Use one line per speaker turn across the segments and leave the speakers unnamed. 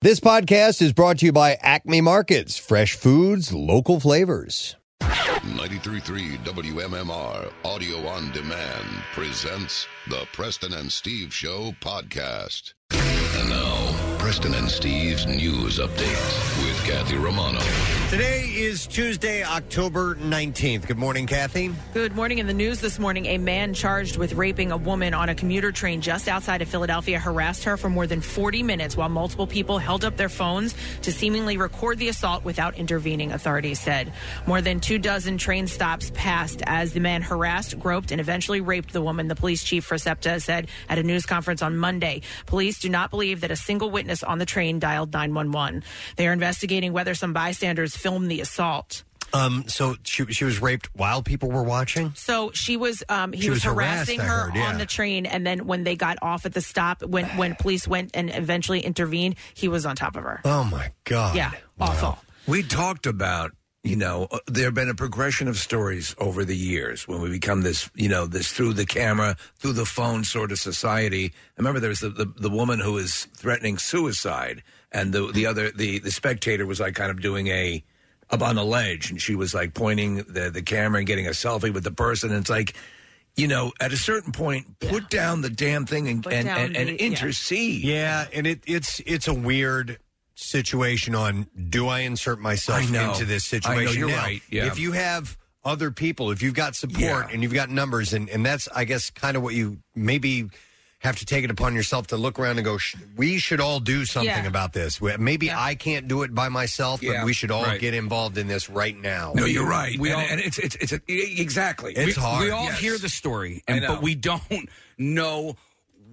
This podcast is brought to you by Acme Markets, fresh foods, local flavors.
933 WMMR Audio on Demand presents the Preston and Steve Show podcast. And now, Preston and Steve's news update with Kathy Romano.
Today is Tuesday, October 19th. Good morning, Kathy.
Good morning. In the news this morning, a man charged with raping a woman on a commuter train just outside of Philadelphia harassed her for more than 40 minutes while multiple people held up their phones to seemingly record the assault without intervening, authorities said. More than two dozen train stops passed as the man harassed, groped, and eventually raped the woman, the police chief Recepta said at a news conference on Monday. Police do not believe that a single witness on the train dialed 911. They are investigating whether some bystanders filmed the assault.
Um, so she, she was raped while people were watching?
So she was um, he
She
was,
was harassed,
harassing
I
her
heard, yeah.
on the train, and then when they got off at the stop, when when police went and eventually intervened, he was on top of her.
Oh, my God.
Yeah, awful.
We talked about, you know, uh, there have been a progression of stories over the years when we become this, you know, this through the camera, through the phone sort of society. I remember there was the, the, the woman who was threatening suicide, and the the other the the spectator was like kind of doing a up on a ledge, and she was like pointing the the camera and getting a selfie with the person. And it's like, you know, at a certain point, put down the damn thing and
Put
and,
down
and, and
the- yeah.
intercede.
Yeah, and it, it's it's a weird situation on do I insert myself
I know.
into this
I know,
situation
you're
now?
right, yeah.
If you have other people, if you've got support
Yeah.
and you've got numbers, and, and that's, I guess, kind of what you maybe have to take it upon yourself to look around and go, "Sh- we should all do something
Yeah.
about this. We- Maybe I can't do it by myself, but
Yeah,
we should all
right.
get involved in this right now.
No, you're right.
We
and,
all-
and it's it's it's a, exactly.
It's
e, we,
hard,
We all
yes.
hear the story,
I
and
know.
but we don't know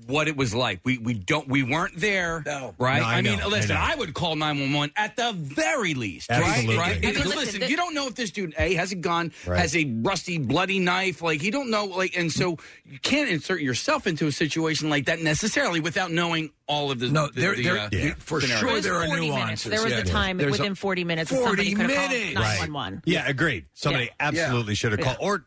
what it was like. We we don't we weren't there. Right?
No, I
I, mean,
know, I
listen,
know.
I, would call nine one one at the very least.
Absolutely.
Right? Right?
I mean,
Because
listen,
listen,
th-
you don't know if this dude A has a gun,
Right.
has a rusty, bloody knife, like you don't know like and so you can't insert yourself into a situation like that necessarily without knowing all of the
No,
the-
there-
the,
there-
uh,
yeah. for
scenario.
sure there are
40 minutes.
nuances.
There was
Yeah.
a time
There's a-
within 40 minutes that
40
somebody could have called
minutes.
911.
Yeah, agreed. Somebody
Yeah.
absolutely should have called. Or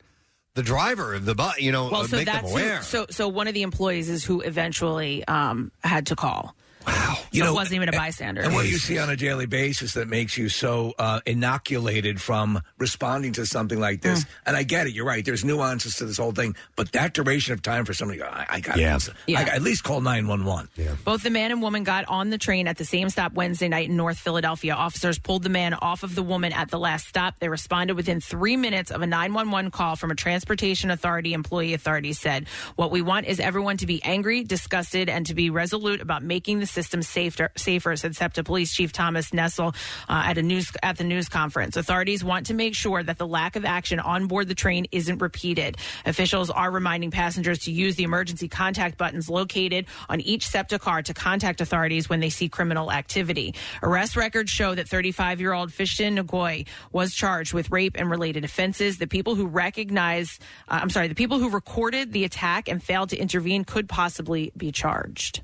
the driver of the bus, you know,
Well,
uh,
so
make them
that's
aware.
who, so so one of the employees is who eventually um, had to call. Wow,
You know,
it wasn't even a bystander.
And what you see on a daily basis that makes you so uh, inoculated from responding to something like this.
Mm.
And I get it. You're right. There's nuances to this whole thing, but that duration of time for somebody, to go, I, I got
Yeah.
to
Yeah.
at least call nine one one.
Both the man and woman got on the train at the same stop Wednesday night in North Philadelphia. Officers pulled the man off of the woman at the last stop. They responded within three minutes of a 911 call from a transportation authority employee. Authorities said, What we want is everyone to be angry, disgusted, and to be resolute about making the system safer, safer said SEPTA Police Chief Thomas Nessel uh, at, a news, at the news conference. Authorities want to make sure that the lack of action on board the train isn't repeated. Officials are reminding passengers to use the emergency contact buttons located on each SEPTA car to contact authorities when they see criminal activity. Arrest records show that 35 year old Fishin Ngoy was charged with rape and related offenses. The people who recognize, uh, I'm sorry, the people who recorded the attack and failed to intervene could possibly be charged.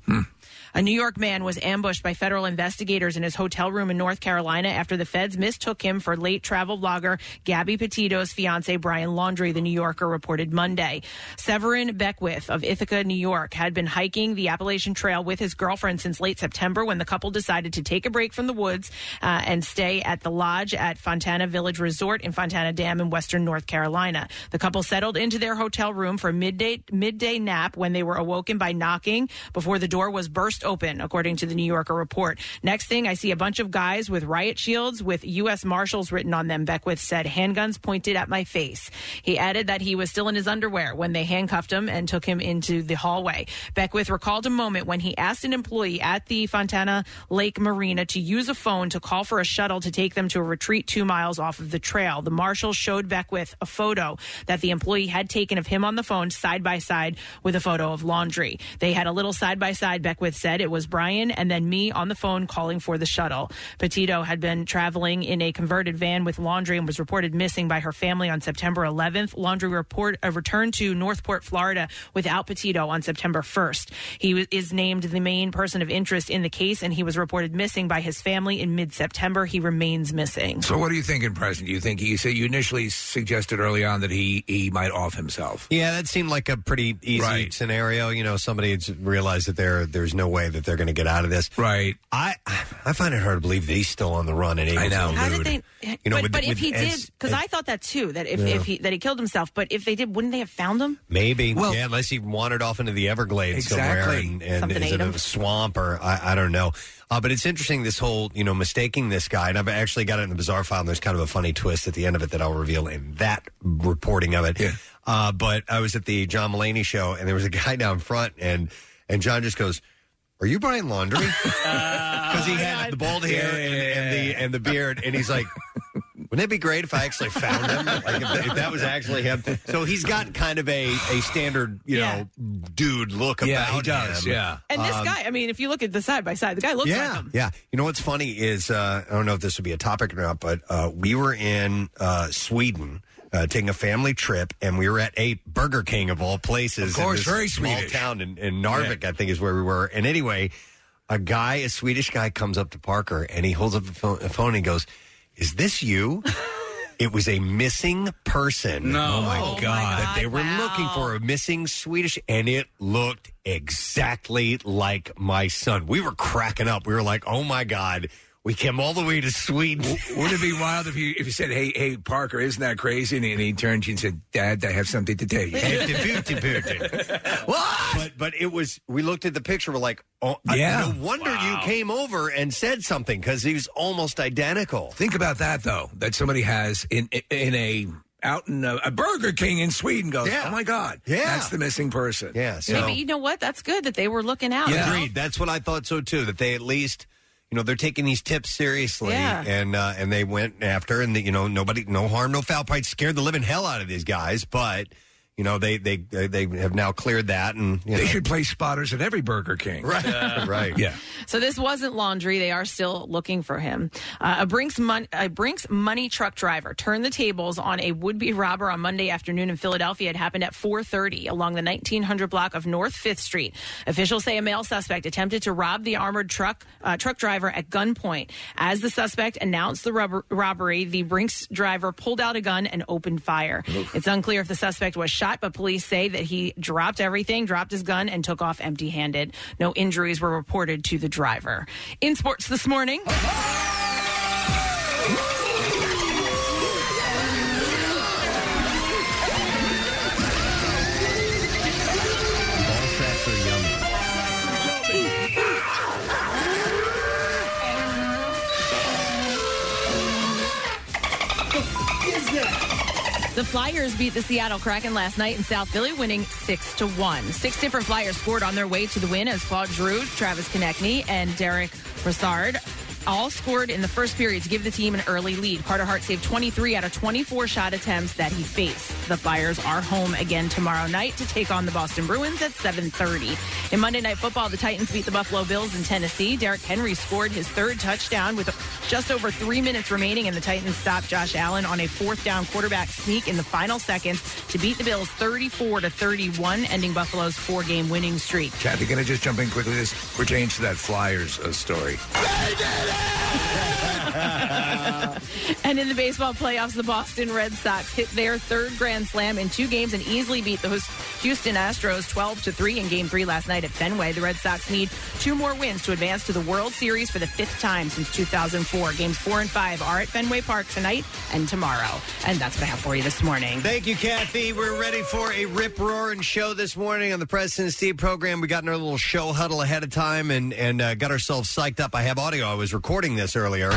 A New York man was ambushed by federal investigators in his hotel room in North Carolina after the feds mistook him for late travel blogger Gabby Petito's fiance Brian Laundry, the New Yorker reported Monday. Severin Beckwith of Ithaca, New York, had been hiking the Appalachian Trail with his girlfriend since late September when the couple decided to take a break from the woods uh, and stay at the lodge at Fontana Village Resort in Fontana Dam in western North Carolina. The couple settled into their hotel room for a midday midday nap when they were awoken by knocking before the door was burst open, according to the New Yorker report. Next thing, I see a bunch of guys with riot shields with U.S. Marshals written on them. Beckwith said, "Handguns pointed at my face." He added that he was still in his underwear when they handcuffed him and took him into the hallway. Beckwith recalled a moment when he asked an employee at the Fontana Lake Marina to use a phone to call for a shuttle to take them to a retreat two miles off of the trail. The marshal showed Beckwith a photo that the employee had taken of him on the phone side by side with a photo of laundry. They had a little side by side. Beckwith said it was Brian and then me on the phone calling for the shuttle. Petito had been traveling in a converted van with laundry and was reported missing by her family on September 11th. Laundry report uh, returned to Northport, Florida without Petito on September 1st. He was, is named the main person of interest in the case and he was reported missing by his family in mid September. He remains missing.
So, what are you thinking, President? You think you say you initially suggested early on that he he might off himself?
Yeah, that seemed like a pretty easy
Right.
scenario. You know, somebody's realized that there there's no way way that they're going to get out of this.
Right.
I I find it hard to believe that he's still on the run and able
I know.
to
How did
elude.
they?
Oh, You know,
but
with-
but
with
if he
as-
did, because I thought that too. That if,
Yeah.
if he that he killed himself. But if they did, wouldn't they have found him?
Maybe, yeah, unless he wandered off into the Everglades somewhere
Exactly.
and, and
Something
is
ate
in
him.
a swamp or I, I don't know. Uh, but it's interesting this whole you know mistaking this guy, and I've actually got it in the bizarre file. And there's kind of a funny twist at the end of it that I'll reveal in that reporting of it. Uh, but I was at the John Mulaney show, and there was a guy down front, and and John just goes. Are you Brian Laundry?
Uh,
Because he had the bald hair and, and the and the beard, and he's like, "Wouldn't it be great if I actually found him? Like if, that- if that was actually him." So he's got kind of a a standard, you know, dude look about
Yeah, he does,
him.
yeah.
And this
Um,
guy, I mean, if you look at the side by side, the guy looks
yeah,
like him.
Yeah. You know what's funny is uh, I don't know if this would be a topic or not, but uh, we were in uh, Sweden. Uh, taking a family trip, and we were at a Burger King of all places.
Of course,
in this
very
small
Swedish.
town in, in Narvik, I think, is where we were. And anyway, a guy, a Swedish guy, comes up to Parker, and he holds up a phone, a phone and he goes, "Is this you?" It was a missing person.
No. Oh, my Oh, my God.
That they were looking for a missing Swedish, and it looked exactly like my son. We were cracking up. We were like, "Oh my God, we came all the way to Sweden."
Wouldn't it be wild if you if you said, "Hey, hey, Parker, isn't that crazy?" And, he- and he turned to you and said, "Dad, I have something to tell you."
But but it was. We looked at the picture. We're like, "Oh, I-
Yeah.
no wonder you came over and said something because he was almost identical."
Think about that though. That somebody has in in a out in a, a Burger King in Sweden goes,
Yeah.
"Oh my God,
Yeah.
that's the missing person."
Yeah, so-
Maybe you know what? That's good that they were looking out. you know?
Agreed. That's what I thought so too. That they at least, you know, they're taking these tips seriously,
Yeah.
and uh, and they went after, and the, you know, nobody, no harm, no foul. Probably scared the living hell out of these guys, but you know, they they they, they have now cleared that, and you
they
know.
should play spotters at every Burger King.
Right, right,
yeah.
So this wasn't laundry. They are still looking for him. Uh, a Brinks mon- a Brinks money truck driver turned the tables on a would-be robber on Monday afternoon in Philadelphia. It happened at 4:30 along the 1900 block of North Fifth Street. Officials say a male suspect attempted to rob the armored truck uh, truck driver at gunpoint. As the suspect announced the robber- robbery, the Brinks driver pulled out a gun and opened fire. It's unclear if the suspect was shot, but police say that he dropped everything, dropped his gun, and took off empty handed. No injuries were reported to the driver. In sports this morning. The Flyers beat the Seattle Kraken last night in South Philly, winning six to one. Six different Flyers scored on their way to the win as Claude Giroux, Travis Konechny, and Derek Brassard all scored in the first period to give the team an early lead. Carter Hart saved 23 out of 24 shot attempts that he faced. The Flyers are home again tomorrow night to take on the Boston Bruins at 7:30. In Monday Night Football, the Titans beat the Buffalo Bills in Tennessee. Derrick Henry scored his third touchdown with just over three minutes remaining, and the Titans stopped Josh Allen on a fourth down quarterback sneak in the final seconds to beat the Bills 34 to 31, ending Buffalo's four-game winning streak.
Kathy, can I just jump in quickly? This pertains to that Flyers uh, story.
And in the baseball playoffs, the Boston Red Sox hit their third grand slam in two games and easily beat the Hus- Houston Astros 12 to 3 in game 3 last night at Fenway. The Red Sox need two more wins to advance to the World Series for the fifth time since 2004. Games 4 and 5 are at Fenway Park tonight and tomorrow. And that's what I have for you this morning.
Thank you, Kathy. We're ready for a rip roaring show this morning on the President Steve program. We got in our little show huddle ahead of time and and uh, got ourselves psyched up. I have audio. I was recording this earlier.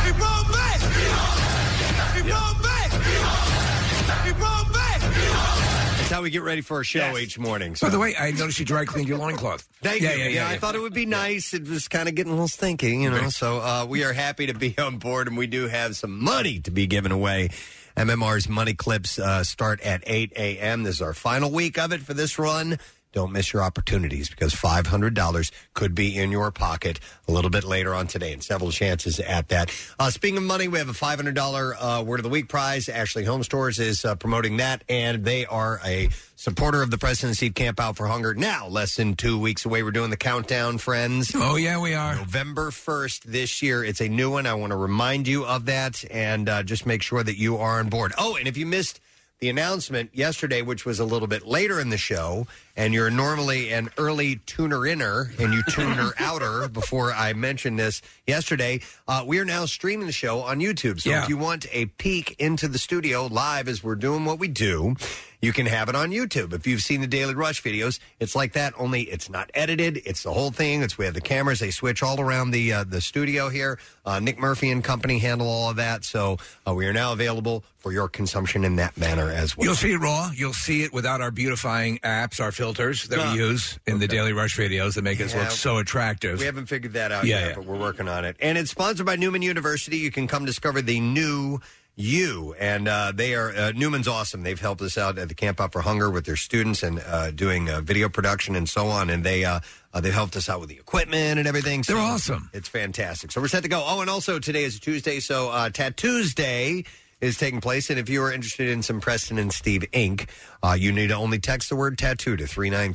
That's how we get ready for a show each morning. So.
By the way, I noticed you dry cleaned your loincloth.
Thank
yeah,
you.
Yeah, yeah,
I
yeah.
thought it would be nice. It was kind of getting a little stinky, you know. So uh, we are happy to be on board, and we do have some money to be given away. MMR's money clips uh, start at 8 a.m. This is our final week of it for this run. Don't miss your opportunities because $500 could be in your pocket a little bit later on today, and several chances at that. Uh, speaking of money, we have a $500 uh, Word of the Week prize. Ashley Home Stores is uh, promoting that, and they are a supporter of the presidency camp out for hunger now less than two weeks away we're doing the countdown friends
Oh yeah, we are.
november 1st this year it's a new one i want to remind you of that and uh, just make sure that you are on board oh and if you missed the announcement yesterday which was a little bit later in the show and you're normally an early tuner inner and you tuner outer before I mentioned this yesterday, uh, we are now streaming the show on YouTube. So
Yeah.
if you want a peek into the studio live as we're doing what we do, you can have it on YouTube. If you've seen the Daily Rush videos, it's like that. Only it's not edited. It's the whole thing. It's we have the cameras. They switch all around the uh, the studio here. Uh, Nick Murphy and company handle all of that. So uh, we are now available for your consumption in that manner as well.
You'll see it raw. You'll see it without our beautifying apps, our filters that
Uh,
we use in the Daily Rush videos that make us
Yeah.
look so attractive.
We haven't figured that out
Yeah,
yet,
yeah.
but we're working on it. And it's sponsored by Newman University. You can come discover the new you and uh, they are uh, newman's awesome they've helped us out at the camp out for hunger with their students and uh, doing uh, video production and so on and they uh, uh, they've helped us out with the equipment and everything they're awesome it's fantastic so we're set to go oh and also today is tuesday so uh, tattoos day is taking place and if you are interested in some preston and steve ink uh, you need to only text the word tattoo to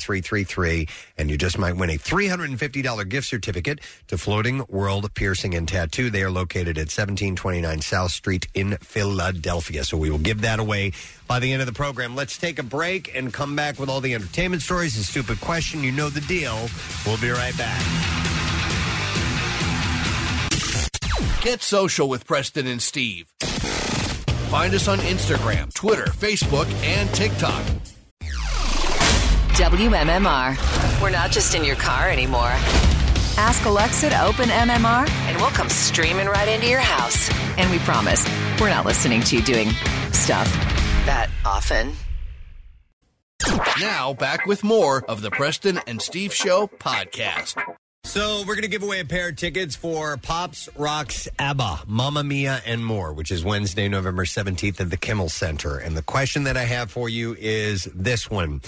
39333 and you just might win a $350 gift certificate to floating world piercing and tattoo they are located at 1729 south street in philadelphia so we will give that away by the end of the program let's take a break and come back with all the entertainment stories and stupid question you know the deal we'll be right back
Get social with Preston and Steve. Find us on Instagram, Twitter, Facebook, and TikTok.
WMMR. We're not just in your car anymore. Ask Alexa to open MMR, and we'll come streaming right into your house. And we promise, we're not listening to you doing stuff that often.
Now, back with more of the Preston and Steve Show podcast.
So we're going to give away a pair of tickets for Pops Rocks ABBA, Mamma Mia, and more, which is Wednesday, November 17th at the Kimmel Center. And the question that I have for you is this one.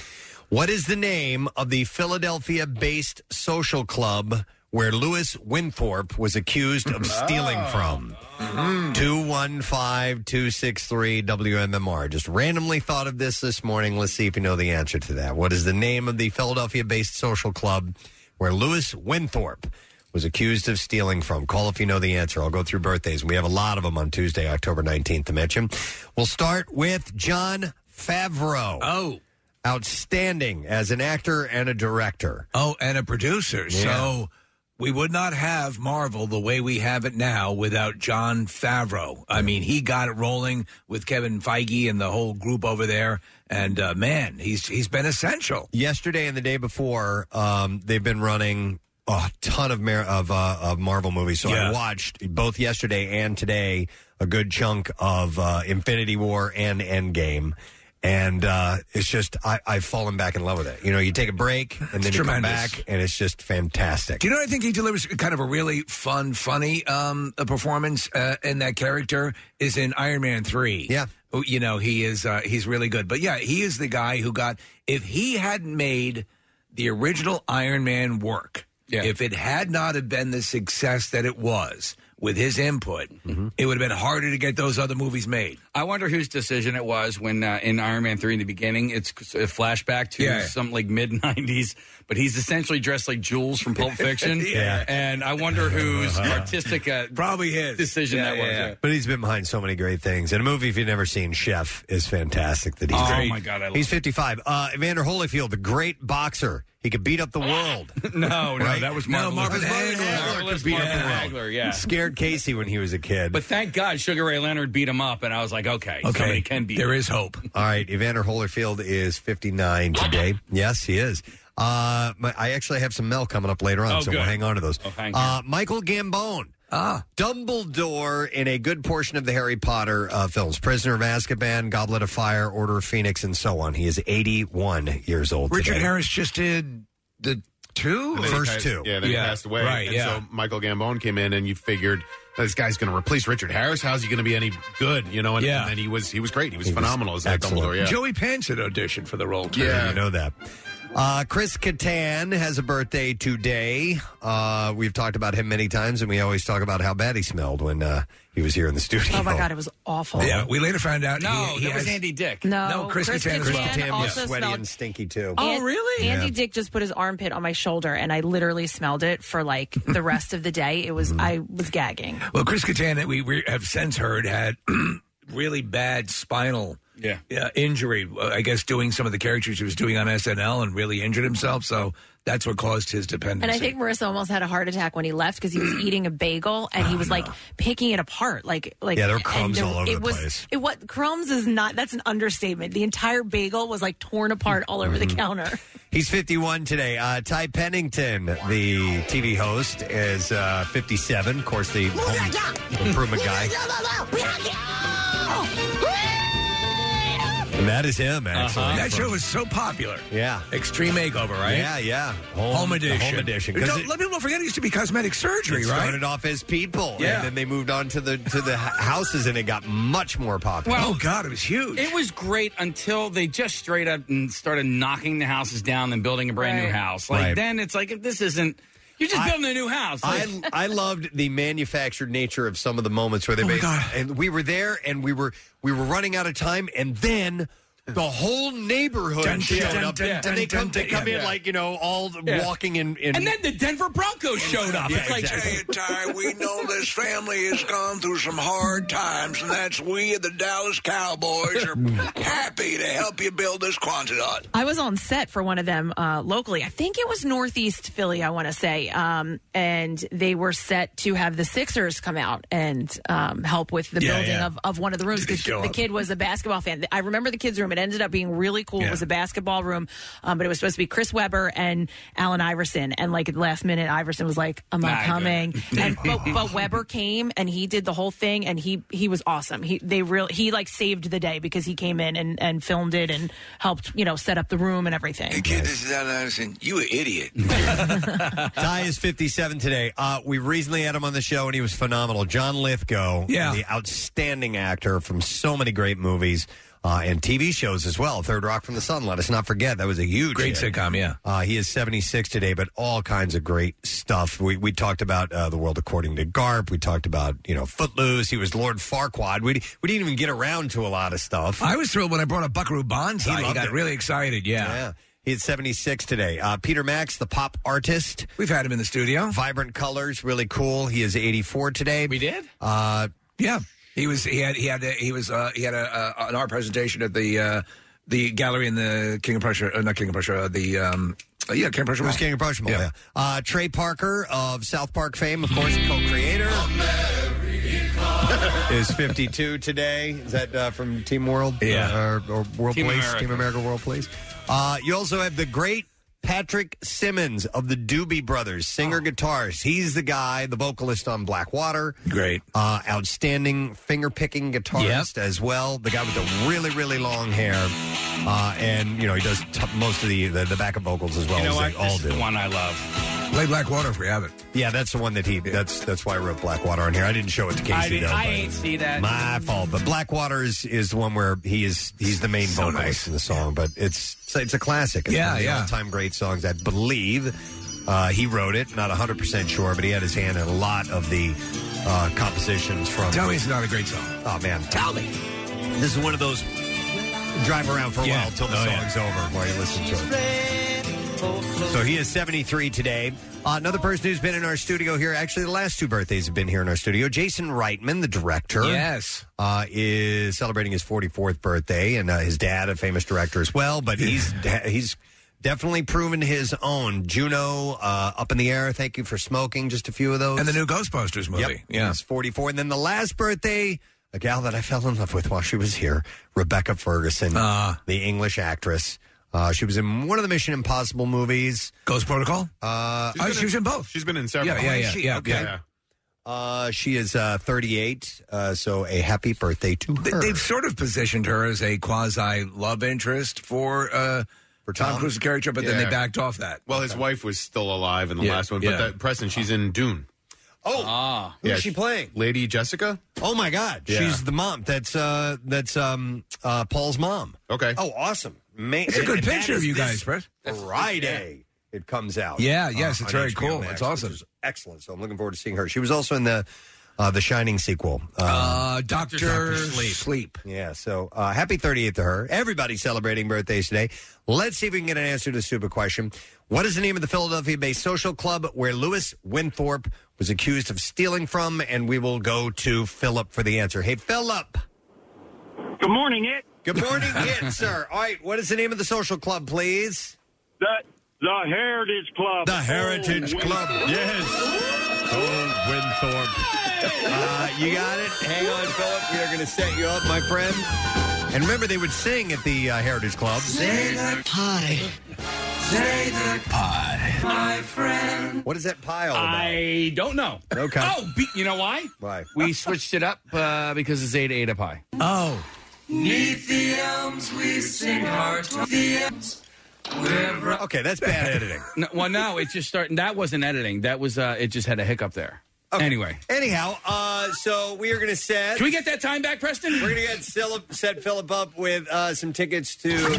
What is the name of the Philadelphia-based social club where Lewis Winthorpe was accused of stealing from? 215-263-WMMR. Just randomly thought of this this morning. Let's see if you know the answer to that. What is the name of the Philadelphia-based social club where Lewis Winthorpe was accused of stealing from? Call if you know the answer. I'll go through birthdays. We have a lot of them on Tuesday, October 19th to mention. We'll start with John Favreau. Oh. Outstanding as an actor and a director.
Oh, and a producer.
Yeah.
So we would not have Marvel the way we have it now without John Favreau. I mean, he got it rolling with Kevin Feige and the whole group over there. And uh, man, he's he's been essential.
Yesterday and the day before, um, they've been running a ton of Mar- of, uh, of Marvel movies. So I
Yeah.
watched both yesterday and today a good chunk of uh, Infinity War and Endgame. And uh, it's just I, I've fallen back in love with it. You know, you take a break and then you come
tremendous.
back, and it's just fantastic.
Do you know what I think he delivers? Kind of a really fun, funny um, a performance uh, in that character is in Iron Man three. Yeah, you know he is uh, he's really good. But yeah, he is the guy who got if he hadn't made the original Iron Man work, if it had not have been the success that it was with his input,
Mm-hmm.
it would have been harder to get those other movies made.
I wonder whose decision it was when uh, in Iron Man 3 in the beginning, it's a flashback to
Yeah.
some like mid 90s, but he's essentially dressed like Jules from Pulp Fiction.
Yeah. Uh-huh.
And I wonder whose artistic uh,
probably his
decision that was. yeah.
But he's been behind so many great things. And a movie if you've never seen, Chef, is fantastic. That he's
Oh,
in.
my God, I love
he's 55. Uh, Evander Holyfield, the great boxer. He could beat up the world.
No, no, that was
No,
Marvelous
Marvin
Hagler.
Hagler
Marvelous
could beat
Marvin
up the
Hagler,
world.
yeah.
Scared Casey when he was a kid.
But thank God Sugar Ray Leonard beat him up, and I was like, okay, somebody can beat him.
hope.
All right, Evander Holyfield is 59 today. Yes, he is. Uh, my, I actually have some mail coming up later on,
Oh,
so
good.
we'll hang on to those.
Oh, hang
uh, Michael Gambone. Ah. Dumbledore in a good portion of the Harry Potter uh, films Prisoner of Azkaban, Goblet of Fire, Order of Phoenix, and so on. He is 81 years old
Richard
today.
Harris just did the two
And then he
First
passed-
two.
Yeah, then
Yeah,
he passed away.
right,
and
yeah.
so Michael Gambone came in, and you figured "Oh, this guy's going to replace Richard Harris. How's he going to be any good? You know, and,
Yeah.
and then he was he was great. He was
He was
phenomenal as that Dumbledore. Yeah.
Joey Pants had auditioned for the role. Too.
Yeah. You
know that. Uh, Chris Kattan has a birthday today. Uh, we've talked about him many times, and we always talk about how bad he smelled when uh, he was here in the studio.
Oh my God, it was awful.
Yeah, we later found out.
No,
he, he
that was
has-
Andy Dick.
No,
No, Chris Kattan as
Chris
well.
Kattan was
also
sweaty
smelled- Oh,
and stinky too.
And- Andy Dick just put his armpit on my shoulder, and I literally smelled it for like the rest of the day. It was
Mm.
I was gagging.
Well, Chris Kattan, we, we have since heard had really bad spinal
yeah.
yeah, injury. uh, I guess doing some of the characters he was doing on SNL and really injured himself. So that's what caused his dependency.
And I think Marissa almost had a heart attack when he left because he was eating a bagel and he was like picking it apart, like like
Yeah, there were
and
crumbs all over
it
the
was,
place.
It what crumbs is not that's an understatement. The entire bagel was like torn apart all over
Mm-hmm.
the counter.
He's 51 today. Uh, Ty Pennington, the TV host, is uh, 57. Of course, the home improvement guy. And that is him,
Uh-huh.
actually.
That show was so popular.
Uh-huh. Yeah.
Extreme Makeover, right?
Yeah, yeah.
Home,
the
edition.
Home edition. 'Cause
Don't,
it-
let people forget it used to be cosmetic surgery,
It
right?
started off as people,
Yeah.
and then they moved on to the to the h- houses, and it got much more popular.
Well-
oh God, it was huge.
It was great until they just straight up and started knocking the houses down and building a brand new
Right.
house. Like
Right.
then it's like this isn't. You're just
I-
building a new house. Like,
I I loved the manufactured nature of some of the moments where they
Oh my
made,
God.
and we were there, and we were we were running out of time, and then. The whole neighborhood
Dun,
showed
dun,
up,
dun,
and
dun,
they
dun,
come, they
dun,
come in
yeah.
like you know, all the-
Yeah.
walking in, in
and then the Denver Broncos showed up.
Yeah,
it's like
exactly.
Hey, Ty, we know this family has gone through some hard times, and that's we, the Dallas Cowboys, are happy to help you build this Quantidot.
I was on set for one of them uh, locally. I think it was Northeast Philly, I want to say. Um, and they were set to have the Sixers come out and um, help with the
Yeah,
building
yeah.
Of, of one of the rooms
Did they
because
show
the
up?
kid was a basketball fan. I remember the kids' room. It ended up being really cool.
Yeah.
It was a basketball room, um, but it was supposed to be Chris Webber and Allen Iverson. And like at the last minute, Iverson was like, "I'm
Nah,
not
I
coming." And but, but Weber came and he did the whole thing, and he he was awesome. He they real he like saved the day because he came in and and filmed it and helped you know set up the room and everything.
Kid, this is Alan Anderson. You an idiot.
Ty is 57 today. Uh, we recently had him on the show, and he was phenomenal. John Lithgow,
Yeah.
the outstanding actor from so many great movies uh, and TV shows as well. Third Rock from the Sun. Let us not forget that was a huge
Great
hit.
sitcom, yeah.
Uh, he is 76 today, but all kinds of great stuff. We we talked about uh, the world according to Garp. We talked about you know Footloose. He was Lord Farquaad. We we didn't even get around to a lot of stuff.
I was thrilled when I brought up Buckaroo Banzai.
He
He,
loved
got
it.
really excited, yeah.
yeah, he's 76 today. Uh, Peter Max, the pop artist.
We've had him in the studio.
Vibrant colors, really cool. He is 84 today.
we did.
Uh,
Yeah. He was he had he had a, he was uh, he had a, uh an art presentation at the uh, the gallery in the King of Prussia, uh, not King of Prussia, uh, the um, uh, yeah, King of Prussia.
Bruce
Mall.
King of Brushmore,
Yeah.
yeah. Uh, Trey Parker of South Park fame, of course, co-creator. is 52 today. Is that uh, from Team World?
Yeah.
Uh, or, or World
Team
Police?
America.
Team America World Police. Uh, you also have the great Patrick Simmons of the Doobie Brothers,
Oh.
singer-guitarist. He's the guy, the vocalist on Blackwater.
Great.
Uh, outstanding finger picking guitarist as well. The guy with the really, really long hair. Uh, and, you know, he does t- most of the, the, the backup vocals as well
You know
as
what?
they all
This is
do.
the one I love.
Play Blackwater if we have it.
Yeah, that's the one that he, that's that's why I wrote Blackwater on here. I didn't show it to Casey,
I, did,
though.
I
but-
ain't see that.
my fault, but Blackwater is, is the one where he is he's the main
So
vocalist
nice.
in the song. But it's it's a classic. It's
Yeah,
one of the
yeah.
All-time great songs, I believe. Uh, he wrote it. Not hundred percent sure, but he had his hand in a lot of the uh, compositions from.
Tell me it's not a great song.
Oh man, tell me. This is one of those drive around for a
Yeah.
while till the
Oh, yeah.
song's over while you listen to it. So he is 73 today. Uh, another person who's been in our studio here, actually, the last two birthdays have been here in our studio. Jason Reitman, the director,
Yes.
uh, is celebrating his 44th birthday, and uh, his dad, a famous director as well. But he's he's definitely proven his own. Juno, uh, Up in the Air, Thank You for Smoking, just a few of those.
And the new Ghostbusters movie.
Yep.
Yeah.
He's 44. And then the last birthday, a gal that I fell in love with while she was here, Rebecca Ferguson,
Ah.
the English actress. Uh, she was in one of the Mission Impossible movies.
Ghost Protocol?
Uh,
oh, she was in both.
She's been in several.
Yeah, yeah, yeah, yeah, yeah.
uh, she is uh, 38, uh, so a happy birthday to
They-
her.
They've sort of positioned her as a quasi love interest for uh,
For
Tom,
Tom?
Cruise's character, but then
Yeah.
they backed off that.
Well, his wife was still alive in the
Yeah,
last one, but
yeah.
that, Preston, she's in Dune.
Ah,
Oh, Who's
Yeah.
she playing?
Lady Jessica?
Oh my God,
Yeah.
she's the mom. That's uh, that's um, uh, Paul's mom.
Okay.
Oh, awesome! Ma-
It's a good picture of you guys, Brett.
Friday it comes out.
Yeah, yes, it's
on
very
HBO
cool.
Max,
It's awesome.
which is excellent. So I'm looking forward to seeing her. She was also in the uh, the Shining sequel. Uh,
Uh, Doctor, Sleep.
yeah. So uh, happy 38th to her. Everybody celebrating birthdays today. Let's see if we can get an answer to the super question. What is the name of the Philadelphia-based social club where Lewis Winthorpe was accused of stealing from? And we will go to Philip for the answer. Hey, Philip.
Good morning, it.
Good morning, it, sir. All right, what is the name of the social club, please?
The the Heritage Club. Oh,
The Heritage Club. Yes. Oh, Winthorpe. Uh, you got it. Hang on, Philip. We are going to set you up, my friend. And remember, they would sing at the uh, Heritage Club.
pie. Say the pie. My friend.
What is that pile?
I don't know.
Okay.
Oh, be- you know why?
Why?
We switched it up uh, because it's eight eight a pie.
Oh.
Neath the elms we sing our to the elms.
Okay, that's bad editing.
No, well, no, it's just starting. That wasn't editing. That was. Uh, it just had a hiccup there. Anyway,
Anyhow, uh, so we are going to set. Can
we get that time back, Preston?
We're going to get Philip, set Philip up with uh, some tickets to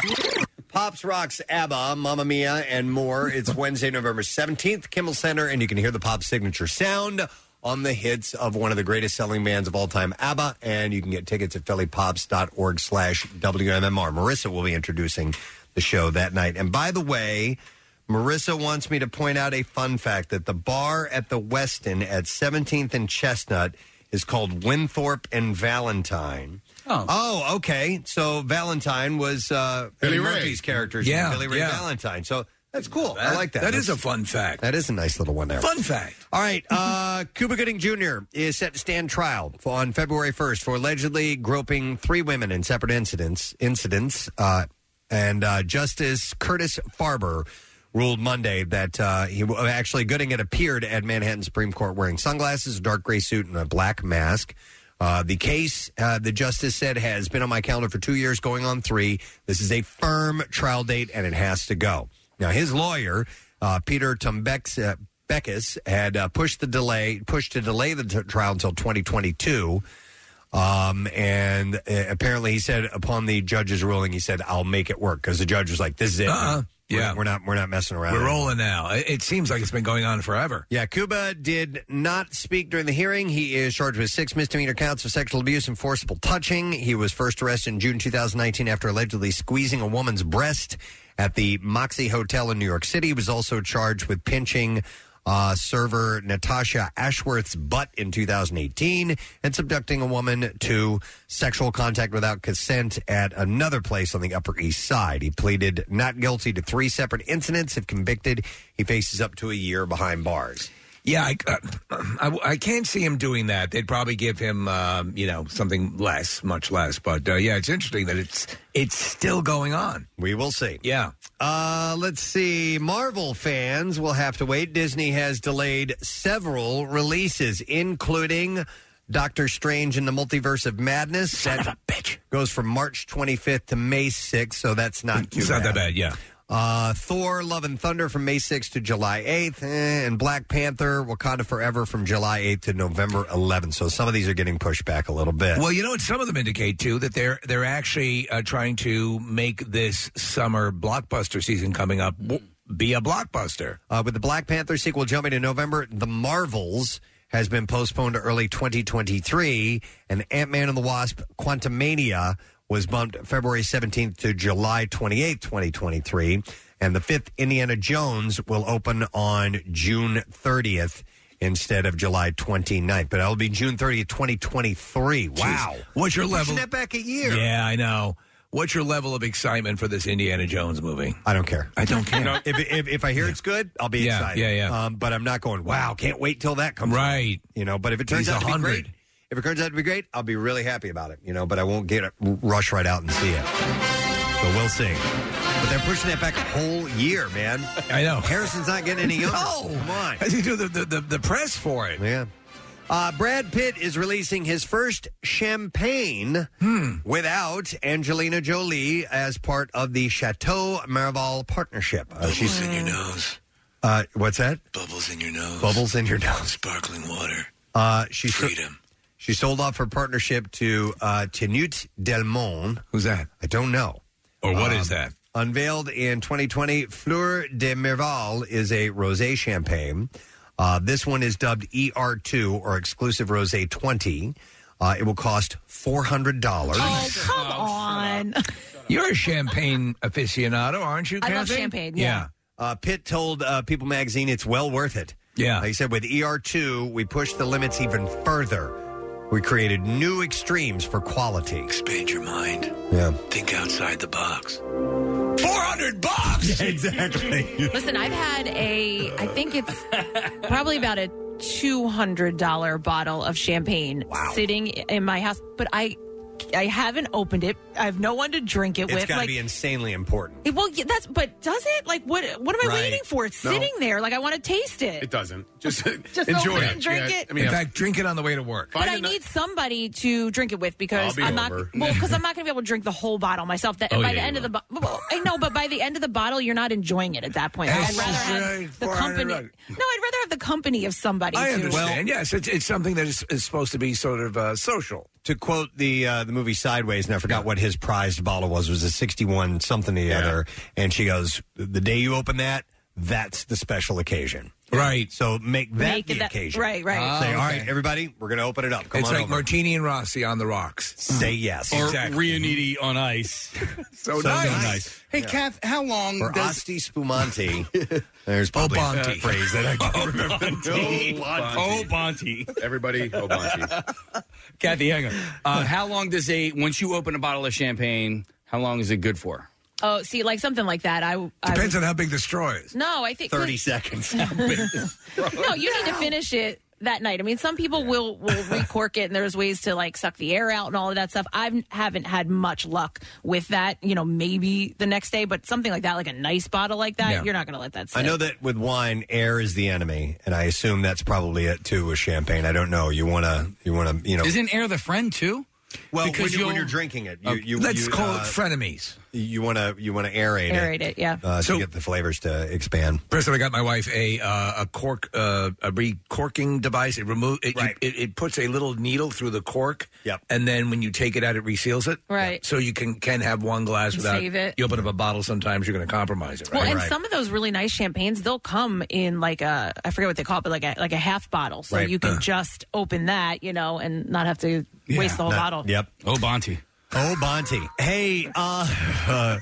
Pops Rocks ABBA, Mamma Mia, and more. It's Wednesday, November 17th, Kimmel Center, and you can hear the pop signature sound on the hits of one of the greatest selling bands of all time, ABBA, and you can get tickets at phillypops.org slash WMMR. Marissa will be introducing the show that night. And by the way, Marissa wants me to point out a fun fact that the bar at the Westin at 17th and Chestnut is called Winthorpe and Valentine. Oh, okay. So Valentine was uh, Billy Murphy's characters,
Yeah,
Billy Ray
yeah.
Valentine. So that's cool. I like that.
That is a
That's-
fun fact.
That is a nice little one there.
Fun fact.
All right, uh, Cuba Gooding Jr. is set to stand trial for, on February 1st for allegedly groping three women in separate incidents. Incidents, uh, and uh, Justice Curtis Farber ruled Monday that uh, he well, actually Gooding had appeared at Manhattan Supreme Court wearing sunglasses, a dark gray suit, and a black mask. Uh, the case, uh, the justice said, has been on my calendar for two years, going on three. This is a firm trial date, and it has to go. Now, his lawyer, uh, Peter Tumbek's, uh, Beckus, had uh, pushed the delay, pushed to delay the t- trial until 2022. Um, and uh, apparently, he said upon the judge's ruling, he said, "I'll make it work," because the judge was like, "This is it.
Uh-uh.
We're-
Yeah.
we're not, we're not messing around."
We're
anymore."
rolling now. It it seems like it's been going on forever.
Yeah, Cuba did not speak during the hearing. He is charged with six misdemeanor counts of sexual abuse and forcible touching. He was first arrested in June 2019 after allegedly squeezing a woman's breast at the Moxie Hotel in New York City. He was also charged with pinching uh, server Natasha Ashworth's butt in 2018 and subducting a woman to sexual contact without consent at another place on the Upper East Side. He pleaded not guilty to three separate incidents. If convicted, he faces up to a year behind bars.
Yeah, I, uh, I, I can't see him doing that. They'd probably give him, um, you know, something less, much less. But uh, yeah, it's interesting that it's it's still going on.
We will see.
Yeah,
Uh, let's see. Marvel fans will have to wait. Disney has delayed several releases, including Doctor Strange in the Multiverse of Madness. Son that of a bitch. Goes from March 25th to May 6th, so that's not too
it's not that bad. Yeah,
Uh, Thor, Love and Thunder from May 6th to July 8th, eh, and Black Panther, Wakanda Forever from July 8th to November 11th. So some of these are getting pushed back a little bit.
Well, you know what? Some of them indicate too that they're they're actually uh, trying to make this summer blockbuster season coming up w- be a blockbuster.
Uh, with the Black Panther sequel jumping to November, The Marvels has been postponed to early 2023, and Ant Man and the Wasp Quantumania was bumped February 17th to July 28th, 2023. And the fifth Indiana Jones will open on June 30th instead of July 29th. But that'll be June 30th, 2023. Wow.
What's your level?
Pushing that back a year.
Yeah, I know. What's your level of excitement for this Indiana Jones movie?
I don't care.
I don't care.
if, if, if I hear it's good, I'll be
Yeah,
excited.
yeah, yeah.
Um, but I'm not going. Wow, can't wait till that comes. out."
Right.
You know, but if it turns
He's
out to be
100.
great, if it turns out to be great, I'll be really happy about it. You know, but I won't get it, rush right out and see it. So we'll see. But they're pushing that back a whole year, man.
I know.
Harrison's not getting any younger.
No.
Come on.
As you do the, the, the, the press for it.
Yeah. Uh, Brad Pitt is releasing his first champagne
Hmm.
without Angelina Jolie as part of the Chateau Miraval partnership. Uh, she's
in your nose.
uh, what's that?
Bubbles in your nose.
Bubbles in your nose.
Sparkling water.
Uh, she Freedom. she sold off her partnership to uh, Tenute Delmont.
Who's that?
I don't know. Um,
Or what is
Um,
that?
Unveiled in 2020, Fleur de Merval is a rosé champagne. Uh, this one is dubbed ER2 or Exclusive Rosé 20. Uh, it will cost $400.
Oh, come on.
You're a champagne aficionado, aren't you,
I
Kathy?
love champagne, yeah.
Uh, Pitt told uh, People Magazine it's well worth it.
Yeah.
E Uh, he said with ER2, we pushed the limits even further. We created new extremes for quality.
Expand your mind.
Yeah.
Think outside the box. 400 bucks!
exactly.
Listen, I've had a, I think it's probably about a $200 bottle of champagne sitting in my house, but I. I haven't opened it. I have no one to drink it
It's
with.
got to
Like,
be insanely important.
it, well, yeah, that's but does it? Like, what? What am I
Right.
waiting for? It's
No.
sitting there. Like, I want to taste it.
It doesn't. Just,
Just
enjoy
open
it.
it and drink it.
I mean,
in fact, drink it on the way to work.
but I need somebody to drink it with
I'll
because
be
I'm not
over.
well because I'm not going to be able to drink the whole bottle myself. That
Oh,
by
yeah,
the
you
end of the bo- well, I know, but by the end of the bottle, you're not enjoying it at that point. I'd
Yes.
rather
Right,
have the
400
company. No,
bucks.
I'd rather have the company of somebody.
I
to-
understand. yes, it's, it's something that is, is supposed to be sort of uh, social.
To quote the uh, the movie Sideways, and I forgot what his prized bottle was. It was a sixty-one something or the other, and she goes, "The day you open that, that's the special occasion."
Right.
So make that
Make it
the
that-
occasion.
right, right. Ah,
Say, all
okay.
right, everybody, we're going to open it up. Come
it's
on
like
over.
Martini and Rossi on the rocks.
Say yes.
Or
Exactly.
Rianiti on ice.
so,
nice.
Hey,
Yeah.
Kath, how long
Or
does
Asti Spumanti. There's probably a
Bonte.
phrase that I can't remember.
Oh, Bonte.
Everybody, oh, Bonte.
Kathy, hang on. Uh, how long does a once you open a bottle of champagne? How long is it good for?
Oh, see, like something like that. I
Depends on how big the straw is.
No, I think
seconds.
No, you need to finish it that night. I mean, some people will will recork it, and there's ways to like suck the air out and all of that stuff. I haven't had much luck with that. You know, maybe the next day, but something like that, like a nice bottle like that,
Yeah.
you're not going to let that. Sit.
I know that with wine, air is the enemy, and I assume that's probably it too with champagne. I don't know. You want to, you want to, you know.
Isn't air the friend too?
well,
because
when, you, when
you'll- Oh.
you're drinking it, you,
Okay.
you
Let's
you,
call
uh,
it
frenemies.
You want to, you want to aerate,
Aerate it, yeah.
uh,
So-
to get the flavors to expand.
First time I got my wife a uh, a cork uh, a recorking device. It remove it, you- it. It puts a little needle through the cork. Yep. And then when you take it out, it reseals it.
Right.
So you can can have one glass
And
without.
save it.
You open up a bottle. Sometimes you're going to compromise it. Right.
Well, and some of those really nice champagnes, they'll come in like a I forget what they call it, but like a like a half bottle, so
Right.
you can
Uh.
just open that, you know, and not have to waste the whole bottle.
Yep.
Oh, Bonte.
Oh, Bonte. Hey, uh, uh,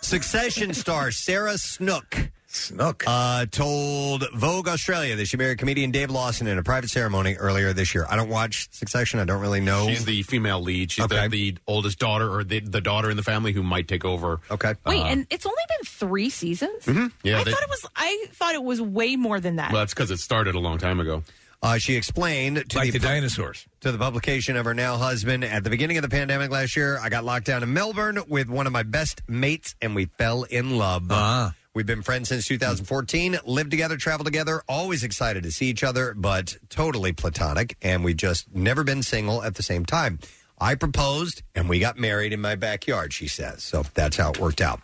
Succession star Sarah Snook.
Snook.
Uh, told Vogue Australia that she married comedian Dave Lawson in a private ceremony earlier this year. I don't watch Succession. I don't really know.
She's the female lead. She's
Okay.
the, the oldest daughter or the, the daughter in the family who might take over. uh,
Okay.
Wait,
Uh-huh.
and it's only been three seasons.
Mm-hmm.
Yeah,
I
they-
thought it was. I thought it was way more than that.
well, that's because it started a long time ago.
Uh, she explained to the,
dinosaurs
to the publication of her now husband at the beginning of the pandemic last year. I got locked down in Melbourne with one of my best mates, and we fell in love. We've been friends since 2014, lived together, traveled together, always excited to see each other, but totally platonic. And we just never been single at the same time. I proposed and we got married in my backyard, she says. So that's how it worked out.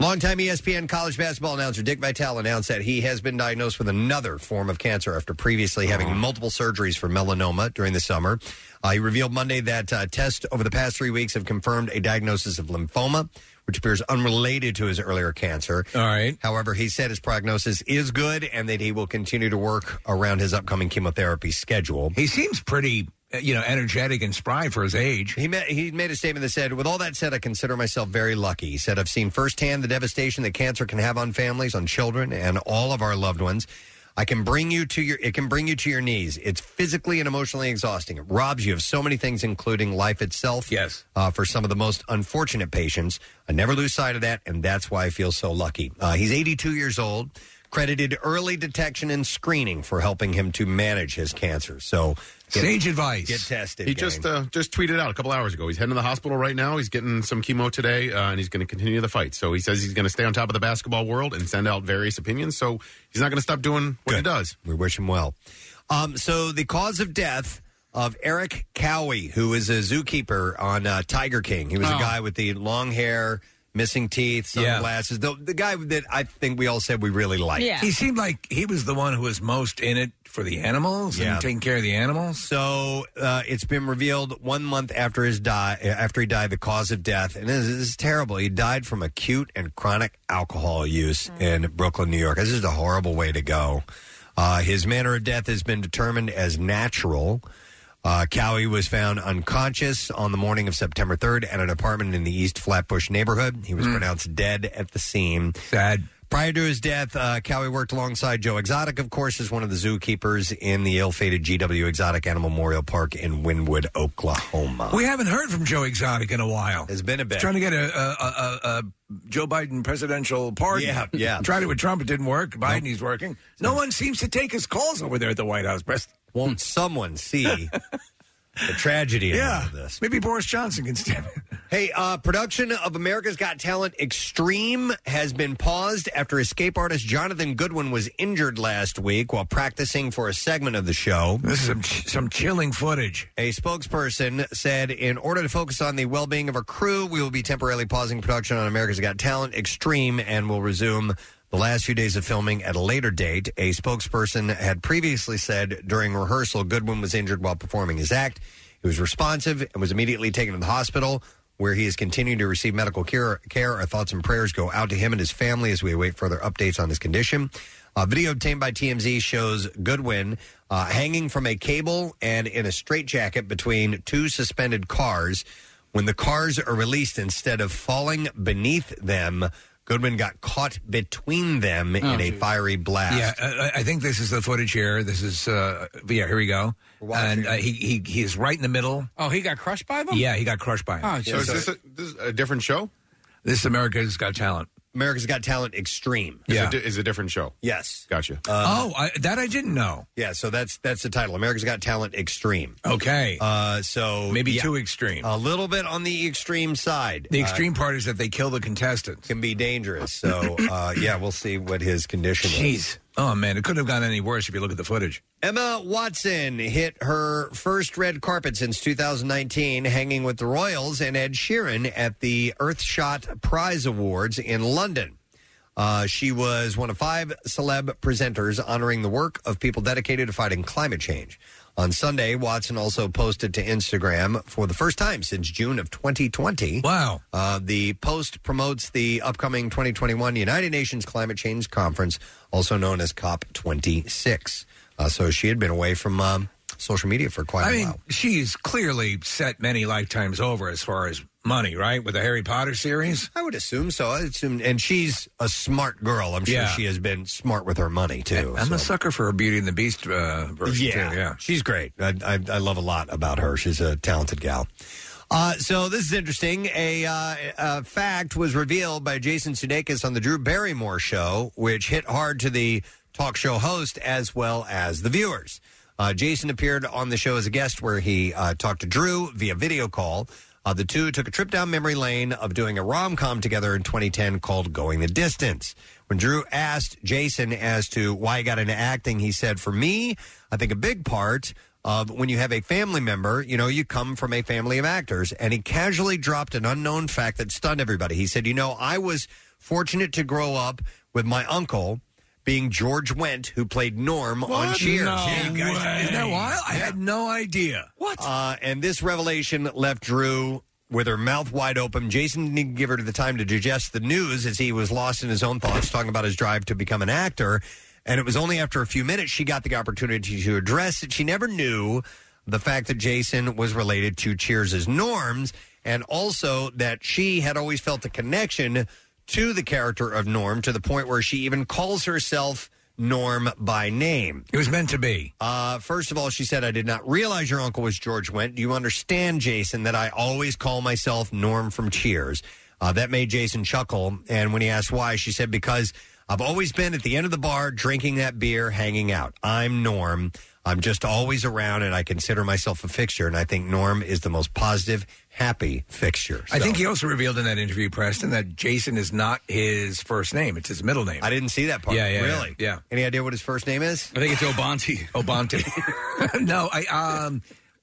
Longtime E ESPN college basketball announcer Dick Vitale announced that he has been diagnosed with another form of cancer after previously having multiple surgeries for melanoma during the summer. Uh, he revealed Monday that uh, tests over the past three weeks have confirmed a diagnosis of lymphoma, which appears unrelated to his earlier cancer.
All right.
However, he said his prognosis is good and that he will continue to work around his upcoming chemotherapy schedule.
He seems pretty, uh, you know, energetic and spry for his age.
He made, he made a statement that said, "With all that said, I consider myself very lucky." He said, "I've seen firsthand the devastation that cancer can have on families, on children, and all of our loved ones. I can bring you to your it can bring you to your knees. It's physically and emotionally exhausting. It robs you of so many things, including life itself. Yes, uh, for some of the most unfortunate patients, I never lose sight of that, and that's why I feel so lucky. Uh, he's 82 years old." Credited early detection and screening for helping him to manage his cancer. So,
Sage advice.
Get tested.
He
gang.
just uh, just tweeted out a couple hours ago. He's heading to the hospital right now. He's getting some chemo today, uh, and he's going to continue the fight. So he says he's going to stay on top of the basketball world and send out various opinions. So he's not going to stop doing what he does.
We wish him well. Um, so the cause of death of Eric Cowie, who is a zookeeper on uh, Tiger King. He was a
Oh.
guy with the long hair, missing teeth,
Yeah.
sunglasses. The, the guy that I think we all said we really liked.
He seemed like he was the one who was most in it for the animals
Yeah.
and taking care of the animals.
So uh, it's been revealed one month after his die, after he died, the cause of death, and this, this is terrible. He died from acute and chronic alcohol use in Brooklyn, New York. This is a horrible way to go. Uh, his manner of death has been determined as natural. Uh, Cowie was found unconscious on the morning of September 3rd at an apartment in the East Flatbush neighborhood. He was pronounced dead at the scene.
Sad.
Prior to his death, uh, Cowie worked alongside Joe Exotic, of course, as one of the zookeepers in the ill fated GW Exotic Animal Memorial Park in Wynwood, Oklahoma.
We haven't heard from Joe Exotic in a while. It's
been a bit.
Trying to get a, a, a, a, a Joe Biden presidential pardon.
Yeah, yeah.
Tried it with Trump. It didn't work. Biden, he's working. No one seems to take his calls over there at the White House. Preston.
Won't someone see the tragedy in all
yeah.
of this?
Maybe Boris Johnson can stand it.
Hey, uh, production of America's Got Talent Extreme has been paused after escape artist Jonathan Goodwin was injured last week while practicing for a segment of the show.
This is some, some chilling footage.
A spokesperson said, in order to focus on the well being of our crew, we will be temporarily pausing production on America's Got Talent Extreme and will resume the last few days of filming at a later date. A spokesperson had previously said during rehearsal Goodwin was injured while performing his act. He was responsive and was immediately taken to the hospital, where he is continuing to receive medical care. care. Our thoughts and prayers go out to him and his family as we await further updates on his condition. A video obtained by TMZ shows Goodwin uh, hanging from a cable and in a straitjacket between two suspended cars. When the cars are released, instead of falling beneath them, Goodwin got caught between them in a fiery blast.
Yeah, I, I think this is the footage here. This is, uh, yeah, here we go. And uh, he, he he is right in the middle.
Oh, he got crushed by them?
Yeah, he got crushed by him.
Oh,
so is this a, this is a different show?
This is America's Got Talent.
America's Got Talent Extreme.
Is
Yeah.
it di- is a different show.
Yes.
Gotcha.
oh, I, that I didn't know.
Uh, Yeah, so that's that's the title. America's Got Talent Extreme.
Okay.
Uh, so
Oh, Maybe
yeah. Uh,
too extreme.
A little bit on the extreme side. Uh,
the extreme part is that they kill the contestants.
Can be dangerous. So uh, yeah, we'll see what his condition is.
Jeez. Oh, man. It couldn't have gone any worse if you look at the footage.
Emma Watson hit her first red carpet since 2019, hanging with the Royals and Ed Sheeran at the Earthshot Prize Awards in London. Uh, she was one of five celeb presenters honoring the work of people dedicated to fighting climate change. On Sunday, Watson also posted to Instagram for the first time since June of 2020.
Wow.
Uh, the post promotes the upcoming 2021 United Nations Climate Change Conference, also known as COP26. Uh, so she had been away from um, social media for quite
I
a
mean,
while.
she's clearly set many lifetimes over as far as money, right? With the Harry Potter series?
I would assume so. I assume, and she's a smart girl. I'm sure
Yeah.
she has been smart with her money too.
I'm
so.
a sucker for a Beauty and the Beast uh, version,
yeah,
too. Yeah.
she's great. I, I, I love a lot about her. She's a talented gal. Uh, so this is interesting. A, uh, a fact was revealed by Jason Sudeikis on the Drew Barrymore show, which hit hard to the talk show host as well as the viewers. Uh, Jason appeared on the show as a guest, where he uh, talked to Drew via video call. Uh, the two took a trip down memory lane of doing a rom com together in 2010 called Going the Distance. When Drew asked Jason as to why he got into acting, he said, For me, I think a big part of when you have a family member, you know, you come from a family of actors. And he casually dropped an unknown fact that stunned everybody. He said, You know, I was fortunate to grow up with my uncle being George Wendt, who played Norm on Cheers.
Yeah, you guys- Isn't that wild? I had no idea.
What? Uh, and this revelation left Drew with her mouth wide open. Jason didn't even give her the time to digest the news as he was lost in his own thoughts, talking about his drive to become an actor. And it was only after a few minutes she got the opportunity to address it. She never knew the fact that Jason was related to Cheers' norms, and also that she had always felt a connection to the character of Norm to the point where she even calls herself Norm by name.
It was meant to be.
Uh, first of all, she said, I did not realize your uncle was George Wendt. Do you understand, Jason, that I always call myself Norm from Cheers? Uh, that made Jason chuckle. And when he asked why, she said, Because I've always been at the end of the bar drinking that beer, hanging out. I'm Norm. I'm just always around, and I consider myself a fixture. And I think Norm is the most positive, happy fixture.
I think he also revealed in that interview, Preston, that Jason is not his first name; it's his middle name.
I didn't see that part.
Yeah, yeah,
Really?
yeah.
Any idea what his first name is?
I think it's Obonte.
Obonte. no, I um,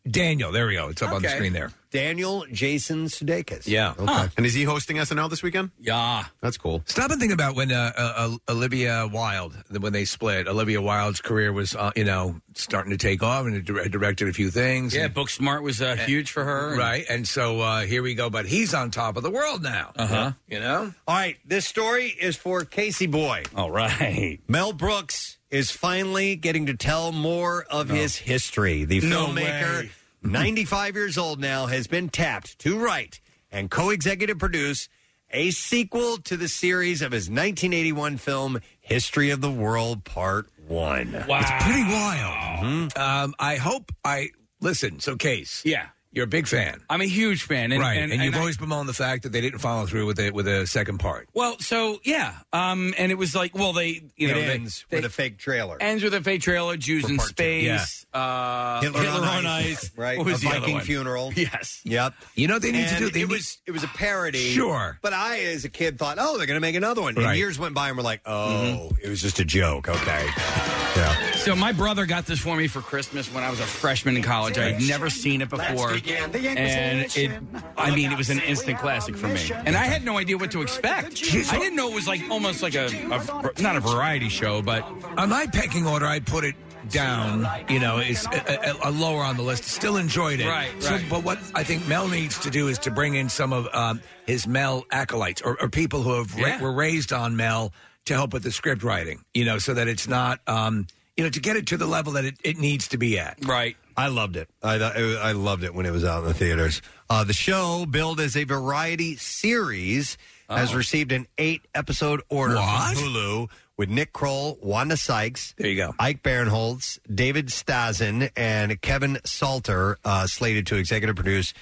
Daniel. There we go. It's up on the
Okay.
screen there.
Daniel Jason Sudeikis.
Yeah.
Okay.
And is he hosting SNL this weekend?
Yeah.
That's cool.
Stop and think about when uh, uh, uh, Olivia Wilde, when they split. Olivia Wilde's career was, uh, you know, starting to take off, and it dir- directed a few things.
Yeah,
and-
Book Smart was uh, huge for her.
right. And so uh, here we go. But he's on top of the world now. Uh
Uh-huh.
huh. You know.
All right, this story is for Casey Boy.
All right.
Mel Brooks is finally getting to tell more of his history. The
No
filmmaker,
way.
95 years old now, has been tapped to write and co executive produce a sequel to the series of his 1981 film History of the World Part 1.
Wow. It's pretty
Mm-hmm.
wild. Um, I hope I listen. So, Case.
Yeah.
You're a big fan.
I'm a huge fan. And,
right. And,
and-
you've
and I-
always bemoaned the fact that they didn't follow through with it with a second part.
Well, so yeah, um, and it was like, well, they you
It
know
ends
they,
with a fake trailer.
Ends with a fake trailer. Jews in space. Uh,
Hitler, on, ice, right?
What was
a
the other
Viking
one?
funeral.
Yes.
Yep.
You know what they need to
And
do? They
it
need-
was it was a parody.
Sure.
But I, as a kid, thought, oh, they're going to make another one.
Right.
And years went by, and we're like, oh, it was just a joke. Okay. Yeah.
So my brother got this for me for Christmas when I was a freshman in college. I had never seen it before,
Let's begin the
and it. I mean, it was an instant classic for me, and I had no idea what to expect. I didn't know it was like almost like a, a not a variety show, but
on my pecking order, I put it down. You know, is a, a, a lower on the list. Still enjoyed it.
Right,
So,
right.
but what I think Mel needs to do is to bring in some of um, his Mel acolytes or, or people who have ra-
Yeah.
were raised on Mel to help with the script writing. You know, so that it's not. Um, you know, to get it to the level that it, it needs to be at.
Right.
I loved it. I thought- it was- I loved it when it was out in the theaters. Uh, the show, billed as a variety series, has received an eight episode order
What?
from Hulu with Nick Kroll, Wanda Sykes,
there you go,
Ike Barinholtz, David Stassen, and Kevin Salter uh, slated to executive produce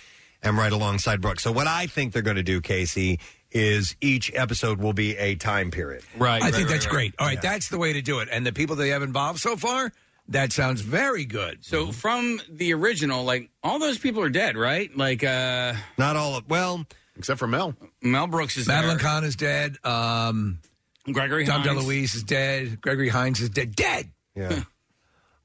and right alongside Brooks. So what I think they're going to do, Casey, is each episode will be a time period.
I think that's great. All right, that's the way to do it. And the people they have involved so far, that sounds very good. Mm-hmm.
so from the original, like all those people are dead, right? Like uh
not all of well,
except for Mel.
Mel Brooks is
Madeline
there.
Kahn is dead. Um,
Gregory
Tom
Hines.
DeLuise is dead. Gregory Hines is dead. Dead.
Yeah.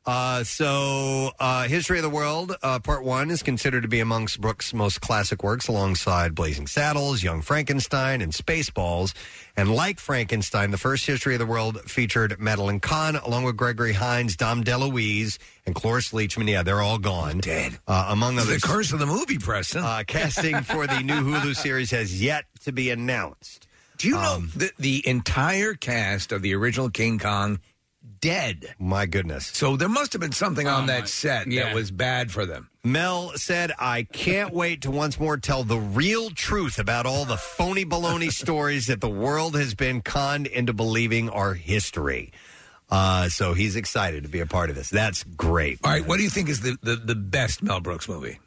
Uh, so, uh, History of the World, uh, Part One, is considered to be amongst Brooks' most classic works, alongside Blazing Saddles, Young Frankenstein, and Spaceballs. And like Frankenstein, the first History of the World featured Madeline Kahn, along with Gregory Hines, Dom DeLuise, and Cloris Leachman. Yeah, they're all gone. Dead. Uh, among
This is
others.
the curse of the movie, Preston.
Uh, casting for the new Hulu series has yet to be announced. Um,
Do you know the, the entire cast of the original King Kong dead?
My goodness.
So there must have been something on that set
yeah.
that was bad for them.
Mel said, I can't wait to once more tell the real truth about all the phony baloney stories that the world has been conned into believing are history. Uh, so he's excited to be a part of this. That's great.
All right, what do you think is the, the, the best Mel Brooks movie?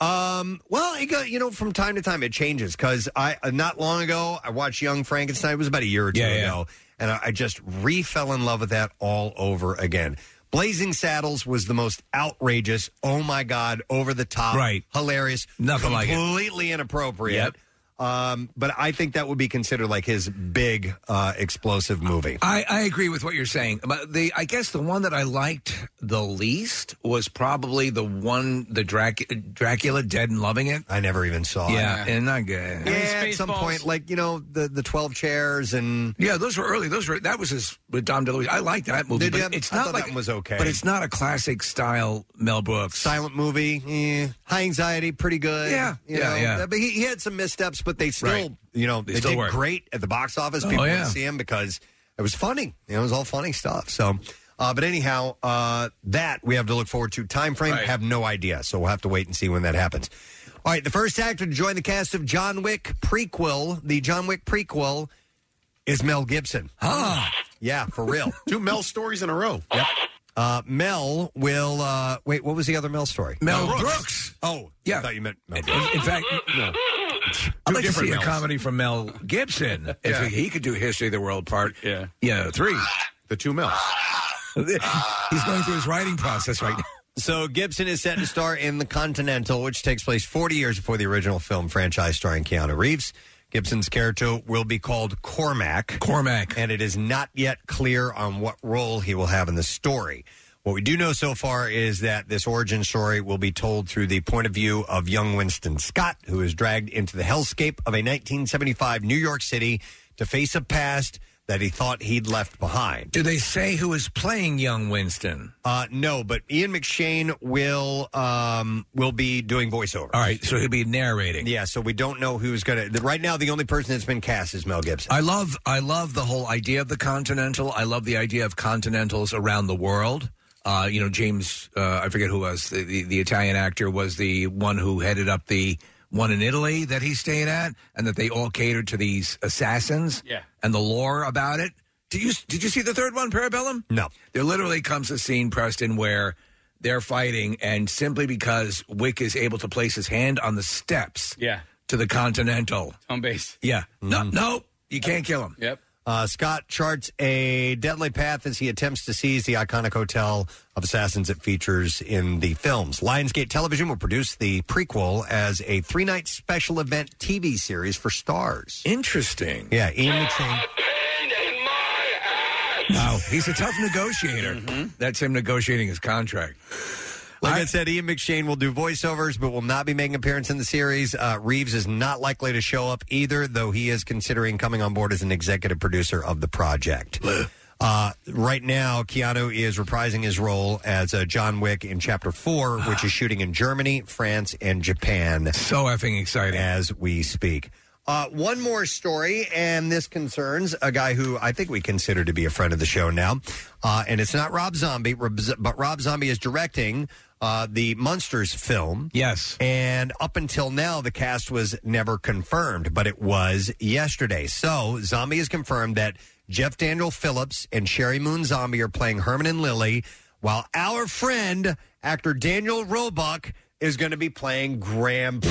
Um, well, it go, you know, from time to time it changes because I uh, not long ago I watched Young Frankenstein. It was about a year or two
Yeah, yeah.
ago, and I, I just re fell in love with that all over again. Blazing Saddles was the most outrageous. Oh my God, over the top,
Right.
Hilarious,
Nothing like it.
completely inappropriate. Um, but I think that would be considered like his big uh, explosive movie.
I, I agree with what you're saying. But the I guess the one that I liked the least was probably the one the Drac- Dracula Dead and Loving It.
I never even saw it.
yeah, and not good.
Yeah, at some point, like you know, the the twelve chairs and
Yeah, those were early. Those were that was his with Dom DeLuise. I like that movie,
Did
but
you have-
it's
I
not
thought
like
that one was okay.
But it's not a classic style Mel Brooks.
silent movie, eh, high anxiety, pretty good.
Yeah,
you
yeah,
know.
yeah.
But he, he had some missteps, but they still,
Right.
you know,
They
they,
still
did
work.
great at the box office.
Oh,
People
yeah.
didn't see him because it was funny. You know, it was all funny stuff. So, uh, but anyhow, uh, that we have to look forward to. Time frame, have no idea. So we'll have to wait and see when that happens. All right, the first actor to join the cast of John Wick prequel, the John Wick prequel, is Mel Gibson.
Huh.
Yeah, for real.
Two Mel stories in a row.
Yep. Uh, Mel will uh, wait. What was the other Mel story?
Mel Brooks.
Oh,
yeah.
I thought you meant Mel
In, in fact, no. I'd like to see
different
a
Mels.
comedy from Mel Gibson. If
Yeah.
he, he could do History of the World Part,
yeah,
yeah, three.
The two Mels.
He's going through his writing process right now.
So Gibson is set to star in The Continental, which takes place 40 years before the original film franchise starring Keanu Reeves. Gibson's character will be called Cormac.
Cormac.
And it is not yet clear on what role he will have in the story. What we do know so far is that this origin story will be told through the point of view of young Winston Scott, who is dragged into the hellscape of a 1975 New York City to face a past that he thought he'd left behind.
Do they say who is playing young Winston?
Uh, no, but Ian McShane will um, will be doing voiceover.
All right, so he'll be narrating.
Yeah, so we don't know who's gonna. the- Right now, the only person that's been cast is Mel Gibson.
I love I love the whole idea of the Continental. I love the idea of Continentals around the world. Uh, you know, James, uh, I forget who was the, the the Italian actor was the one who headed up the one in Italy that he stayed at, and that they all catered to these assassins.
Yeah.
and the lore about it. Did you did you see the third one, Parabellum?
No.
There literally comes a scene, Preston, where they're fighting, and simply because Wick is able to place his hand on the steps
Yeah. Mm-hmm.
to the Continental.
On base.
Yeah. No, no, you can't kill him.
Yep.
Uh, Scott charts a deadly path as he attempts to seize the iconic hotel of assassins it features in the films. Lionsgate Television will produce the prequel as a three night special event TV series for stars.
Interesting.
Yeah, Ian McShane.
Wow, he's a tough negotiator. Mm-hmm. That's him negotiating his contract.
Like I, said, Ian McShane will do voiceovers, but will not be making an appearance in the series. Uh, Reeves is not likely to show up either, though he is considering coming on board as an executive producer of the project. Uh, right now, Keanu is reprising his role as uh, John Wick in Chapter 4, which is shooting in Germany, France, and Japan.
Ah. So effing exciting.
As we speak. Uh, one more story, and this concerns a guy who I think we consider to be a friend of the show now. Uh, and it's not Rob Zombie, Rob Z- but Rob Zombie is directing uh, the Monsters film.
Yes.
And up until now, the cast was never confirmed, but it was yesterday. So Zombie has confirmed that Jeff Daniel Phillips and Sherry Moon Zombie are playing Herman and Lily, while our friend, actor Daniel Roebuck, is going to be playing Grandpa.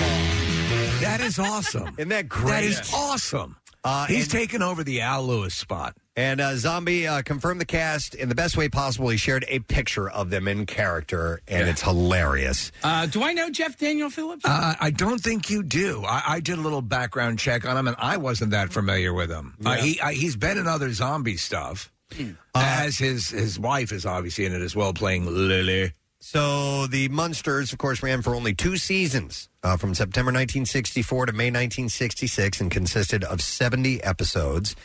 That is awesome.
Isn't that great?
That is awesome.
Uh,
he's
and-
taken over the Al Lewis spot.
And uh, Zombie uh, confirmed the cast in the best way possible. He shared a picture of them in character, and it's hilarious.
Uh, do I know Jeff Daniel Phillips?
Uh, I don't think you do. I, I did a little background check on him, and I wasn't that familiar with him. Uh,
Yeah.
he I, he's been in other zombie stuff, uh, as his his wife is obviously in it as well, playing Lily.
So the Munsters, of course, ran for only two seasons uh, from September 1964 to May 1966 and consisted of 70 episodes.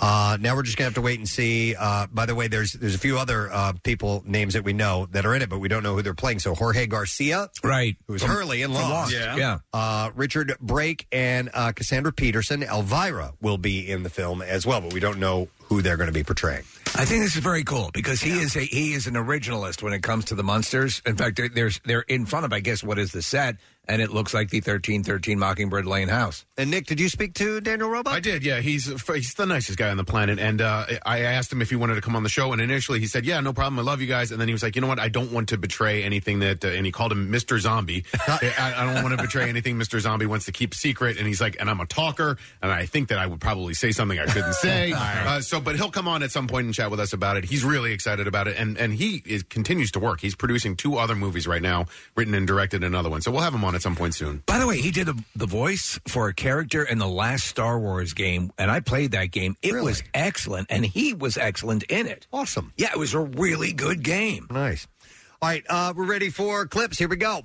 Uh, now we're just going to have to wait and see. Uh, by the way, there's there's a few other uh, people, names that we know that are in it, but we don't know who they're playing. So Jorge Garcia.
Right,
Who's
From-
Hurley and
from
Lost.
Lost, Yeah. yeah.
Uh, Richard Brake and uh, Cassandra Peterson, Elvira, will be in the film as well, but we don't know who they're going to be portraying.
I think this is very cool because he is a he is an originalist when it comes to the monsters. In fact, they're, there's they're in front of I guess what is the set, and it looks like the thirteen thirteen Mockingbird Lane house.
And Nick, did you speak to Daniel Roebuck?
I did. Yeah, he's he's the nicest guy on the planet. And uh, I asked him if he wanted to come on the show, and initially he said, "Yeah, no problem. I love you guys." And then he was like, "You know what? I don't want to betray anything that." Uh, and he called him Mr. Zombie. I, I don't want to betray anything Mr. Zombie wants to keep secret. And he's like, "And I'm a talker, and I think that I would probably say something I shouldn't say." uh, so, but he'll come on at some point and chat with us about it. He's really excited about it, and and he is, continues to work. He's producing two other movies right now, written and directed another one. So we'll have him on at some point soon.
By the way, he did a, the voice for a character in the last Star Wars game, and I played that game. It was excellent, and he was excellent in it.
Awesome.
Yeah, it was a really good game.
Nice. All right, uh, we're ready for clips. Here we go.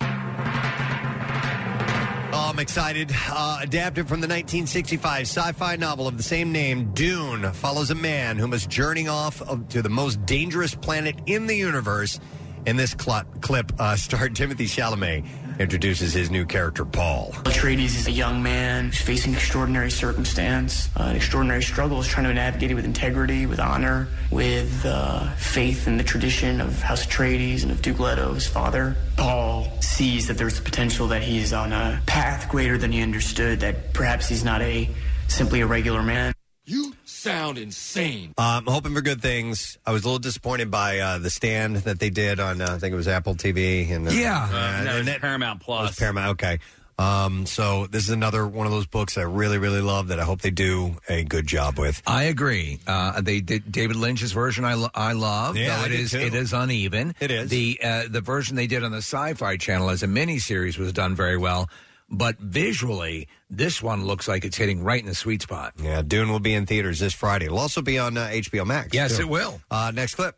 Oh, I'm excited. Uh, adapted from the 1965 sci fi novel of the same name, Dune follows a man who must journey off of, to the most dangerous planet in the universe. In this cl- clip, uh, star Timothy Chalamet introduces his new character, Paul.
Atreides is a young man who's facing extraordinary circumstance, uh, extraordinary struggles, trying to navigate it with integrity, with honor, with uh, faith in the tradition of House Atreides and of Duke Leto, his father. Paul sees that there's the potential that he's on a path greater than he understood, that perhaps he's not a simply a regular man. You sound insane.
Uh, I'm hoping for good things. I was a little disappointed by uh, the stand that they did on, uh, I think it was Apple TV. And, uh,
Yeah.
uh,
No,
and
it's
that-
Paramount Plus.
it was Paramount. Okay. Um, so this is another one of those books I really, really love that I hope they do a good job with.
I agree. Uh, they did David Lynch's version. I, lo- I love.
Yeah,
though
I
it
did
is
too.
it is uneven.
It is.
the uh, the version they did on the Sci-Fi Channel as a miniseries was done very well, but visually this one looks like it's hitting right in the sweet spot.
Yeah, Dune will be in theaters this Friday. It'll also be on uh, HBO Max.
Yes,
too.
it will.
Uh, next clip.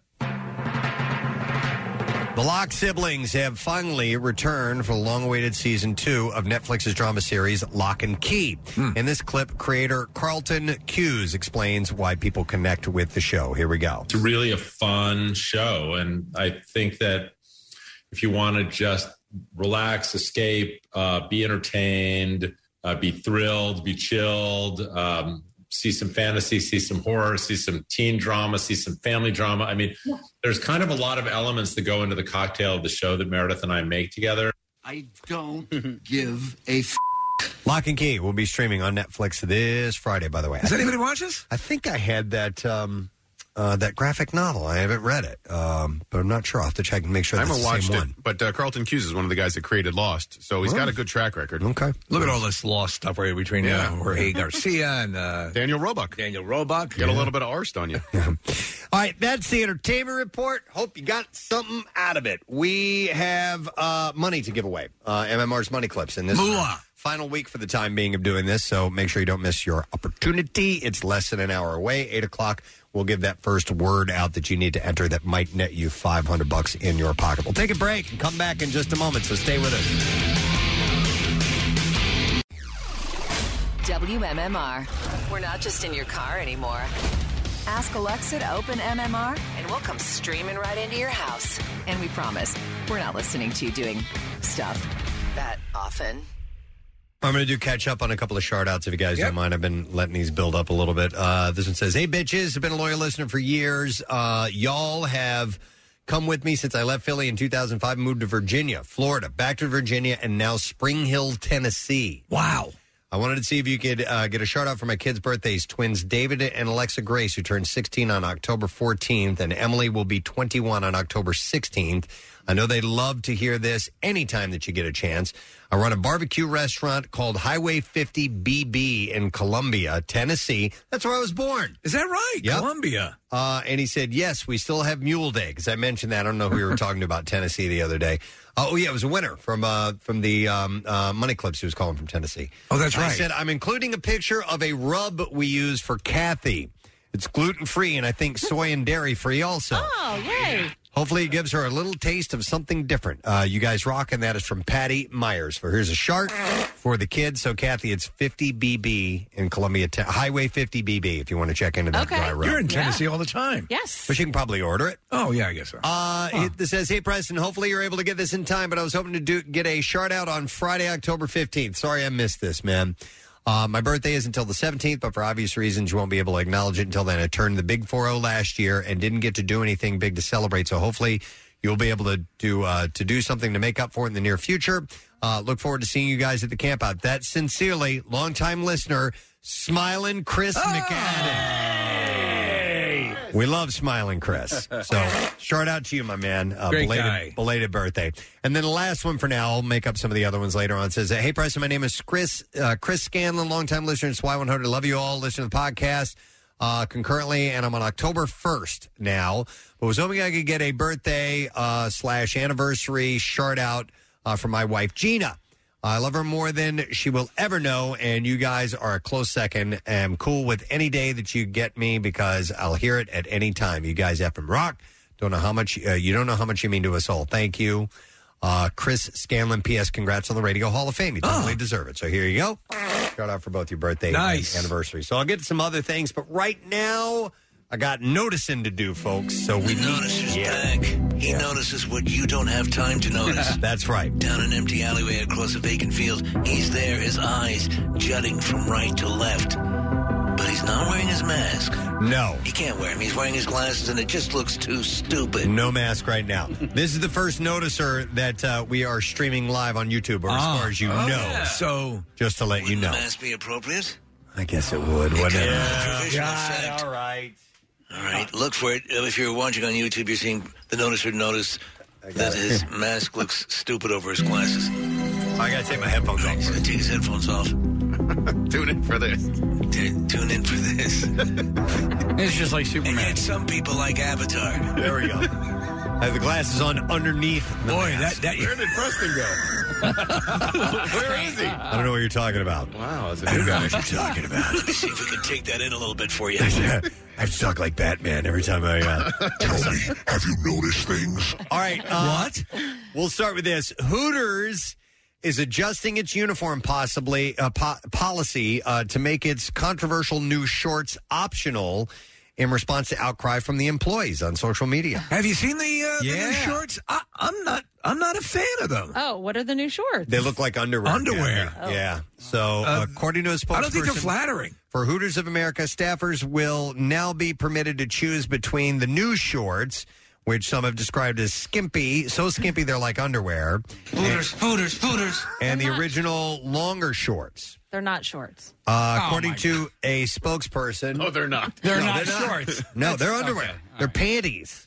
The Locke siblings have finally returned for the long awaited season two of Netflix's drama series Lock and Key. In this clip, creator Carlton Cuse explains why people connect with the show. Here we go.
It's really a fun show. And I think that if you want to just relax, escape, uh, be entertained, uh, be thrilled, be chilled, um, see some fantasy, see some horror, see some teen drama, see some family drama. I mean, there's kind of a lot of elements that go into the cocktail of the show that Meredith and I make together.
I don't give a f-
Lock and Key will be streaming on Netflix this Friday. By the way,
Does anybody watch this?
I think I had that um, uh, that graphic novel. I haven't read it, um, but I'm not sure. I'll have to check and make sure.
I
that's
haven't
the
watched
same
it,
one.
but uh, Carlton Cuse is one of the guys that created Lost, so he's
Oh.
got a good track record.
Okay,
Look at all this lost stuff right between
Yeah.
uh, Jorge Garcia and uh,
Daniel Roebuck.
Daniel Roebuck.
Got a little bit of arst on you.
All right, that's the entertainment report. Hope you got something out of it. We have uh, money to give away. Uh, MMR's money clips, and this is our final week for the time being of doing this. So make sure you don't miss your opportunity. It's less than an hour away. Eight o'clock. We'll give that first word out that you need to enter that might net you five hundred bucks in your pocket. We'll take a break and come back in just a moment. So stay with us.
WMMR. We're not just in your car anymore. Ask Alexa to open MMR, and we'll come streaming right into your house. And we promise, we're not listening to you doing stuff that often.
I'm going to do catch up on a couple of shout outs if you guys don't mind. I've been letting these build up a little bit. Uh, this one says, Hey, bitches, I've been a loyal listener for years. Uh, y'all have come with me since I left Philly in 2005, moved to Virginia, Florida, back to Virginia, and now Spring Hill, Tennessee.
Wow.
I wanted to see if you could uh, get a shout out for my kids' birthdays twins David and Alexa Grace, who turned 16 on October 14th, and Emily will be 21 on October 16th. I know they love to hear this anytime that you get a chance. I run a barbecue restaurant called Highway 50 BB in Columbia, Tennessee. That's where I was born.
Is that right?
Yep.
Columbia.
Uh, and he said, yes, we still have Mule Day because I mentioned that. I don't know who we were talking about Tennessee the other day. Oh yeah, it was a winner from uh, from the um, uh, Money Clips who was calling from Tennessee.
Oh, that's
I
right.
said I'm including a picture of a rub we use for Kathy. It's gluten free and I think soy and dairy free also.
Oh, yay.
Hopefully, it gives her a little taste of something different. Uh, you guys rock, and that is from Patty Myers. For here's a shark for the kids. So, Kathy, it's 50 BB in Columbia, Te- Highway 50 BB. If you want to check into that
Okay.
dry rub,
You're in Tennessee all the time.
Yes,
but you can probably order it.
Oh, yeah, I guess so.
Uh, it, this says, "Hey Preston, hopefully you're able to get this in time, but I was hoping to do get a shout out on Friday, October 15th. Sorry I missed this, man. Uh, my birthday is until the 17th, but for obvious reasons, you won't be able to acknowledge it until then. I turned the big 4-0 last year and didn't get to do anything big to celebrate, so hopefully you'll be able to do uh, to do something to make up for it in the near future. Uh, look forward to seeing you guys at the camp out. That's sincerely, longtime listener, smiling Chris McAdam. We love smiling Chris. So shout out to you, my man. Uh,
Great
belated,
guy.
belated birthday. And then the last one for now. I'll make up some of the other ones later on. It says, "Hey, Preston, my name is Chris uh, Chris Scanlon, longtime listener to Y100. Love you all. Listen to the podcast." Uh, concurrently, and I'm on October 1st now. But was hoping I could get a birthday uh, slash anniversary shout out uh, from my wife Gina. I love her more than she will ever know, and you guys are a close second. I'm cool with any day that you get me because I'll hear it at any time. You guys FM rock. Don't know how much uh, you don't know how much you mean to us all. Thank you, uh, Chris Scanlon. P.S. Congrats on the Radio Hall of Fame. You totally deserve it. So here you go. Shout out for both your birthday
Ah. Nice.
and anniversary. So I'll get to some other things, but right now I got noticing to do, folks. So we notice yeah.
He notices what you don't have time to notice.
That's right.
Down an empty alleyway across a vacant field, he's there, his eyes jutting from right to left. But he's not wearing his mask.
No.
He can't wear him. He's wearing his glasses, and it just looks too stupid.
No mask right now. This is the first noticer that uh, we are streaming live on YouTube, or
Ah.
as far as you
Oh,
know.
yeah. So,
just to let you know,
Mask be appropriate?
I guess it would. Whatever.
all
right.
All right, look for it. Uh, If you're watching on YouTube, you're seeing the noticer notice that his mask looks stupid over his glasses.
I gotta take my headphones off.
So take his headphones off.
Tune in for this.
tune in for this. Uh,
it's just like Superman.
And yet some people like Avatar.
There we go. I have the glasses on underneath. The
Boy,
mask.
that- that- Where
did Preston
go?
Where is he?
I don't know what you're talking about. Wow, that's
I don't know what you're talking about. Let me see if we can take that in a little bit for you.
I have to talk like Batman every time I. Uh... Tell me, have you noticed things? All right. Uh, what? We'll start with this. Hooters is adjusting its uniform possibly uh, po- policy uh, to make its controversial new shorts optional in response to outcry from the employees on social media.
Have you seen the, uh, the new shorts? I, I'm not. I'm not a fan of them.
Oh, what are the new shorts?
They look like underwear.
Underwear. Uh,
Kathy. Yeah. So, according to a spokesperson,
I don't think they're flattering.
For Hooters of America, staffers will now be permitted to choose between the new shorts, which some have described as skimpy, so skimpy they're like underwear.
Hooters, hooters, hooters.
And the original longer shorts.
They're not shorts.
Uh,
Oh,
according
my
to a spokesperson.
No, they're not.
They're not shorts.
No, they're
That's-
underwear.
okay,
They're panties.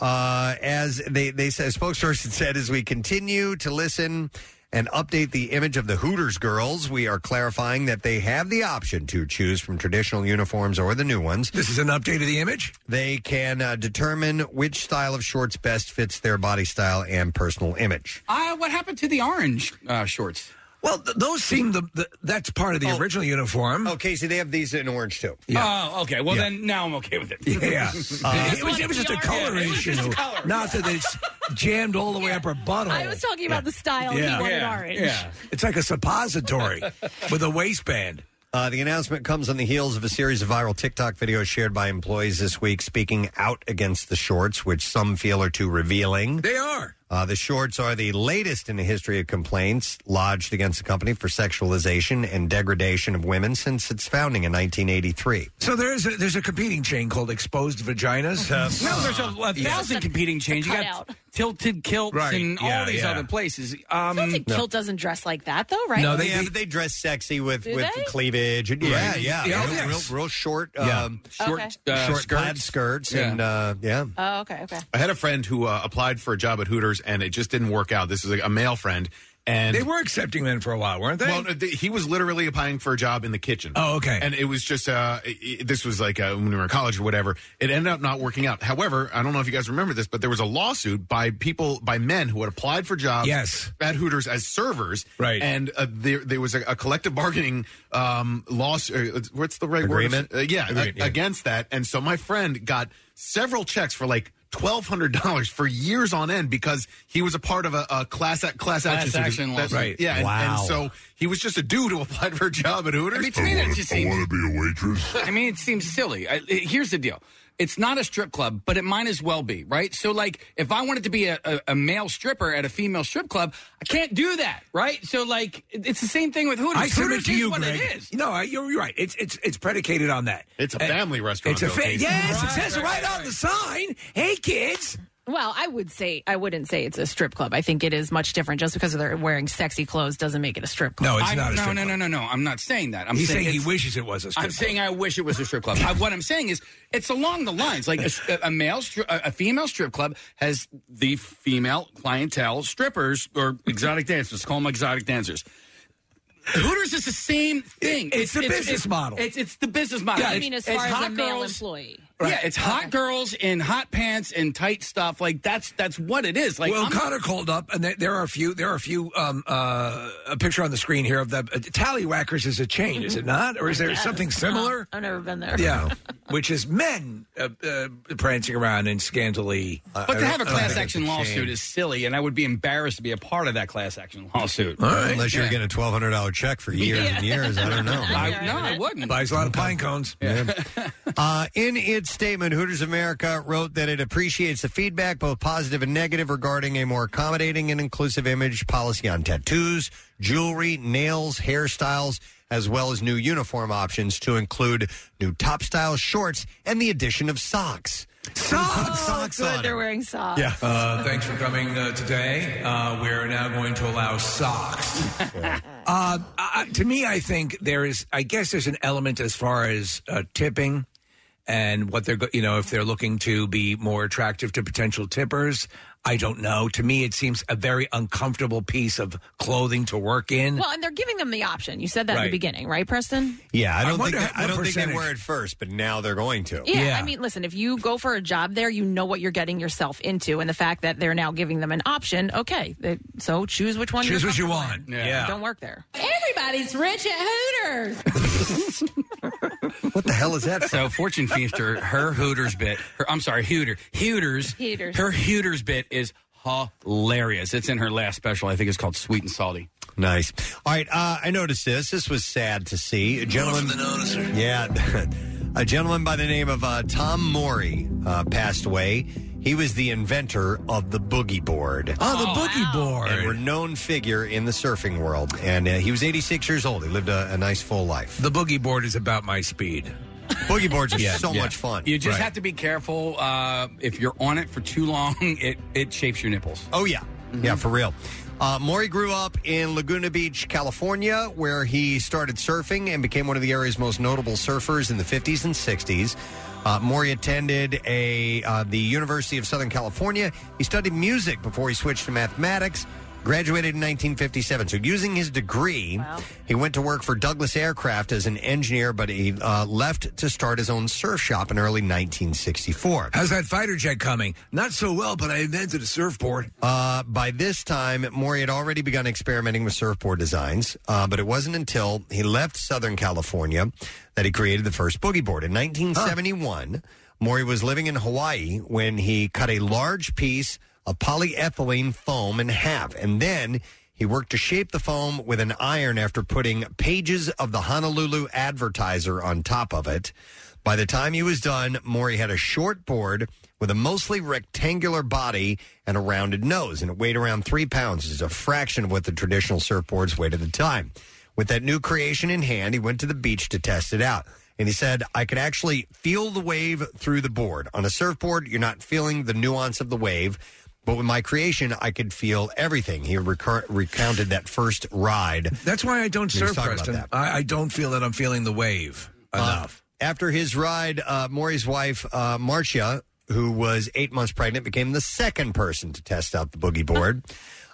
Uh, as they, they said, spokesperson said, as we continue to listen and update the image of the Hooters girls, we are clarifying that they have the option to choose from traditional uniforms or the new ones.
This is an update of the image?
They can uh, determine which style of shorts best fits their body style and personal image.
Uh, what happened to the orange uh, shorts?
Well, th- those seem the, the that's part of the original uniform.
Oh, Casey, they have these in orange too.
Oh, okay. Well,
Yeah.
then now I'm okay with it.
Yeah.
Uh,
it, was, it was just a
Yeah,
color
it was
issue.
just a color.
Not that it's jammed all the way up her butthole.
I was talking about the style. He wanted orange.
It's like a suppository with a waistband.
Uh, the announcement comes on the heels of a series of viral TikTok videos shared by employees this week speaking out against the shorts, which some feel are too revealing.
They are.
Uh, the shorts are the latest in the history of complaints lodged against the company for sexualization and degradation of women since its founding in 1983.
So there's a, there's a competing chain called Exposed Vaginas. Uh,
No, there's a, a thousand competing chains. You got
cutout.
tilted kilts
Right,
and
yeah,
all these
yeah.
other places. Um,
Kilt doesn't dress like that though, right?
Oh, yeah, but they dress sexy with,
Do
with
they?
cleavage. And,
Right.
yeah, yeah,
oh,
Yeah,
Real-
yes.
Real, real short,
Yeah.
um,
Short,
Okay.
uh,
short
skirts.
plaid skirts, and uh, yeah.
Oh, okay, okay.
I had a friend who uh, applied for a job at Hooters and it just didn't work out. This is a, a male friend. And
They were accepting men for a while, weren't they?
Well, no, th- he was literally applying for a job in the kitchen.
Oh, okay.
And it was just, uh, it- it- this was like uh, when we were in college or whatever. It ended up not working out. However, I don't know if you guys remember this, but there was a lawsuit by people, by men who had applied for jobs
Yes.
at Hooters as servers.
Right.
And uh, there, there was a, a collective bargaining um, loss. Uh, what's the right
Agreement?
word? Uh, yeah,
Agreement,
a-
yeah.
against that. And so my friend got several checks for like. Twelve hundred dollars for years on end because he was a part of a, a class a- class, action, suit.
action
That's-
lawsuit.
Yeah, and-
Wow.
and so he was just a dude who applied for a job at Hooters.
I mean, to me, that just seems.
to be a waitress.
I mean, it seems silly. I, it- here's the deal. It's not a strip club, but it might as well be, right? So, like, if I wanted to be a, a, a male stripper at a female strip club, I can't do that, right? So, like, it- it's the same thing with Hooters.
I submit
Hooters
to
is
you,
what
Greg.
it is.
No, I- you're, you're right. It's it's it's predicated on that.
It's a
Uh,
family restaurant.
It's a
though,
fa-
Casey.
yes.
Right,
it says
right,
right, on the sign. Hey, kids.
Well, I would say I wouldn't say it's a strip club. I think it is much different. Just because they're wearing sexy clothes doesn't make it a strip club.
I'm- no, no, no, no, no. I'm not saying that. I'm
He's saying he
it's-
wishes it was a strip
I'm saying I wish it was a strip club. I, what I'm saying is, it's along the lines like a, a male, stri- a a female strip club has the female clientele, strippers or exotic dancers. Call them exotic dancers. Hooters is the same thing.
It's the business model.
It's it's the business model.
I
It's-
mean, as
it's
far as a
hot
male
girls-
employee.
Yeah, it's hot girls in hot pants and tight stuff. Like that's that's what it is. Like
well,
I'm-
Connor called up, and there- there are a few. There are a few. Um, uh, a picture on the screen here of the uh, Tallywhackers is a chain, is it
Mm-hmm.
not, or is there
Yes.
something similar?
Uh, I've never been there.
Yeah, which is men uh, uh, prancing around in scantily.
But to have a class
Uh,
action lawsuit is silly, and I would be embarrassed to be a part of that class action lawsuit.
Unless you're
Yeah.
getting a twelve hundred dollar check for years and years, I don't know.
I, no, I wouldn't.
buys a lot of pine cones.
Uh, in its statement, Hooters America wrote that it appreciates the feedback, both positive and negative, regarding a more accommodating and inclusive image policy on tattoos, jewelry, nails, hairstyles, as well as new uniform options to include new top style shorts and the addition of socks.
Socks.
Socks
Oh, Good,
on
they're
it.
wearing socks.
Yeah.
Uh, thanks for coming uh, today. Uh, we're now going to allow socks. uh, uh, to me, I think there is. I guess there's an element as far as uh, tipping and what they're. go- You know, if they're looking to be more attractive to potential tippers, I don't know. To me, it seems a very uncomfortable piece of clothing to work in.
Well, and they're giving them the option. You said that in
Right.
the beginning, right, Preston?
Yeah, I
I
don't, think,
wonder
they,
how-
I
what
don't think they
percentage.
were at first, but now they're going to.
Yeah, I mean, listen, if you go for a job there, you know what you're getting yourself into, and the fact that they're now giving them an option, okay, they- so choose which one.
Choose
you're
what you
comfortable
want.
in.
Yeah.
don't work there. Everybody's rich at Hooters.
what the hell is that?
So Fortune Feaster, her Hooters bit, her I'm sorry, Hooter, Hooters,
Hooters.
her Hooters bit is hilarious. It's in her last special. I think it's called Sweet and Salty.
Nice. All right, uh, I noticed this. This was sad to see. A gentleman, yeah, a gentleman by the name of uh, Tom Morey uh, passed away. He was the inventor of the boogie board.
Oh, the boogie board.
And renowned figure in the surfing world, and uh, he was 86 years old. He lived a, a nice full life.
The boogie board is about my speed.
Boogie boards are so much fun.
You just
Right.
have to be careful. Uh, if you're on it for too long, it, it shapes your nipples.
Oh yeah, yeah, for real. Uh, Maury grew up in Laguna Beach, California, where he started surfing and became one of the area's most notable surfers in the 50s and 60s. Uh, Maury attended a uh, the University of Southern California. He studied music before he switched to mathematics. Graduated in 1957. So, using his degree, he went to work for Douglas Aircraft as an engineer, but he uh, left to start his own surf shop in early 1964.
How's that fighter jet coming? Not so well, but I invented a surfboard.
Uh, by this time, Maury had already begun experimenting with surfboard designs, uh, but it wasn't until he left Southern California that he created the first boogie board. In 1971, Maury was living in Hawaii when he cut a large piece of polyethylene foam in half, and then he worked to shape the foam with an iron after putting pages of the Honolulu advertiser on top of it. By the time he was done, Maury had a short board with a mostly rectangular body and a rounded nose, and it weighed around three pounds, which is a fraction of what the traditional surfboards weighed at the time. With that new creation in hand, he went to the beach to test it out. And he said, I could actually feel the wave through the board. On a surfboard, you're not feeling the nuance of the wave. But with my creation, I could feel everything. He recur- recounted that first ride.
That's why I don't
He was
surf,
talking about
Preston.
that.
I, I don't feel that I'm feeling the wave enough.
Uh, After his ride, uh, Maury's wife, uh, Marcia, who was eight months pregnant, became the second person to test out the boogie board.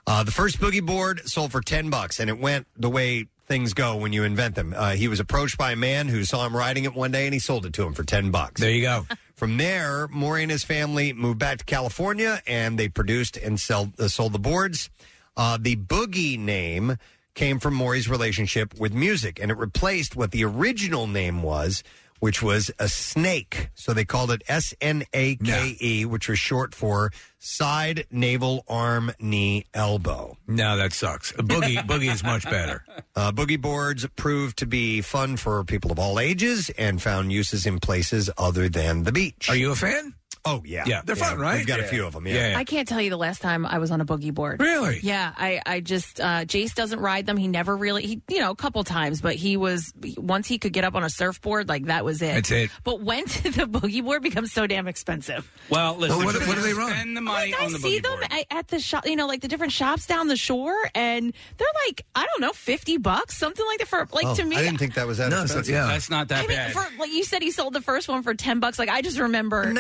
Uh, the first boogie board sold for 10 bucks, and it went the way things go when you invent them. Uh, he was approached by a man who saw him riding it one day, and he sold it to him for 10 bucks. There
you go.
From there, Maury and his family moved back to California, and they produced and sell, uh, sold the boards. Uh, the boogie name came from Maury's relationship with music, and it replaced what the original name was, which was a snake. So they called it S N A K E, which was short for side, navel, arm, knee, elbow.
No, that sucks. A boogie, boogie is much better.
Uh, boogie boards proved to be fun for people of all ages and found uses in places other than the beach. Are
you a fan?
Oh yeah,
Yeah, they're fun, right?
We've got a
Yeah.
few of them. Yeah,
I can't tell you the last time I was on a boogie board.
Really?
Yeah. I, I just uh, Jace doesn't ride them. He never really he you know a couple times, but he was once he could get up on a surfboard like that was it.
That's it.
But when did the boogie board become so damn expensive?
Well, listen.
what-
just
what do they run?
Spend the money
I
on the
see
boogie
them
board.
at, at the shop, you know, like the different shops down the shore, and they're like, I don't know, fifty bucks, something like that. For like
Oh,
to me,
I didn't think that was that
No, so-
expensive.
yeah.
That's not
I mean, for, like you said, he sold the first one for ten bucks. Like I just remember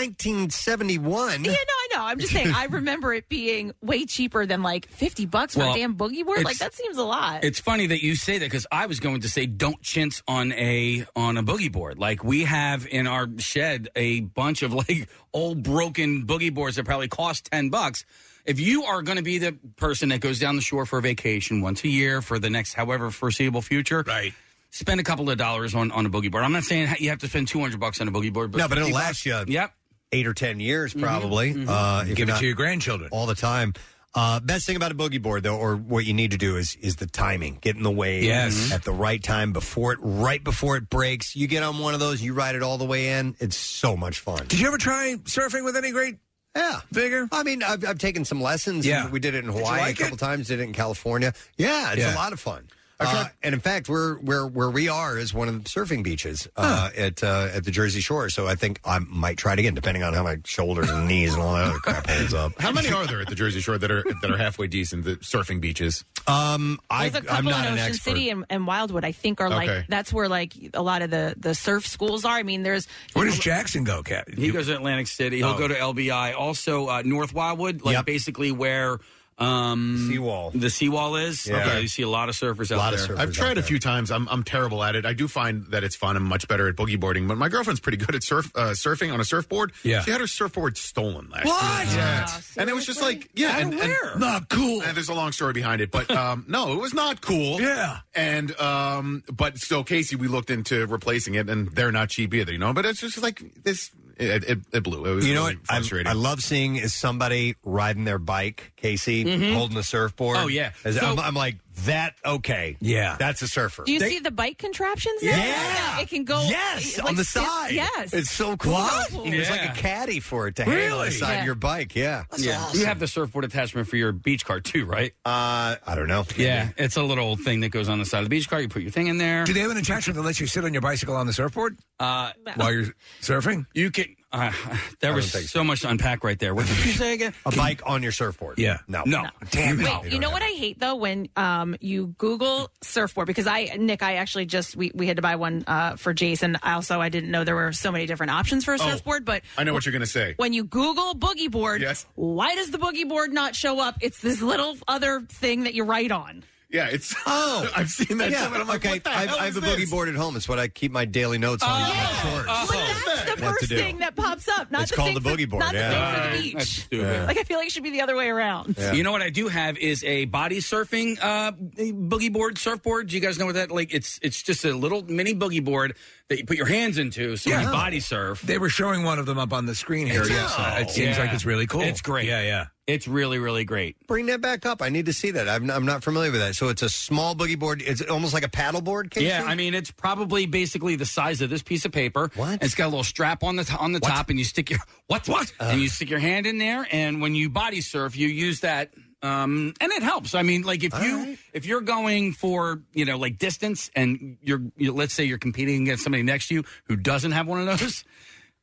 1971.
Yeah, no, I know. I'm just saying, I remember it being way cheaper than like fifty bucks for
Well,
a damn boogie board. Like
it's-
that seems a lot.
It's funny that you say that because I was going to say don't chintz on a on a boogie board. Like we have in our shed a bunch of like old broken boogie boards that probably cost ten bucks. If you are going to be the person that goes down the shore for a vacation once a year for the next however foreseeable future, right? Spend a couple of dollars on on a boogie board. I'm not saying you have to spend two hundred bucks on a boogie board, but
No, but it'll
50 bucks-
last you
Yep.
eight or ten years probably. Uh, if
Mm-hmm. Give
you're
it
not-
to your grandchildren.
all the time. Uh, best thing about a boogie board, though, or what you need to do is is the timing. Get in the wave
Yes.
at the right time before it, right before it breaks. You get on one of those, you ride it all the way in. It's so much fun.
Did you ever try surfing with any great
yeah
vigor?
I mean, I've, I've taken some lessons.
Yeah.
and we did it in
Did you
Hawaii
like
a couple times. Did it in California. Yeah, it's a
Yeah.
lot of fun. Uh, and in fact, we're, we're where we are is one of the surfing beaches uh, at uh, at the Jersey Shore. So I think I might try it again, depending on how my shoulders and knees and all that other crap holds up.
How many are there at the Jersey Shore that are that are halfway decent? The surfing beaches.
Um,
I,
There's a couple in Ocean City and, and Wildwood, I think, are
Okay.
like that's where like a lot of the the surf schools are. I mean, there's
Where does Jackson go, Cat?
He goes to Atlantic City. He'll
Oh.
go to LBI. Also, uh, North Wildwood, like basically where um,
seawall
the seawall is.
Yeah.
Yeah, you see a lot of surfers out there.
I've tried a few times. I'm I'm terrible at it. I do find that it's fun. I'm much better at boogie boarding, but my girlfriend's pretty good at surf uh, surfing on a surfboard.
Yeah.
she had her surfboard stolen last
What?
year.
Yeah.
and it was just like yeah,
Out
and,
of
and-
where? Not cool.
And there's a long story behind it, but um, no, it was not cool.
Yeah,
and um, but so Casey, we looked into replacing it, and they're not cheap either, you know. But it's just like this. It, it, it blew. It was
You know
really
what? I,
frustrating.
I love seeing is somebody riding their bike, Casey,
Mhm.
Mm-hmm.
holding a surfboard.
Oh, yeah.
As-
So-
I'm, I'm like, that okay.
Yeah.
That's a surfer.
Do you
They-
see the bike contraptions? now?
Yeah.
it can go.
Yes,
like
on the
sit-
side.
Yes,
It's so cool.
Wow.
There's like a caddy for it to hang on
Really?
the side
Yeah.
of your bike. Yeah.
yeah. You have the surfboard attachment for your beach cart too, right?
Uh, I don't know.
Yeah, it's a little thing that goes on the side of the beach cart. You put your thing in there.
Do they have an attachment that lets you sit on your bicycle on the surfboard?
Uh,
While you're surfing?
You can. Uh, there was so,
think
much to unpack right there. What did you say again?
A bike on your surfboard.
Yeah.
No.
No. Damn
Wait, you know what I hate though when um, you Google surfboard because I Nick I actually just we, we had to buy one uh, for Jason. I also I didn't know there were so many different options for a
Oh,
surfboard, but
I know what you're going to say.
When you Google boogie board,
Yes.
why does the boogie board not show up? It's this little other thing that you write on.
Yeah, it's.
Oh,
I've seen that.
Yeah,
too, and I'm like,
okay.
what the
I,
hell
I
is
have a
this?
boogie board at home. It's what I keep my daily notes on.
Oh.
That's the
What to
first
do.
thing that pops up. Not
It's
the
called
thing
the boogie
for,
board,
Not the
yeah.
thing for the
Right.
beach.
That's stupid. Yeah.
Like I feel like it should be the other way around.
You know what I do have is a body surfing uh, boogie board, surfboard. Do you guys know what that like? It's it's just a little mini boogie board that you put your hands into, so you
Yeah.
body surf.
They were showing one of them up on the screen here.
It's-
Yes,
Oh.
it seems
Yeah.
like it's really cool.
It's great.
Yeah, yeah.
It's really, really great.
Bring that back up. I need to see that. I'm, I'm not familiar with that. So it's a small boogie board. It's almost like a paddle board. Casey?
Yeah, I mean it's probably basically the size of this piece of paper. What? It's got a little strap on the t- on the top, and you stick your what what, and you stick your hand in there, and when you body surf, you use that, um, and it helps. I mean, like if you if you're going for you know like distance, and you're you, let's say you're competing against somebody next to you who doesn't have one of those.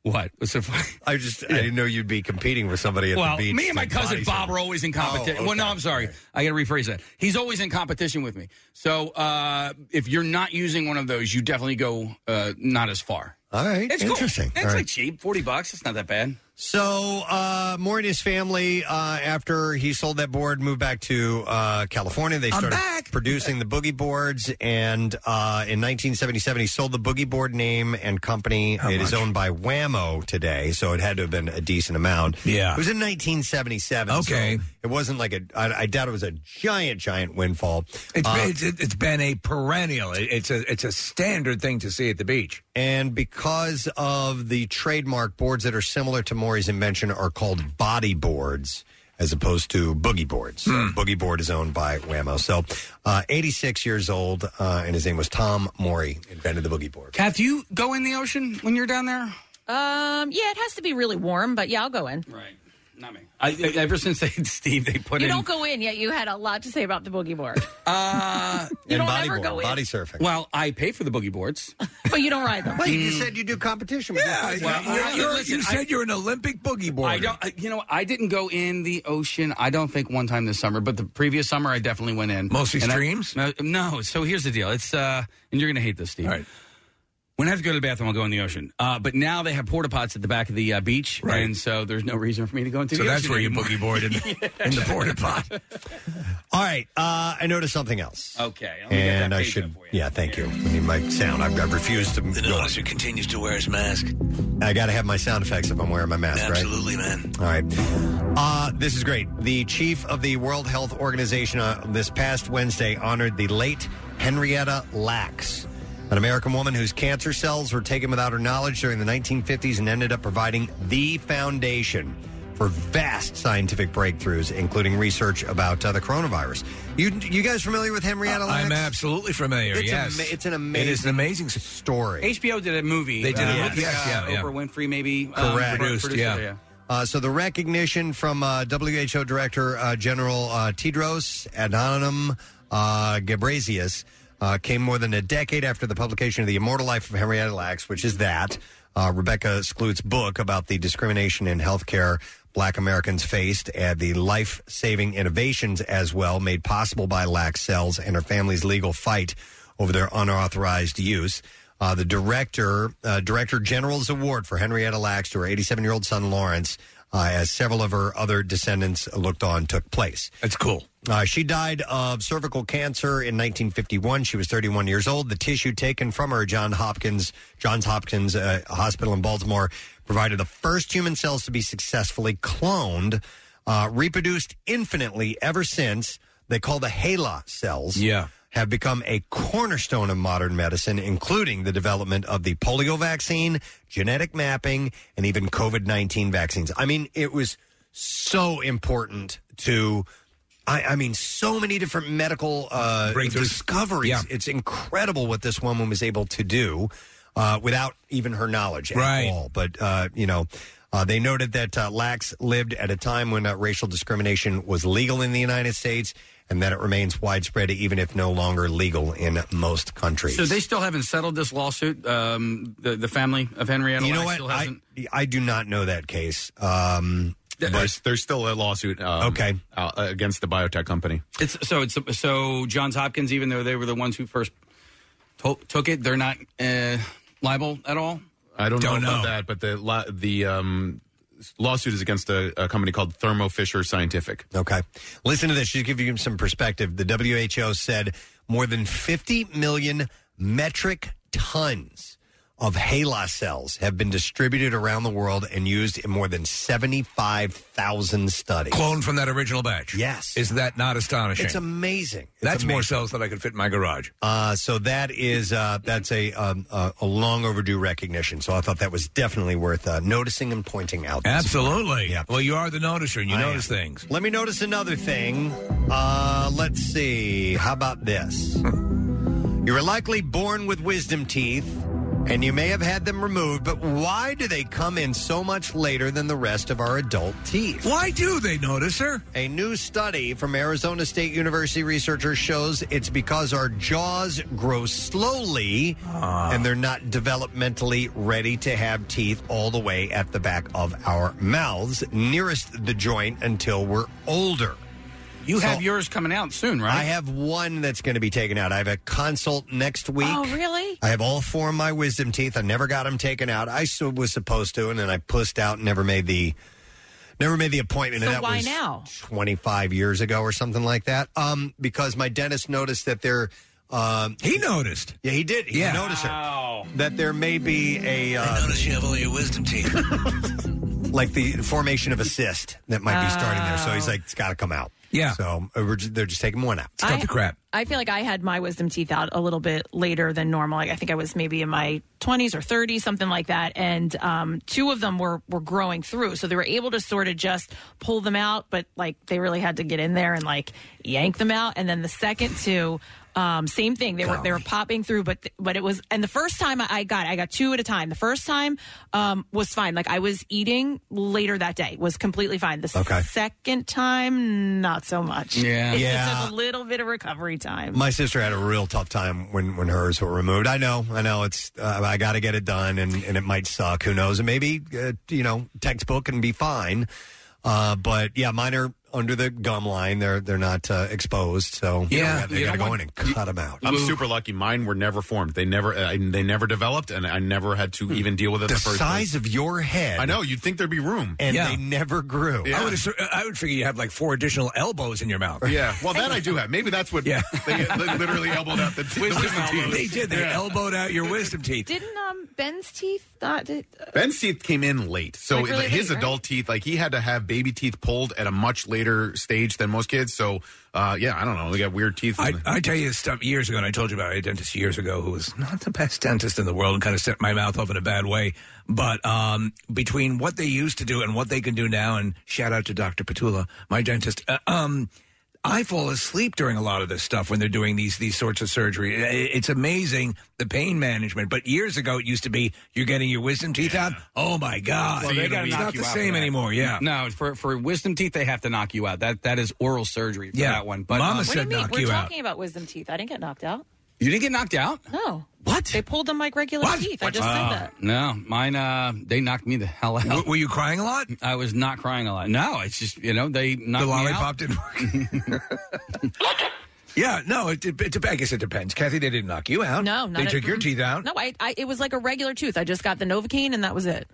What? What's so funny?
I just I didn't know you'd be competing with somebody at
well,
the beach.
me and my
to
cousin
body
Bob
surf.
are always in competition.
Oh, okay.
Well, no, I'm sorry. I got to rephrase that. He's always in competition with me. So uh, if you're not using one of those, you definitely go uh, not as far.
All right,
It's cool.
interesting.
It's
All right.
like cheap, forty bucks. It's not that bad.
So uh, Moore and his family, uh, after he sold that board, moved back to uh, California. They started producing the boogie boards, and uh, in 1977, he sold the boogie board name and company. It is owned by Whammo today, so it had to have been a decent amount.
Yeah.
it was in 1977.
Okay.
so it wasn't like a. I, I doubt it was a giant, giant windfall.
It's,
Uh,
it's, it's been a perennial. It- It's a it's a standard thing to see at the beach.
And because of the trademark, boards that are similar to Maury's invention are called body boards as opposed to boogie boards. So
Hmm.
Boogie board is owned by Whammo. So, uh, 86 years old, uh, and his name was Tom Maury, invented the boogie board.
Kath, do you go in the ocean when you're down there?
Um, yeah, it has to be really warm, but yeah, I'll go in.
Right. Not me. I, I- ever since they Steve, they put
you
in.
don't go in yet. You had a lot to say about the boogie board,
uh,
You And don't body ever board- go in. body
surfing.
Well, I pay for the boogie boards.
but you don't ride them.
Wait, you Mm. said
you do competition.
Yeah, Well, you're- I- you're- listen, you said I-
you're an Olympic boogie
I don't. I- You know, I didn't go in the ocean. I don't think one time this summer, but the previous summer I definitely went in.
Mostly
And I-
streams?
no, no. So here's the deal. It's uh, and you're gonna hate this, Steve. When I have to go to the bathroom, I'll go in the ocean. Uh, but now they have porta pots at the back of the uh, beach, right. and so there's no reason for me to go into
So
the ocean.
that's where you
anymore.
boogie boarded in the porta pot.
All right, uh, I noticed something else.
Okay, let me get
And
that
I
page
should, yeah, thank you. I need my sound. I've, I've refused to.
The
go on.
officer continues to wear his mask.
I got to have my sound effects if I'm wearing my mask,
Absolutely, man.
All right. Uh, this is great. The chief of the World Health Organization uh, this past Wednesday honored the late Henrietta Lacks, an American woman whose cancer cells were taken without her knowledge during the 1950s and ended up providing the foundation for vast scientific breakthroughs, including research about uh, the coronavirus. You, you guys familiar with Henrietta Lacks?
I'm absolutely familiar.
It's
yes,
ama- it's an
It is
amazing
an amazing
story.
HBO did a movie.
They did a
uh,
movie,
with,
yes,
uh,
yeah, yeah.
Oprah Winfrey, maybe. um,
Correct.
produced, yeah.
Uh, so the recognition from uh, WHO Director uh, General uh, Tedros Adhanom uh, Ghebreyesus uh, came more than a decade after the publication of The Immortal Life of Henrietta Lacks, which is that uh, Rebecca Skloot's book about the discrimination in healthcare black Americans faced and the life-saving innovations as well made possible by Lacks cells and her family's legal fight over their unauthorized use. Uh, the director, uh, director general's award for Henrietta Lacks to her 87 year old son Lawrence, uh, as several of her other descendants looked on, took place.
That's cool.
Uh, she died of cervical cancer in 1951. She was 31 years old. The tissue taken from her, John Hopkins, Johns Hopkins uh, Hospital in Baltimore, provided the first human cells to be successfully cloned, uh, reproduced infinitely ever since. They call the HeLa cells
Yeah.
have become a cornerstone of modern medicine, including the development of the polio vaccine, genetic mapping, and even COVID 19 vaccines. I mean, it was so important to I, I mean, so many different medical uh, discoveries. It's incredible what this woman was able to do uh, without even her knowledge
Right.
at all. But, uh, you know, uh, they noted that uh, Lax lived at a time when uh, racial discrimination was legal in the United States and that it remains widespread, even if no longer legal in most countries.
So they still haven't settled this lawsuit. Um, the the family of Henrietta.
You know
Lacks
what?
Still
I-
hasn't.
I do not know that case. Um,
there's, there's still a lawsuit. Um, okay, uh, against the biotech company.
It's so it's so Johns Hopkins, even though they were the ones who first to- took it, they're not uh, liable at all.
I don't,
Don't
know, about
know.
that, but the la- the um, lawsuit is against a, a company called Thermo Fisher Scientific.
Okay. Listen to this. Just give you some perspective. The WHO said more than 50 million metric tons of HeLa cells have been distributed around the world and used in more than 75,000 studies.
Cloned from that original batch.
Yes.
Is that not astonishing?
It's amazing. It's
That's more
amazing.
cells than I could fit in my garage.
Uh, so that is uh, that's a um, uh, a long overdue recognition. So I thought that was definitely worth uh, noticing and pointing out. this
Absolutely.
morning. Yeah.
Well, you are the noticer and you notice things.
Let me notice another thing. Uh, let's see. How about this? you were likely born with wisdom teeth, and you may have had them removed, but why do they come in so much later than the rest of our adult teeth?
Why do they notice, sir?
A new study from Arizona State University researchers shows it's because our jaws grow slowly
Ah.
and they're not developmentally ready to have teeth all the way at the back of our mouths nearest the joint until we're older.
You
So-
have yours coming out soon, right?
I have one that's going to be taken out. I have a consult next week. Uh,
Oh, really?
I have all four of my wisdom teeth. I never got them taken out. I so- was supposed to, and then I pussed out and never made the never made the appointment.
So
and that
why
was
now?
Twenty five years ago or something like that. Um, because my dentist noticed that there. Um,
he noticed.
Yeah, he did. He
Yeah.
noticed it. That there may be a uh,
notice you have all your wisdom teeth.
like the formation of a cyst that might be starting there. So he's like, it's got to come out.
Yeah.
So uh, we're just, they're just taking one out.
I- I feel like I had my wisdom teeth out a little bit later than normal. Like I think I was maybe in my 20s or 30s, something like that. And um, two of them were were growing through, so they were able to sort of just pull them out, but like they really had to get in there and like yank them out. And then the second two. Um, same thing. They were they were popping through, but but it was and the first time I- I got it, I got two at a time. The first time um, was fine. Like I was eating later that day was completely fine. The
Okay.
second time, not so much.
Yeah.
it,
Yeah.
took a little bit of recovery time.
My sister had a real tough time when, when hers were removed. I know, I know. It's uh, I got to get it done, and, and it might suck. Who knows? And maybe uh, you know, textbook and be fine. Uh, but yeah, mine are under the gum line. They're they're not uh, exposed, so you know,
Yeah.
they
You
got to
don't
go in
want-
and cut them out.
I'm super lucky. Mine were never formed. They never uh, they never developed, and I never had to even deal with it.
The
The, first
size of your head.
I know. You'd think there'd be room,
And they never grew.
I would assu- I would figure you have like four additional elbows in your mouth.
Yeah. Well, that I do have. Maybe that's what.
Yeah.
They, they literally elbowed out the, the wisdom teeth.
They did. They elbowed out your wisdom teeth.
Didn't um, Ben's teeth? Not, did,
Ben's teeth came in late, so
Like really
his
late,
adult teeth, like he had to have baby teeth pulled at a much later stage than most kids. So, uh, yeah, I don't know. They got weird teeth.
I, I tell you this stuff years ago, and I told you about a dentist years ago who was not the best dentist in the world and kind of set my mouth off in a bad way. But um, between what they used to do and what they can do now, and shout out to Dr. Petula, my dentist, uh, um, I fall asleep during a lot of this stuff when they're doing these these sorts of surgery. I- It's amazing the pain management. But years ago, it used to be you're getting your wisdom teeth out. Oh my God,
So you
They got-
gotta
it's
knock
not
you
the
out for
same
that.
anymore. Yeah,
No, for for wisdom teeth, they have to knock you out. That that is oral surgery for
Yeah.
that one. But
Mama
um,
said knock
We're talking about wisdom teeth. I didn't get knocked out.
You didn't get knocked out.
No. What? They pulled them like regular teeth. I just
Oh,
said that.
No, mine. Uh, they knocked me the hell out.
were you crying a lot?
I was not crying a lot. No, it's just you know they knocked
the
me out.
lollipop didn't work. yeah, no, it, it, it, I guess it depends. Kathy, they didn't knock you out.
No, not
they
at-
took your
mm-mm.
teeth out.
No, I, I. It was like a regular tooth. I just got the Novocaine and that was it.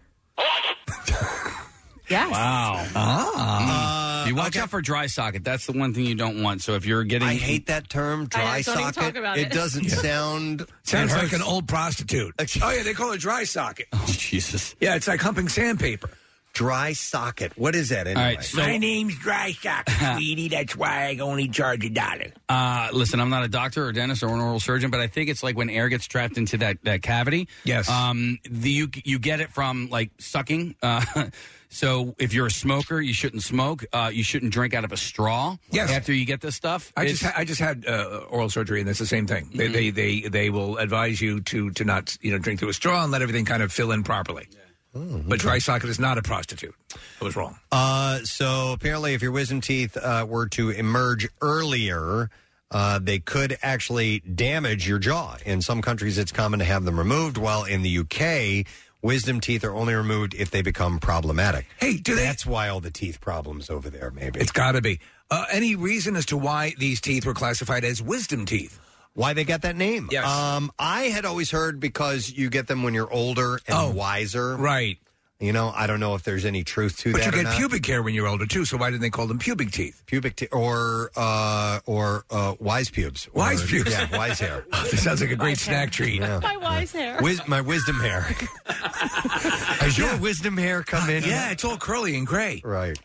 yes.
Wow. Ah. you watch out for dry socket. That's the one thing you don't want. So if you're getting,
I hate that term, dry
don't even
socket.
talk about it.
doesn't
Yeah.
sound
Sounds
it
like Oh,
hurts.
an old prostitute. oh yeah, they call it dry socket.
Jesus.
Yeah, it's like humping sandpaper.
Dry socket. What is that anyway?
My name's Dry Sock, sweetie. That's why I only charge a dollar.
Uh, listen, I'm not a doctor or dentist or an oral surgeon, but I think it's like when air gets trapped into that, that cavity.
Yes.
Um, the, you you get it from like sucking. Uh, so if you're a smoker, you shouldn't smoke. Uh, you shouldn't drink out of a straw.
Yes.
After you get this stuff,
I just
It's- Mm-hmm.
ha- I just had uh, oral surgery, and it's the same thing. They, they they they will advise you to to not you know drink through a straw and let everything kind of fill in properly.
Oh, Mm-hmm.
But dry socket is not a prostitute. I was wrong.
Uh, so apparently, if your wisdom teeth uh, were to emerge earlier, uh, they could actually damage your jaw. In some countries, it's common to have them removed, while in the UK, wisdom teeth are only removed if they become problematic.
Hey, do they?
That's why all the teeth problems over there, maybe.
It's got to be. Uh, any reason as to why these teeth were classified as wisdom teeth?
Why they got that name? Yes. Um, I had always heard because you get them when you're older and wiser.
Oh, Right.
You know, I don't know if there's any truth to
But
that.
you
or
get
not.
pubic hair when you're older too. So why didn't they call them pubic teeth?
Pubic te- or uh, or uh, wise pubes.
Wise
Or-
pubes.
Yeah, wise hair.
This sounds like a great snack treat.
Yeah.
wise hair.
Wis- my wisdom hair. Has your wisdom hair come in?
Uh, Yeah, it's all curly and gray.
Right.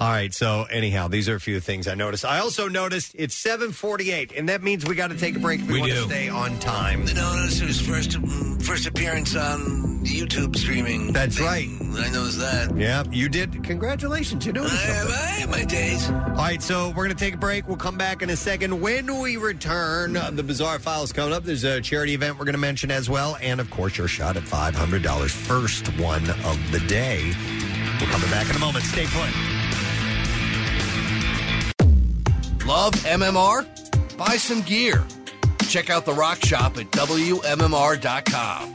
All right. So anyhow, these are a few things I noticed. I also noticed it's 7:48, and that means we got to take a break. if We, want to stay on time.
notice whose first first appearance on YouTube streaming.
That's right.
I knows that.
Yep, you did. Congratulations, you doing something.
my days.
All right, so we're going to take a break. We'll come back in a second. When we return, uh, the Bizarre Files coming up. There's a charity event we're going to mention as well. And, of course, your shot at $500. First one of the day. We're coming back in a moment. Stay put.
Love MMR? Buy some gear. Check out the rock shop at WMMR.com.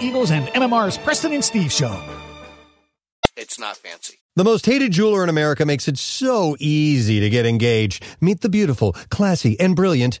Eagles and MMR's Preston and Steve Show.
it's not fancy.
The most hated jeweler in America makes it so easy to get engaged. Meet the beautiful, classy, and brilliant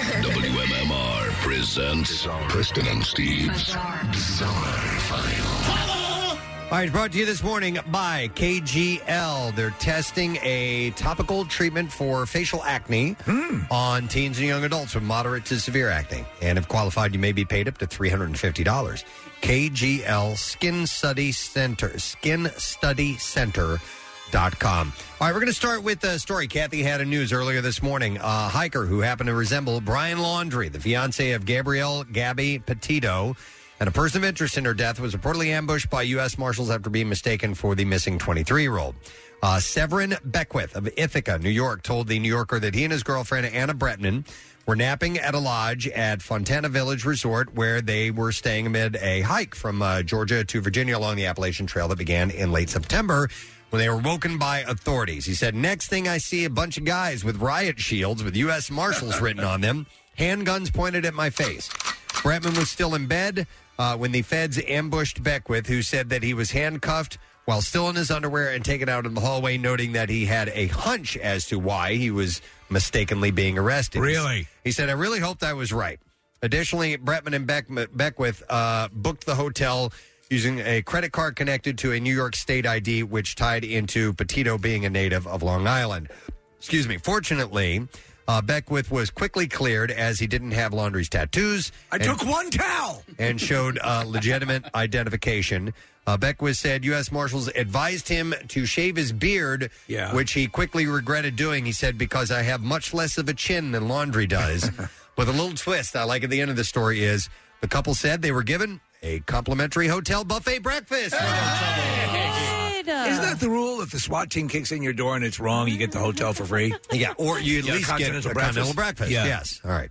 WMMR presents Preston and Steve's Bizarre, File.
All right, brought to you this morning by KGL. They're testing a topical treatment for facial acne on teens and young adults with moderate to severe acne. And if qualified, you may be paid up to $350. KGL Skin Study Center, Skin Study Center. Dot com. All right, we're going to start with a story Kathy had in news earlier this morning. A hiker who happened to resemble Brian Laundry, the fiance of Gabrielle Gabby Petito, and a person of interest in her death was reportedly ambushed by U.S. Marshals after being mistaken for the missing 23 year old. Uh, Severin Beckwith of Ithaca, New York, told the New Yorker that he and his girlfriend, Anna Bretman, were napping at a lodge at Fontana Village Resort where they were staying amid a hike from uh, Georgia to Virginia along the Appalachian Trail that began in late September when they were woken by authorities. He said, Next thing I see, a bunch of guys with riot shields with U.S. Marshals written on them, handguns pointed at my face. Bretman was still in bed uh, when the feds ambushed Beckwith, who said that he was handcuffed while still in his underwear and taken out in the hallway, noting that he had a hunch as to why he was mistakenly being arrested.
Really?
He said, I really hoped I was right. Additionally, Bretman and Beck- Beckwith uh, booked the hotel using a credit card connected to a New York State ID, which tied into Petito being a native of Long Island. Excuse me. Fortunately, uh, Beckwith was quickly cleared as he didn't have Laundry's tattoos.
I
and-
took one towel.
and showed uh, legitimate identification. Uh, Beckwith said U.S. Marshals advised him to shave his beard,
Yeah.
which he quickly regretted doing. He said, Because I have much less of a chin than laundry does. With a little twist I like at the end of the story is the couple said they were given a complimentary hotel buffet breakfast.
Isn't that the rule? If the SWAT team kicks in your door and it's wrong, you get the hotel for free.
Yeah, or you at least get a continental breakfast.
Yeah.
Yes. All right.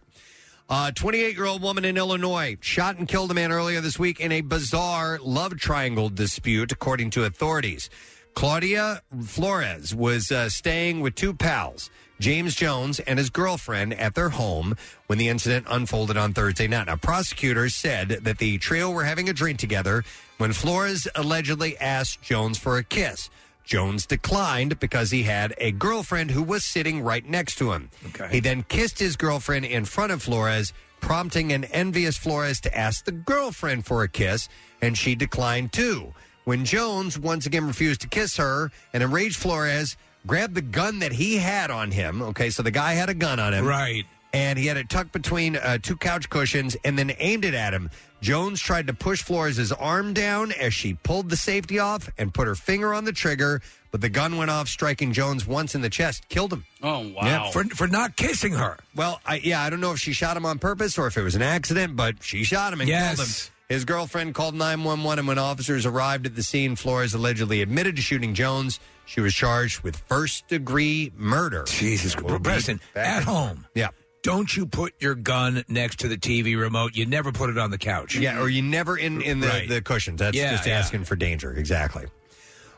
A 28 year old woman in Illinois shot and killed a man earlier this week in a bizarre love triangle dispute, according to authorities. Claudia Flores was uh, staying with two pals, James Jones and his girlfriend, at their home when the incident unfolded on Thursday night. Now, prosecutors said that the trio were having a drink together when Flores allegedly asked Jones for a kiss. Jones declined because he had a girlfriend who was sitting right next to him. He then kissed his girlfriend in front of Flores, prompting an envious Flores to ask the girlfriend for a kiss, and she declined too. When Jones once again refused to kiss her, an enraged Flores grabbed the gun that he had on him. Okay, so the guy had a gun on him. Right. And he had it tucked between uh, two couch cushions and then aimed it at him. Jones tried to push Flores' arm down as she pulled the safety off and put her finger on the trigger, but the gun went off, striking Jones once in the chest, killed him.
Oh wow!
Yeah, for not kissing her. Well, I, yeah, I don't know if she shot him on purpose or if it was an accident, but she shot him and
Yes.
killed him. His girlfriend called 911, and when officers arrived at the scene, Flores allegedly admitted to shooting Jones. She was charged with first degree murder. Jesus Christ.
Preston, at home.
Yeah.
Don't you put your gun next to the TV remote? You never put it on the couch.
Yeah, or you never in, in the,
Right.
the cushions. That's
Yeah,
just
yeah.
asking for danger. Exactly.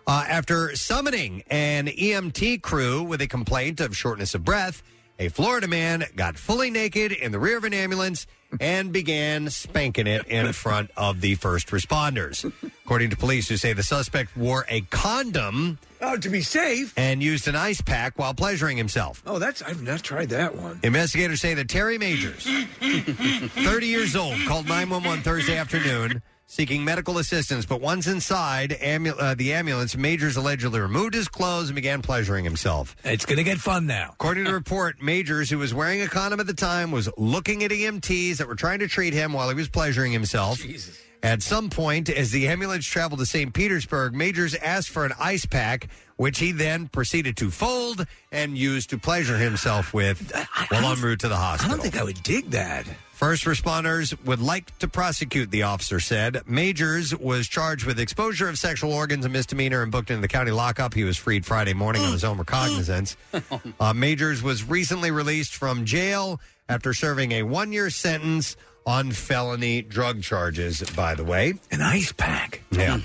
Uh, after summoning an EMT crew with a complaint of shortness of breath, a Florida man got fully naked in the rear of an ambulance and began spanking it in front of the first responders. According to police, who say the suspect wore a condom.
Oh, to be safe.
And used an ice pack while pleasuring himself.
Oh, that's I've not tried that one.
Investigators say that Terry Majors, 30 years old, called 911 Thursday afternoon seeking medical assistance. But once inside ambu- uh, the ambulance, Majors allegedly removed his clothes and began pleasuring himself.
It's going to get fun now.
According to the report, Majors, who was wearing a condom at the time, was looking at EMTs that were trying to treat him while he was pleasuring himself. At some point, as the ambulance traveled to St. Petersburg, Majors asked for an ice pack, which he then proceeded to fold and used to pleasure himself with while en route to the hospital. I don't think I would dig that. First responders would like to prosecute, the officer said. Majors was charged with exposure of sexual organs, a misdemeanor, and booked into the county lockup. He was freed Friday morning on his own recognizance. Uh, Majors was recently released from jail after serving a one year sentence on felony drug charges, by the way. An ice pack. Yeah.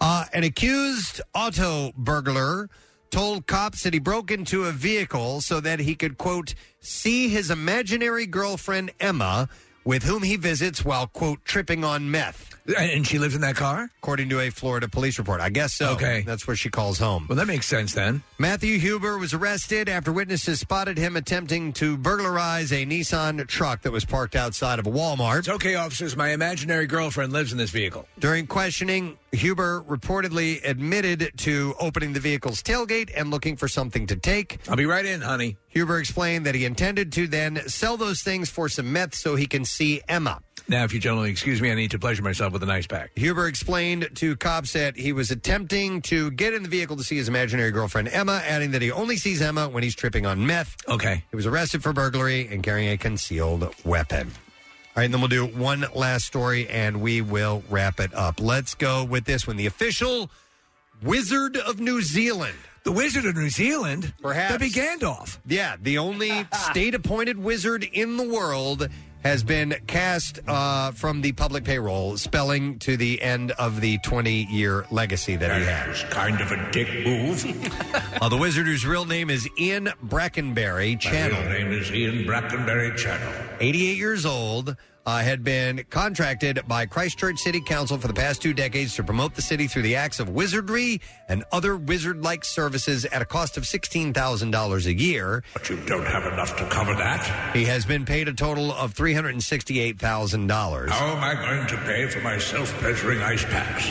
Uh, an accused auto burglar told cops that he broke into a vehicle so that he could, quote, see his imaginary girlfriend, Emma, with whom he visits while, quote, tripping on meth.
And she lived in that car?
According to a Florida police report. I guess so.
Okay.
That's where she calls home.
Well, that makes sense then.
Matthew Huber was arrested after witnesses spotted him attempting to burglarize a Nissan truck that was parked outside of a Walmart.
It's okay, officers. My imaginary girlfriend lives in this vehicle.
During questioning, Huber reportedly admitted to opening the vehicle's tailgate and looking for something to take.
I'll be right in, honey.
Huber explained that he intended to then sell those things for some meth so he can see Emma.
Now, if you gentlemen excuse me, I need to pleasure myself with an ice pack.
Huber explained to cops that he was attempting to get in the vehicle to see his imaginary girlfriend Emma, adding that he only sees Emma when he's tripping on meth.
Okay.
He was arrested for burglary and carrying a concealed weapon. All right, and then we'll do one last story and we will wrap it up. Let's go with this one. The official Wizard of New Zealand.
The Wizard of New Zealand? Perhaps. That'd be Gandalf.
Yeah, the only state appointed wizard in the world has been cast uh, from the public payroll, spelling to the end of the 20 year legacy that he has.
Kind of a dick move.
Uh, the wizard, whose real name is Ian Brackenberry Channel,
My real name is Ian Brackenberry Channel.
88 years old, uh, had been contracted by Christchurch City Council for the past two decades to promote the city through the acts of wizardry and other wizard like services at a cost of $16,000 a year.
But you don't have enough to cover that.
He has been paid a total of $368,000.
How am I going to pay for my self pleasuring ice packs?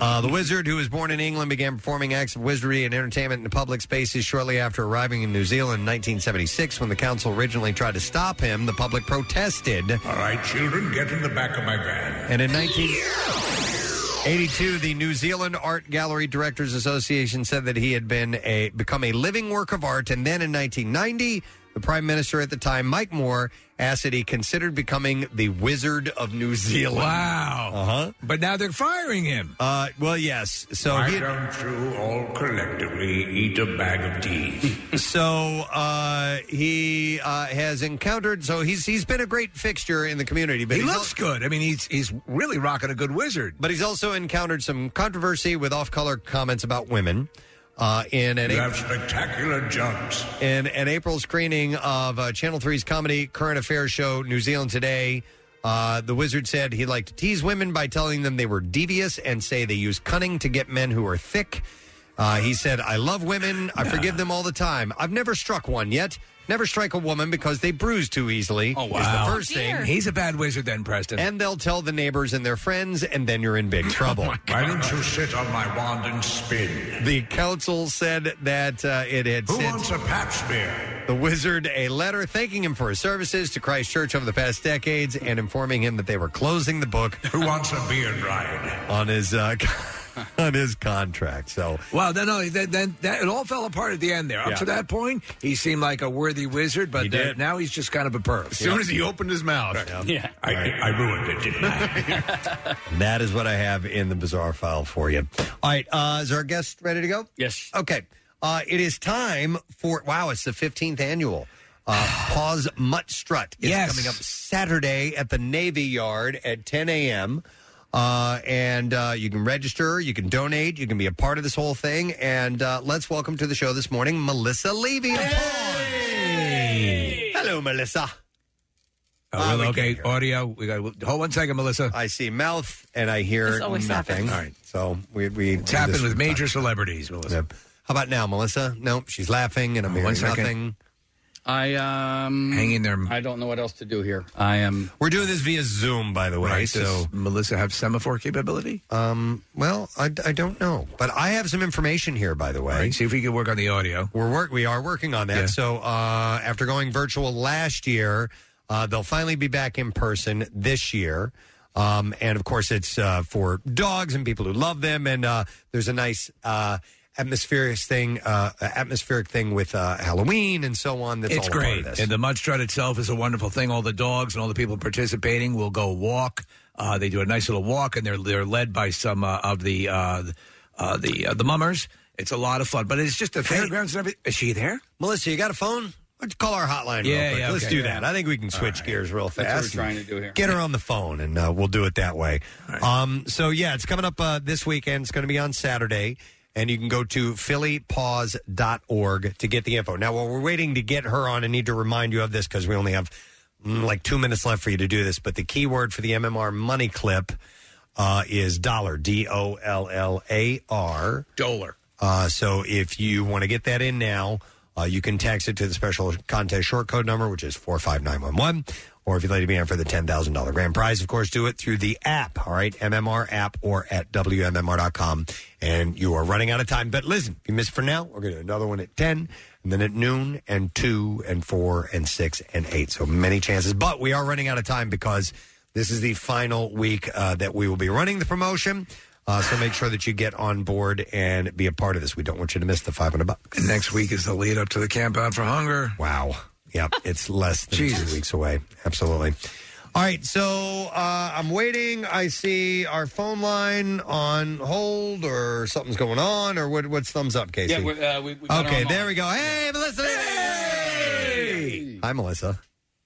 Uh, the wizard, who was born in England, began performing acts of wizardry and entertainment in public spaces shortly after arriving in New Zealand in 1976. When the council originally tried to stop him, the public protested.
All right, children, get in the back of my van.
And in 1982, the New Zealand Art Gallery Directors Association said that he had been a become a living work of art. And then in 1990, The prime minister at the time, Mike Moore, asked that he considered becoming the Wizard of New Zealand.
Wow.
Uh huh.
But now they're firing him.
Uh, well, yes. So
Why
he-
don't you all collectively eat a bag of tea?
so uh, he uh, has encountered. So he's he's been a great fixture in the community. But
He
he's
looks good. I mean, he's he's really rocking a good wizard.
But he's also encountered some controversy with off-color comments about women. Uh, in an
You have spectacular jumps.
in an April screening of uh, Channel 3's comedy current affairs show New Zealand Today. Uh, the wizard said he liked to tease women by telling them they were devious and say they use cunning to get men who are thick. Uh, he said, I love women. I forgive them all the time. I've never struck one yet. Never strike a woman because they bruise too easily. Oh, Is
Wow.
the first thing.
He's a bad wizard then, Preston. Oh,
and they'll tell the neighbors and their friends, and then you're in big trouble.
Why don't you sit on my wand and spin?
The council said that uh, it had
Who
sent
wants a pap smear?
the wizard a letter thanking him for his services to Christchurch over the past decades and informing him that they were closing the book
Who wants a beard ride?
on his uh, on his contract. So
Wow, then, no, then, then that, it all fell apart at the end there. Up
Yeah.
to that point, he seemed like a worthy wizard, but then-
did.
now he's just kind of a perv.
As soon as he opened his mouth.
Yeah.
I, I ruined it, didn't I?
And that is what I have in the bizarre file for you. All right, uh, is our guest ready to go?
Yes.
Okay. Uh, it is time for wow. It's the fifteenth annual. Uh, Pause Mutt Strut is
Yes.
coming up Saturday at the Navy Yard at 10 a.m. Uh, and uh, you can register, you can donate, you can be a part of this whole thing. And uh, let's welcome to the show this morning Melissa Levy. of Pause. Hello, Melissa.
Uh, well, okay, audio. We got hold one second, Melissa.
I see mouth and I hear
This always
nothing.
happens. All right.
So we we
It's happened with major celebrities, Melissa. Oh,
How about now, Melissa? Nope, she's laughing and I'm hearing
one second.
nothing.
I um
Hang in there.
I don't know what else to do here. I am.
We're doing this via Zoom, by the way.
Right, does
so
Melissa have semaphore capability?
Um, well, I, I don't know, but I have some information here, by the way.
see if we can work on the audio.
We're work we are working on that.
Yeah.
So uh, after going virtual last year, uh, they'll finally be back in person this year. Um, and of course, it's uh, for dogs and people who love them. And uh, there's a nice uh, atmospheric thing, uh, atmospheric thing with uh, Halloween and so on. That's
it's
all a
great.
Part of this.
And the mud strut itself is a wonderful thing. All the dogs and all the people participating will go walk. Uh, they do a nice little walk, and they're they're led by some uh, of the uh, uh, the uh, the mummers. It's a lot of fun, but it's just the fairgrounds and everything. Is she there?
Melissa, you got a phone? Let's call our hotline
Yeah,
real quick.
yeah,
Let's
okay.
do that. I think we can switch gears real fast.
That's what we're
and
trying to do here.
Get her on the phone, and uh, we'll do it that way. Um, so, yeah, it's coming up uh, this weekend. It's going to be on Saturday. And you can go to phillypause.org to get the info. Now, while we're waiting to get her on, I need to remind you of this because we only have mm, like two minutes left for you to do this. But the keyword for the MMR money clip uh, is dollar, D O L L A R.
Dollar.
Uh, so if you want to get that in now, uh, you can text it to the special contest short code number, which is 45911. Or if you'd like to be in for the $10,000 grand prize, of course, do it through the app, all right? MMR app or at WMMR.com. And you are running out of time. But listen, if you miss it for now, we're going to do another one at 10, and then at noon, and 2, and 4, and 6, and 8. So many chances. But we are running out of time because this is the final week uh, that we will be running the promotion. Uh, so make sure that you get on board and be a part of this. We don't want you to miss the 500 bucks.
And next week is the lead up to the camp out for hunger.
Wow. Yep, it's less than two weeks away. Absolutely. All right, so uh, I'm waiting. I see our phone line on hold, or something's going on, or what, what's thumbs up, Casey?
Yeah, we're, uh, we, we got
okay,
our-
there we go. Hey, Melissa! Hey! Hi, Melissa.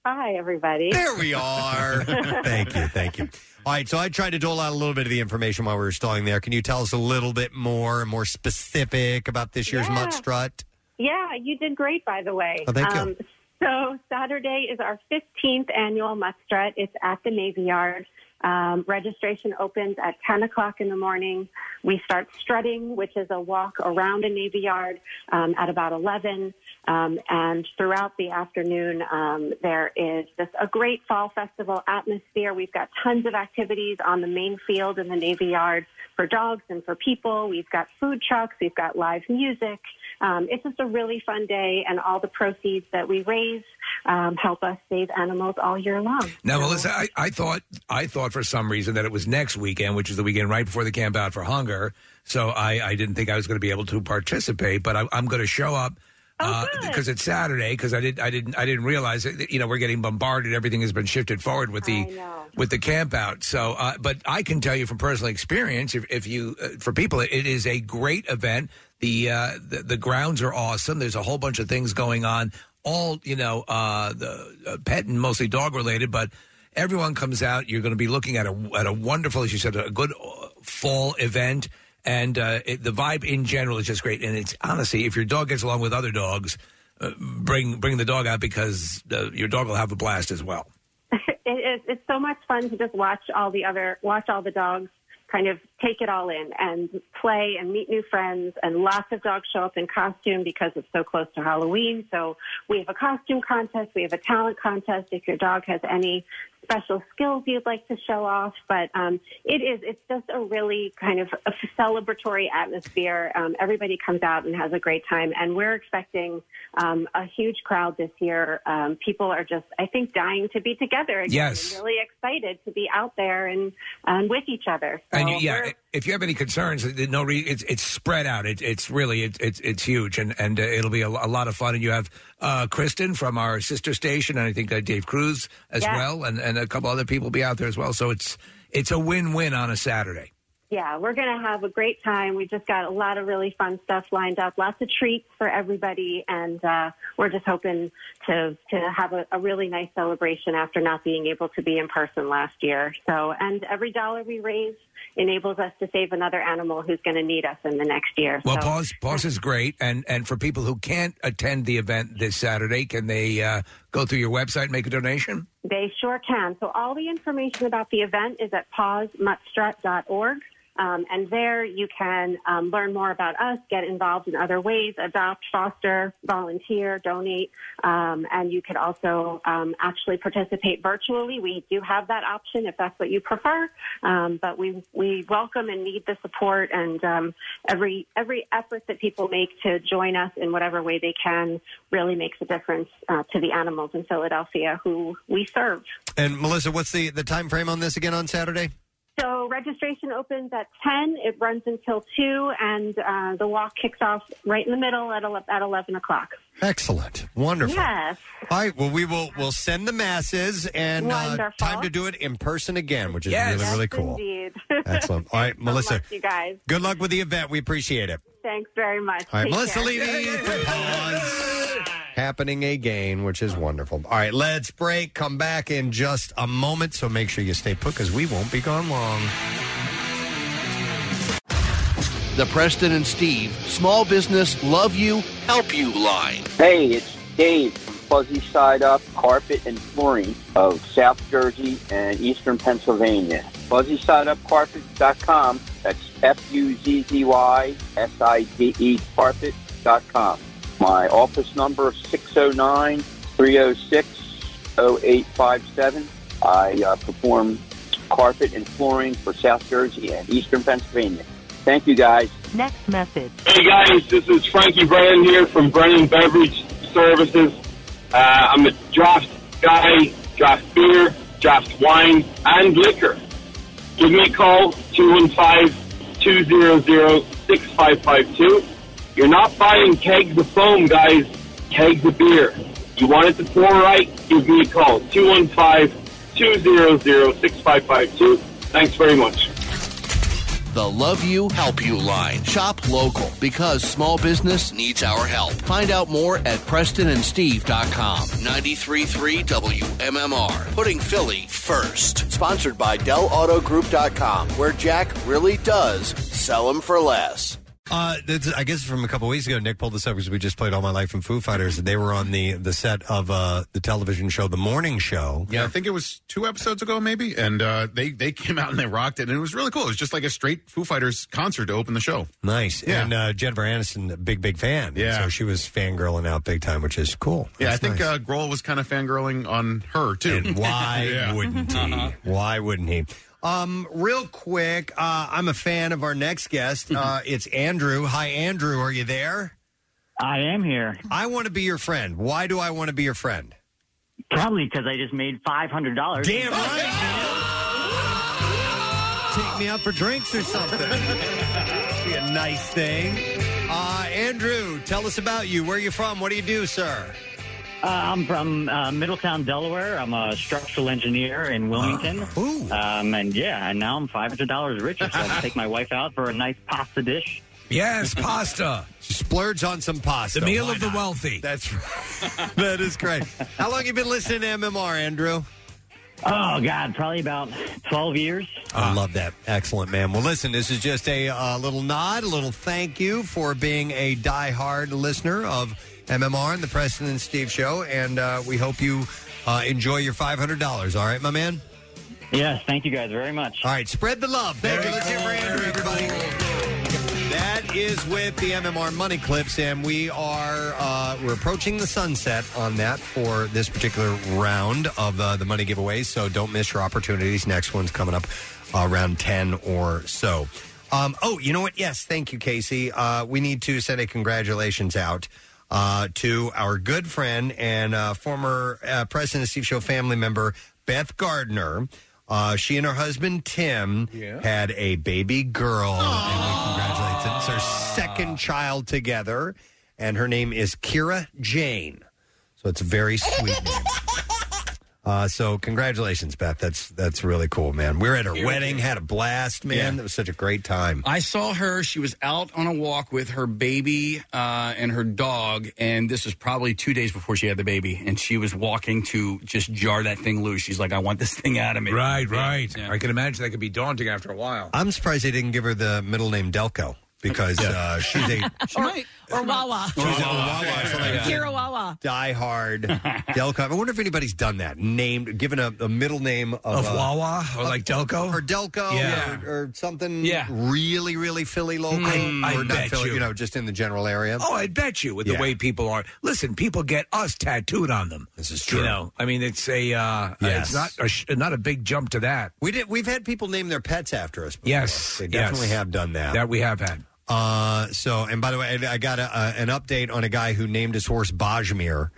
Hi, everybody.
There we are. thank you, thank you. All right, so I tried to dole out a little bit of the information while we were stalling there. Can you tell us a little bit more, more specific about this year's
Yeah.
Mutt Strut?
yeah, you did great, by the way.
Oh,
Um,
thank you.
So Saturday is our 15th annual Mutt Strut. It's at the Navy Yard. Um, registration opens at 10 o'clock in the morning. We start strutting, which is a walk around a Navy Yard um, at about 11. Um, and throughout the afternoon, um, there is just a great fall festival atmosphere. We've got tons of activities on the main field in the Navy Yard for dogs and for people. We've got food trucks. We've got live music. Um, it's just a really fun day, and all the proceeds that we raise um, help us save animals all year long.
Now, Melissa, I, I thought I thought for some reason that it was next weekend, which is the weekend right before the camp out for hunger. So I, I didn't think I was going to be able to participate, but I, I'm going to show up. because Uh, it's Saturday. Because I did, I didn't, I didn't realize it. You know, we're getting bombarded. Everything has been shifted forward with the with the camp out. So, uh, but I can tell you from personal experience, if, if you uh, for people, it is a great event. The, uh, the the grounds are awesome. There's a whole bunch of things going on. All you know, uh, the uh, pet and mostly dog related, but everyone comes out. You're going to be looking at a at a wonderful, as you said, a good uh, fall event. And uh, it, the vibe in general is just great. And it's honestly, if your dog gets along with other dogs, uh, bring bring the dog out because uh, your dog will have a blast as well.
it is it's so much fun to just watch all the other watch all the dogs kind of take it all in and play and meet new friends and lots of dogs show up in costume because it's so close to Halloween. So we have a costume contest, we have a talent contest if your dog has any special skills you'd like to show off. But um, it is it's just a really kind of a celebratory atmosphere. Um, everybody comes out and has a great time and we're expecting um, a huge crowd this year. Um, people are just I think dying to be together again.
Yes.
and Really excited to be out there and um, with each other. So
and you, yeah, if you have any concerns, th- no, re- it's it's spread out. It's it's really it's it's, it's huge, and and uh, it'll be a, lo- a lot of fun. And you have uh, Kristen from our sister station, and I think uh, Dave Cruz as
Yeah.
well, and and a couple other people will be out there as well. So it's it's a win win on a Saturday.
Yeah, we're going to have a great time. We just got a lot of really fun stuff lined up, lots of treats for everybody, and uh, we're just hoping to to have a, a really nice celebration after not being able to be in person last year. So, and every dollar we raise enables us to save another animal who's going to need us in the next year.
Well,
so,
pause pause is great, and and for people who can't attend the event this Saturday, can they uh, go through your website and make a donation?
They sure can. So all the information about the event is at pausemuttstrut.org. Um, and there you can um, learn more about us, get involved in other ways, adopt, foster, volunteer, donate. Um, and you could also um, actually participate virtually. We do have that option if that's what you prefer. Um, but we, we welcome and need the support and um, every, every effort that people make to join us in whatever way they can really makes a difference uh, to the animals in Philadelphia who we serve.
And Melissa, what's the the time frame on this again on Saturday?
So registration opens at 10. It runs until 2, and uh, the walk kicks off right in the middle at, ele- at 11 o'clock.
Excellent, wonderful.
Yes.
All right. Well, we will we'll send the masses and uh,
Wonderful.
time to do it in person again, which is really really cool.
Indeed.
Excellent. All right, Melissa.
Thanks, you guys.
Good luck with the event. We appreciate it.
Thanks very much.
All right,
Take
Melissa
care.
Levy from Happening again, which is wonderful. All right, let's break. Come back in just a moment. So make sure you stay put because we won't be gone long.
The Preston and Steve Small Business Love You, Help You line.
Hey, it's Dave from Fuzzy Side Up Carpet and Flooring of South Jersey and Eastern Pennsylvania. FuzzySideUpCarpet.com. That's F U Z Z Y S I D E Carpet.com. My office number 609 306 0857. I uh, perform carpet and flooring for South Jersey and Eastern Pennsylvania. Thank you guys.
Next message.
Hey guys, this is Frankie Brennan here from Brennan Beverage Services. Uh, I'm a draft guy, draft beer, draft wine, and liquor. Give me a call, 215-200-6552. You're not buying kegs of foam, guys, kegs of beer. You want it to pour right, give me a call, 215-200-6552. Thanks very much.
The Love You, Help You line. Shop local because small business needs our help. Find out more at PrestonandSteve.com. 93.3 WMMR. Putting Philly first. Sponsored by DellAutoGroup.com, where Jack really does sell them for less.
Uh, that's, I guess from a couple weeks ago, Nick pulled this up because we just played All My Life from Foo Fighters. They were on the, the set of uh, the television show, The Morning Show.
Yeah, I think it was two episodes ago, maybe, and uh, they they came out and they rocked it, and it was really cool. It was just like a straight Foo Fighters concert to open the show.
Nice. And uh, Jennifer Aniston, a big, big fan.
Yeah.
So she was fangirling out big time, which is cool.
Yeah, I
That's
think
nice.
uh, Grohl was kind of fangirling on her too.
And why wouldn't he?
Uh-huh.
Why wouldn't he? Um, real quick, uh, I'm a fan of our next guest. Uh, it's Andrew. Hi, Andrew. Are you there?
I am here.
I want to be your friend. Why do I want to be your friend?
Probably because I just made five hundred dollars.
Damn right. Take me out for drinks or something. be a nice thing. Uh, Andrew, tell us about you. Where are you from? What do you do, sir?
Uh, I'm from uh, Middletown, Delaware. I'm a structural engineer
Uh-huh.
in Wilmington. Um, and yeah, and now I'm $500 richer, so I can take my wife out for a nice pasta dish.
Yes, pasta. Splurge on some pasta.
The meal
Why
of the
not?
wealthy.
That's right. that is great. How long you been listening to MMR, Andrew?
Oh, God, probably about 12 years.
I love that. Excellent, man. Well, listen, this is just a uh, little nod, a little thank you for being a diehard listener of MMR and the Preston and Steve Show. And uh, we hope you uh, enjoy your $500. All right, my man?
Yes, thank you guys very much.
All right, spread the love. Thank you. Let's hear for Andrew, everybody. That is with the MMR money clips, and we are uh, we're approaching the sunset on that for this particular round of uh, the money giveaways. So don't miss your opportunities. Next one's coming up uh, around ten or so. Um, oh, you know what? Yes, thank you, Casey. Uh, we need to send a congratulations out uh, to our good friend and uh, former uh, President of Steve Show family member Beth Gardner. Uh, she and her husband Tim had a baby girl, and we congratulate them. It's her second child together, and her name is Kira Jane. So it's a very sweet name. Uh, so congratulations, Beth. That's that's really cool, man. We were at her
Kira
wedding,
Jane.
had a blast, man.
Yeah.
It was such a great time.
I saw her. She was out on a walk with her baby uh, and her dog, and this was probably two days before she had the baby. And she was walking to just jar that thing loose. She's like, "I want this thing out of me."
Right,
Yeah.
right. I can imagine that could be daunting after a while.
I'm surprised they didn't give her the middle name Delco because uh, she's a
or,
Or
or Wawa.
Wawa. Or Wawa. Yeah.
Kira Wawa.
diehard Delco. I wonder if anybody's done that. Named, given a, a middle name of,
Of
uh,
Wawa? Or like Delco?
or Delco,
Yeah. Hmm.
or, or something. really, really Philly local,
I, I
or not
bet
Philly,
you.
you know, just in the general area.
Oh, I bet you with the
Yeah.
way people are. Listen, people get us tattooed on them. This is
true.
You know, I mean, it's a uh,
Yes.
it's not a sh- not a big jump to that.
We did. We've had people name their pets after us. Before.
Yes,
they
yes.
definitely have done that.
That we have had.
Uh, so, and by the way, I I got a, uh, an update on a guy who named his horse Bajmir.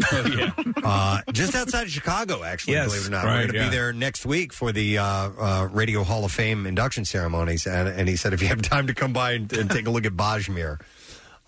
uh, just outside of Chicago, eh? actually,
Yes,
believe it or not. We're
right,
going to
yeah.
be there next week for the uh, uh, Radio Hall of Fame induction ceremonies. And, and he said, if you have time to come by and, and take a look at Bajmir.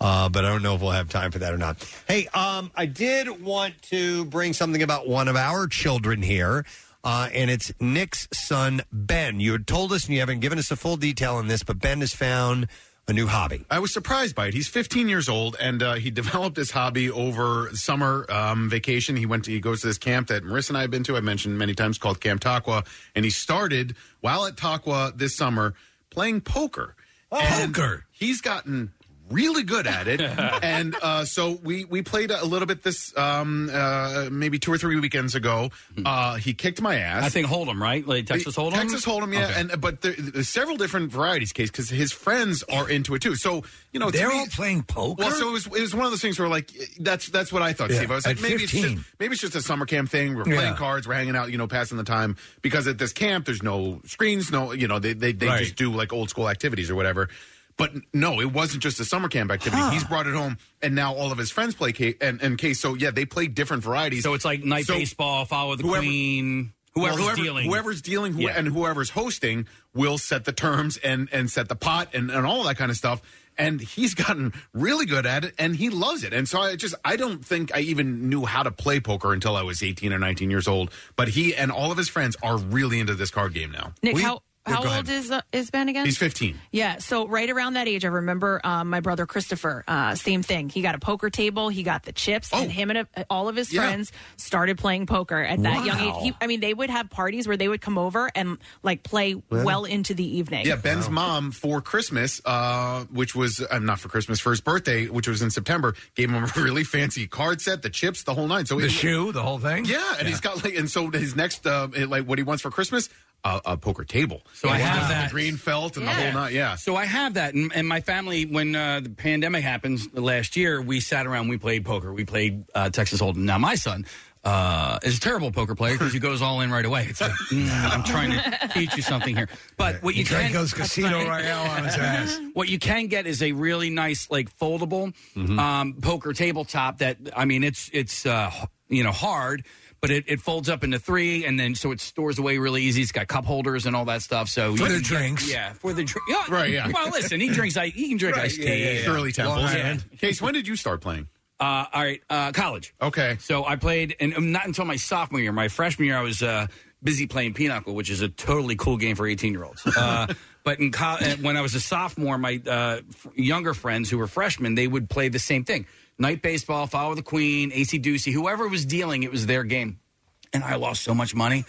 Uh, but I don't know if we'll have time for that or not. Hey, um, I did want to bring something about one of our children here, uh, and it's Nick's son, Ben. You had told us, and you haven't given us the full detail on this, but Ben has found a new hobby.
I was surprised by it. He's 15 years old, and uh, he developed his hobby over summer um, vacation. He went to he goes to this camp that Marissa and I have been to. I mentioned many times called Camp Taqua, and he started while at Taqua this summer playing poker. poker. He's gotten really good at it, and uh, so we we played a little bit this um, uh, maybe two or three weekends ago. Uh, he kicked my ass.
I think Hold'em, right? Like Texas Hold'em.
Texas Hold'em, yeah.
Okay.
And but there, there's several different varieties, case because his friends are into it too. So you know, to
They're
me-
all playing poker?
Well, so it was, it was one of those things where like that's that's what I thought,
Yeah,
Steve. I was
at
like, maybe it's
15.
just maybe it's just a summer camp thing. We're
Yeah.
playing cards, we're hanging out, you know, passing the time. Because at this camp, there's no screens, no, you know, they they, they
Right.
just do like old school activities or whatever. But no, it wasn't just a summer camp activity.
Huh.
He's brought it home, and now all of his friends play case and, and case. So yeah, they play different varieties.
So it's like night
So-
baseball, follow the
whoever-
queen. Whoever's
well, whoever-
dealing,
whoever's dealing, who,
Yeah.
and whoever's hosting will set the terms and and set the pot and and all that kind of stuff. And he's gotten really good at it, and he loves it. And so I just I don't think I even knew how to play poker until I was eighteen or nineteen years old. But he and all of his friends are really into this card game now.
Nick,
We-
how,
Yeah,
how
go ahead.
old is, uh, is Ben again?
He's fifteen.
Yeah, so right around that age, I remember um, my brother Christopher. Uh, same thing. He got a poker table. He got the chips,
Oh.
and him and a, all of his
Yeah.
friends started playing poker at that young
Wow.
age. He, I mean, they would have parties where they would come over and like play well into the evening.
Yeah, Ben's mom for Christmas, uh, which was uh, not for Christmas, for his birthday, which was in September, gave him a really fancy card set, the chips, the whole nine. So
The
it-
shoe, the whole thing?
Yeah, and he's got like, and so his next, uh, like, what he wants for Christmas, uh, a poker table.
So I have that
green felt and the whole nine. Yeah.
So I have that, and, and my family, when uh, the pandemic happened last year, we sat around, we played poker, we played uh, Texas Hold'em. Now my son uh, is a terrible poker player because he goes all in right away. It's like "Mm, I'm trying to teach you something here, but what
He
you
drank
can
those Casino Royale on his ass.
What you can get is a really nice, like
Mm-hmm.
foldable um, poker tabletop. That I mean, it's it's uh, you know hard. but it, it folds up into three, and then so it stores away really easy. It's got cup holders and all that stuff. So
For
you
the
can get-
drinks.
yeah, for the drink. Yeah,
Right, yeah.
Well, listen, he drinks. i- He can drink
Right,
iced tea.
yeah, yeah, yeah. Shirley Temple. Long
Yeah.
Island. Case, when did you start playing?
Uh, all right, uh, college.
Okay.
So I played, and um, not until my sophomore year. My freshman year, I was uh, busy playing Pinochle, which is a totally cool game for 18 year olds. Uh, but in co- uh, when I was a sophomore, my uh, f- younger friends who were freshmen, they would play the same thing night baseball, follow the queen, AC Ducey, whoever was dealing, it was their game. And I lost so much money,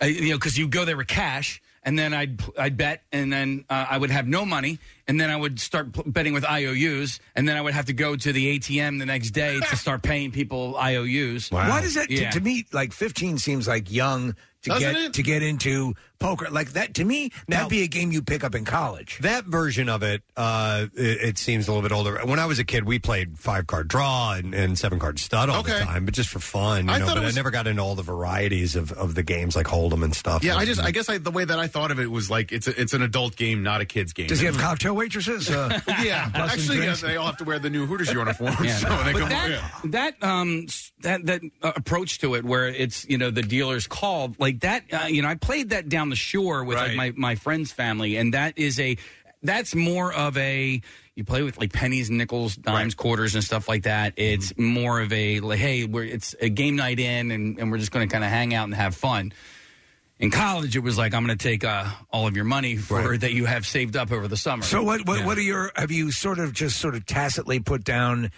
I, you know, because you go there with cash. And then I'd pl- I'd bet, and then uh, I would have no money, and then I would start pl- betting with IOUs, and then I would have to go to the ATM the next day to start paying people IOUs.
Why does that
Yeah.
to, to me like 15 seems like young to
Doesn't
get
it?
to get into poker like that to me that'd be a game you pick up in college.
That version of it, uh, it, it seems a little bit older. When I was a kid, we played five card draw and, and seven card stud all the
Okay.
time, but just for fun. You
I
know,
thought
but
it was-
I never got into all the varieties of, of the games like Hold'em and stuff.
Yeah, I just I guess I, the way that I thought of it was like it's a, it's an adult game, not a kids game.
Does he have
Hmm.
cocktail waitresses? uh,
yeah,
plus
uh, actually,
and
yeah,
drinks?
they all have to wear the new Hooters uniform.
Yeah.
so they
But
come,
that,
yeah.
that um s- that that uh, approach to it where it's you know the dealer's called like that uh, you know I played that down the shore with like my my friend's family and that is a that's more of a you play with like pennies, nickels, dimes, quarters, and stuff like that.
Mm-hmm.
It's more of a like, hey, we're it's a game night in, and, and we're just going to kind of hang out and have fun. In college, it was like I'm going to take uh, all of your money for that you have saved up over the summer.
So what what,
Yeah.
what are your have you sort of just sort of tacitly put down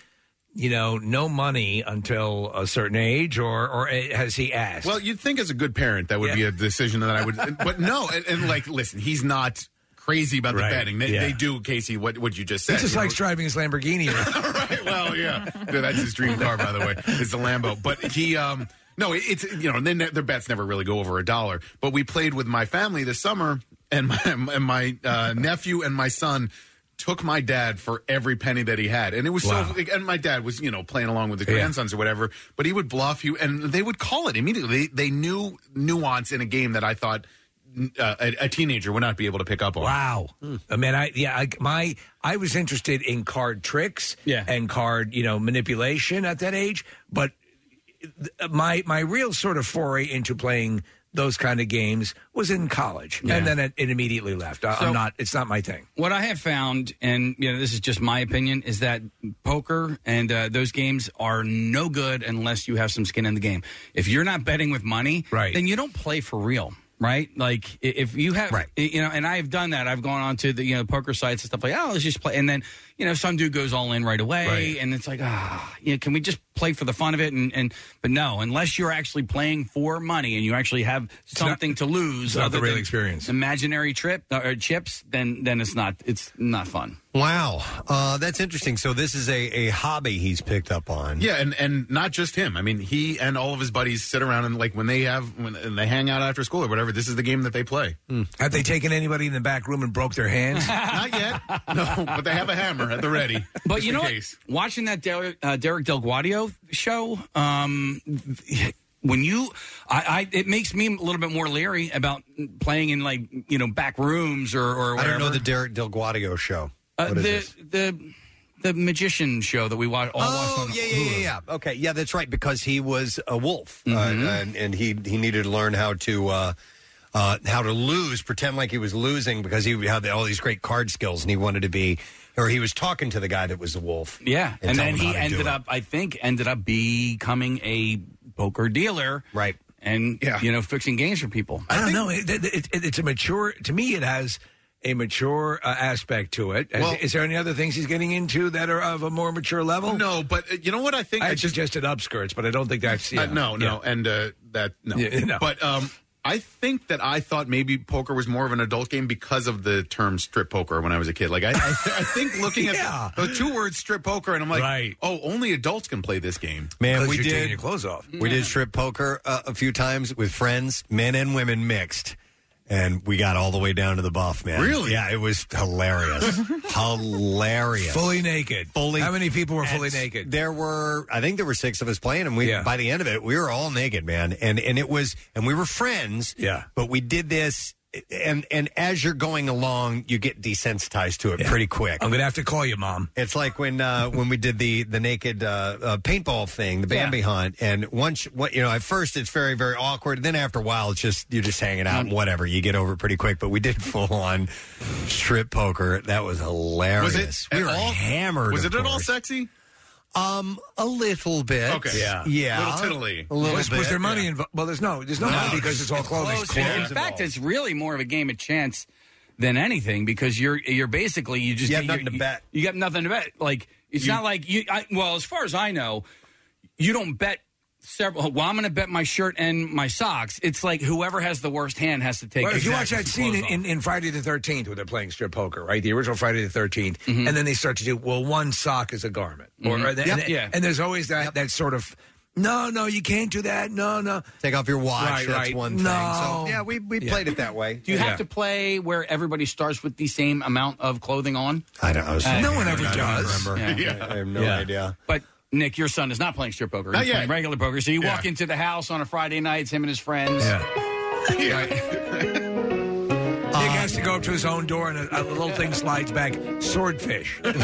you know no money until a certain age or or eh, has he asked?
Well, you'd think as a good parent that would be a decision that I would, but no. And, and like, listen, he's not crazy about
Right,
the betting. They,
yeah.
they do, Casey. What what you just said?
It's just
you
like
know?
driving his Lamborghini. around.
well, yeah. Yeah, that's his dream car, by the way. It's the Lambo. But he, um, no, it- it's you know, and then their bets never really go over a dollar. But we played with my family this summer, and my and my uh, nephew and my son took my dad for every penny that he had, and it was
Wow.
so. And my dad was you know playing along with the
Yeah.
grandsons or whatever, but he would bluff you, and they would call it immediately. They, they knew nuance in a game that I thought. Uh, a, a teenager would not be able to pick up on.
Wow. I mean, I yeah, I, my I was interested in card tricks
Yeah.
and card you know manipulation at that age, but th- my my real sort of foray into playing those kind of games was in college,
Yeah.
and then it, it immediately left. I,
So-
I'm not. It's not my thing.
What I have found, and you know, this is just my opinion, is that poker and uh, those games are no good unless you have some skin in the game. If you're not betting with money, right. then you don't play for real. Right, like i- if you have, right. you know, and I've done that. I've gone on to the you know poker sites and stuff like, oh, let's just play. And then you know, some dude goes all in right away, and it's like, ah, you know, can we just play for the fun of it? And and but no, unless you're actually playing for money and you actually have something to lose,
it's not the
other
real
than
experience.
Imaginary trip uh, or chips, then then it's not it's not fun.
Wow, uh, that's interesting. So this is a, a hobby he's picked up on.
Yeah, and and not just him. I mean, he and all of his buddies sit around and like when they have when and they hang out after school or whatever. This is the game that they play. Uh,
Have they taken anybody in the back room and broke their hands?
not yet. No, but they have a hammer at the ready.
But
just
you
in
know, what?
case.
watching that Derek, uh, Derek Del Guadio show, um, when you, I, I, it makes me a little bit more leery about playing in like you know back rooms or or
I
whatever.
don't know the Derek Del Guadio show.
Uh,
What is
the
this?
the the magician show that we watch. All watched
Oh
on
yeah, yeah,
Hulu.
yeah, yeah. Okay, yeah, that's right. Because he was a wolf, uh, and, and he he needed to learn how to uh, uh, how to lose, pretend like he was losing because he had all these great card skills, and he wanted to be, or he was talking to the guy that was the wolf.
Yeah, and,
tell
then
him how
he
to do
ended
it.
up, I think, ended up becoming a poker dealer,
right?
And you know, fixing games for people.
I don't know. It, it, it- it's a mature. To me, it has a mature uh, aspect to it. Is-
Well-
is there any other things he's getting into that are of a more mature level?
No, but uh, you know what I think.
I, suggested upskirts, but I don't think that's yeah.
Uh, no, no, and uh, that no.
Yeah, no.
But um, I think that I thought maybe poker was more of an adult game because of the term strip poker when I was a kid. Like I, I, I think looking
Yeah.
at the, the two words strip poker, and I'm like, oh, only adults can play this game.
Man, we did We
Yeah.
did strip poker uh, a few times with friends, men and women mixed, and we got all the way down to the buff, man.
Really?
Yeah, it was hilarious, hilarious.
Fully naked.
Fully.
How many people were fully
That's-
naked?
There were, I think, there were six of us playing, and we
Yeah.
by the end of it, we were all naked, man. And and it was, and we were friends.
Yeah.
But we did this and and as you're going along, you get desensitized to it pretty quick.
I'm gonna have to call you, mom.
It's like when uh, when we did the the naked uh, uh, paintball thing, the Bambi hunt, and once what you know, at first it's very very awkward. Then after a while, it's just you're just hanging out and whatever. You get over it pretty quick. But we did full on strip poker. That was hilarious.
Was it
we
at
were
all-
hammered.
Was
of
it at all
course.
sexy?
Um, a little bit.
Okay.
Yeah. Yeah.
Little tiddly.
A little
was,
bit,
was there money involved? Well, there's no, there's no, money because it's all clothing.
In fact, it's really more of a game of chance than anything because you're you're basically you just
You
get
have
your-
nothing to bet.
You, got nothing to bet. Like it's
You-
not like you. I, well, as far as I know, you don't bet several. Well, I'm going to bet my shirt and my socks. It's like whoever has the worst hand has to take.
Well, if you watch that
exactly
scene in, in, in Friday the 13th where they're playing strip poker, right? The original Friday the 13th.
Mm-hmm.
And then they start to do, well, one sock is a garment. Or,
Mhm.
or the-
Yep.
and,
Yeah.
and there's always that, that sort of, no, no, you can't do that. No, no.
Take off your watch.
Right,
that's
right.
one thing.
No.
So, yeah, we, we
Yeah.
played it that way.
Do you
Yeah.
have to play where everybody starts with the same amount of clothing on?
I don't. I was
Uh,
thinking
no one
about
ever
it. I don't
does.
remember.
Yeah.
I, I have no
Yeah.
idea.
But Nick, your son is not playing strip poker. He's
Not yet.
playing regular poker. So you walk into the house on a Friday night, it's him and his friends.
Nick has to go up to his own door and a, a little thing slides back, swordfish.
Let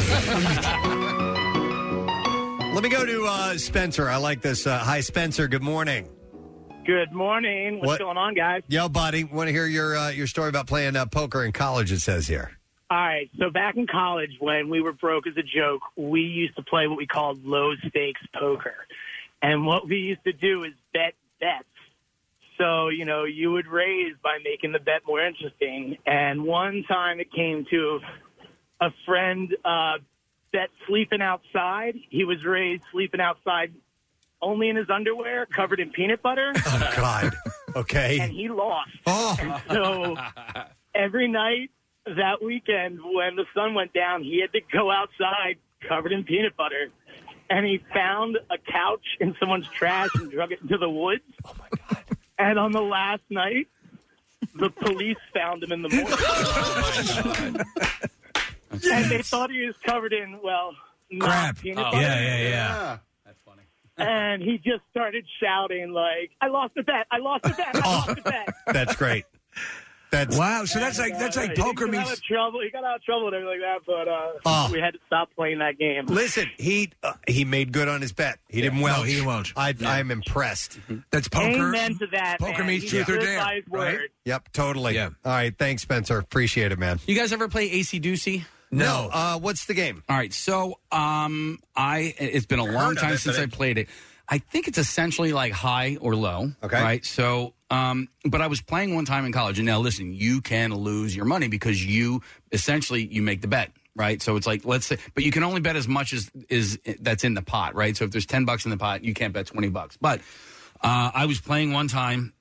me go to uh, Spencer. I like this. Uh, hi, Spencer. Good morning.
Good morning. What's
What-
going on, guys?
Yo, buddy. Want to hear your uh, your story about playing uh, poker in college? It says here.
All right. So back in college, when we were broke as a joke, we used to play what we called low stakes poker, and what we used to do is bet bets. So you know, you would raise by making the bet more interesting. And one time, it came to a friend uh, bet sleeping outside. He was raised sleeping outside. Only in his underwear, covered in peanut butter.
Oh God.
And
Okay.
he lost. And so every night that weekend, when the sun went down, he had to go outside covered in peanut butter. And he found a couch in someone's trash and drug it into the woods. Oh, my God. And on the last night, the police found him in the morning.
Oh,
And they thought he was covered in, well, not
Crap.
peanut
Oh,
butter.
yeah, yeah, yeah.
That's funny. and he just started shouting, like, I lost the bet. I lost the bet. I lost the bet.
That's great. That's
wow. So that's like that's like
Uh, he
poker
got out
meets.
of trouble. He got out of trouble and everything like that, but uh,
Oh.
we had to stop playing that game.
Listen, he uh, he made good on his bet. He didn't well.
No, he didn't welch. Mm-hmm.
I I'm impressed.
That's
Amen to that.
Poker
man.
meets
He
truth or
stood
dare,
by his
right?
word.
Yep. Totally. Yeah. All right. Thanks, Spencer. Appreciate it, man.
You guys ever play AC Doocy?
No. Uh, what's the game?
All right, so um, I it's been a long
of
time
it,
since
but
I
it-
played it. I think it's essentially like high or low.
Okay.
right. So, um, but I was playing one time in college, and now listen, you can lose your money because you essentially you make the bet, right? So it's like let's say, but you can only bet as much as is that's in the pot, right? So if there's ten bucks in the pot, you can't bet twenty bucks. But uh, I was playing one time,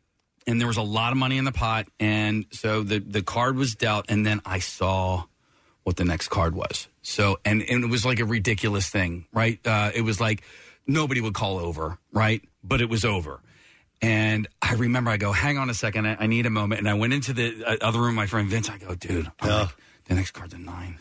and there was a lot of money in the pot, and so the the card was dealt, and then I saw what the next card was. So and and it was like a ridiculous thing, right? Uh, it was like nobody would call over, right? But it was over. And I remember I go, hang on a second, I, I need a moment. And I went into the uh, other room, with my friend Vince. I go, dude, I'm like, the next card's a nine,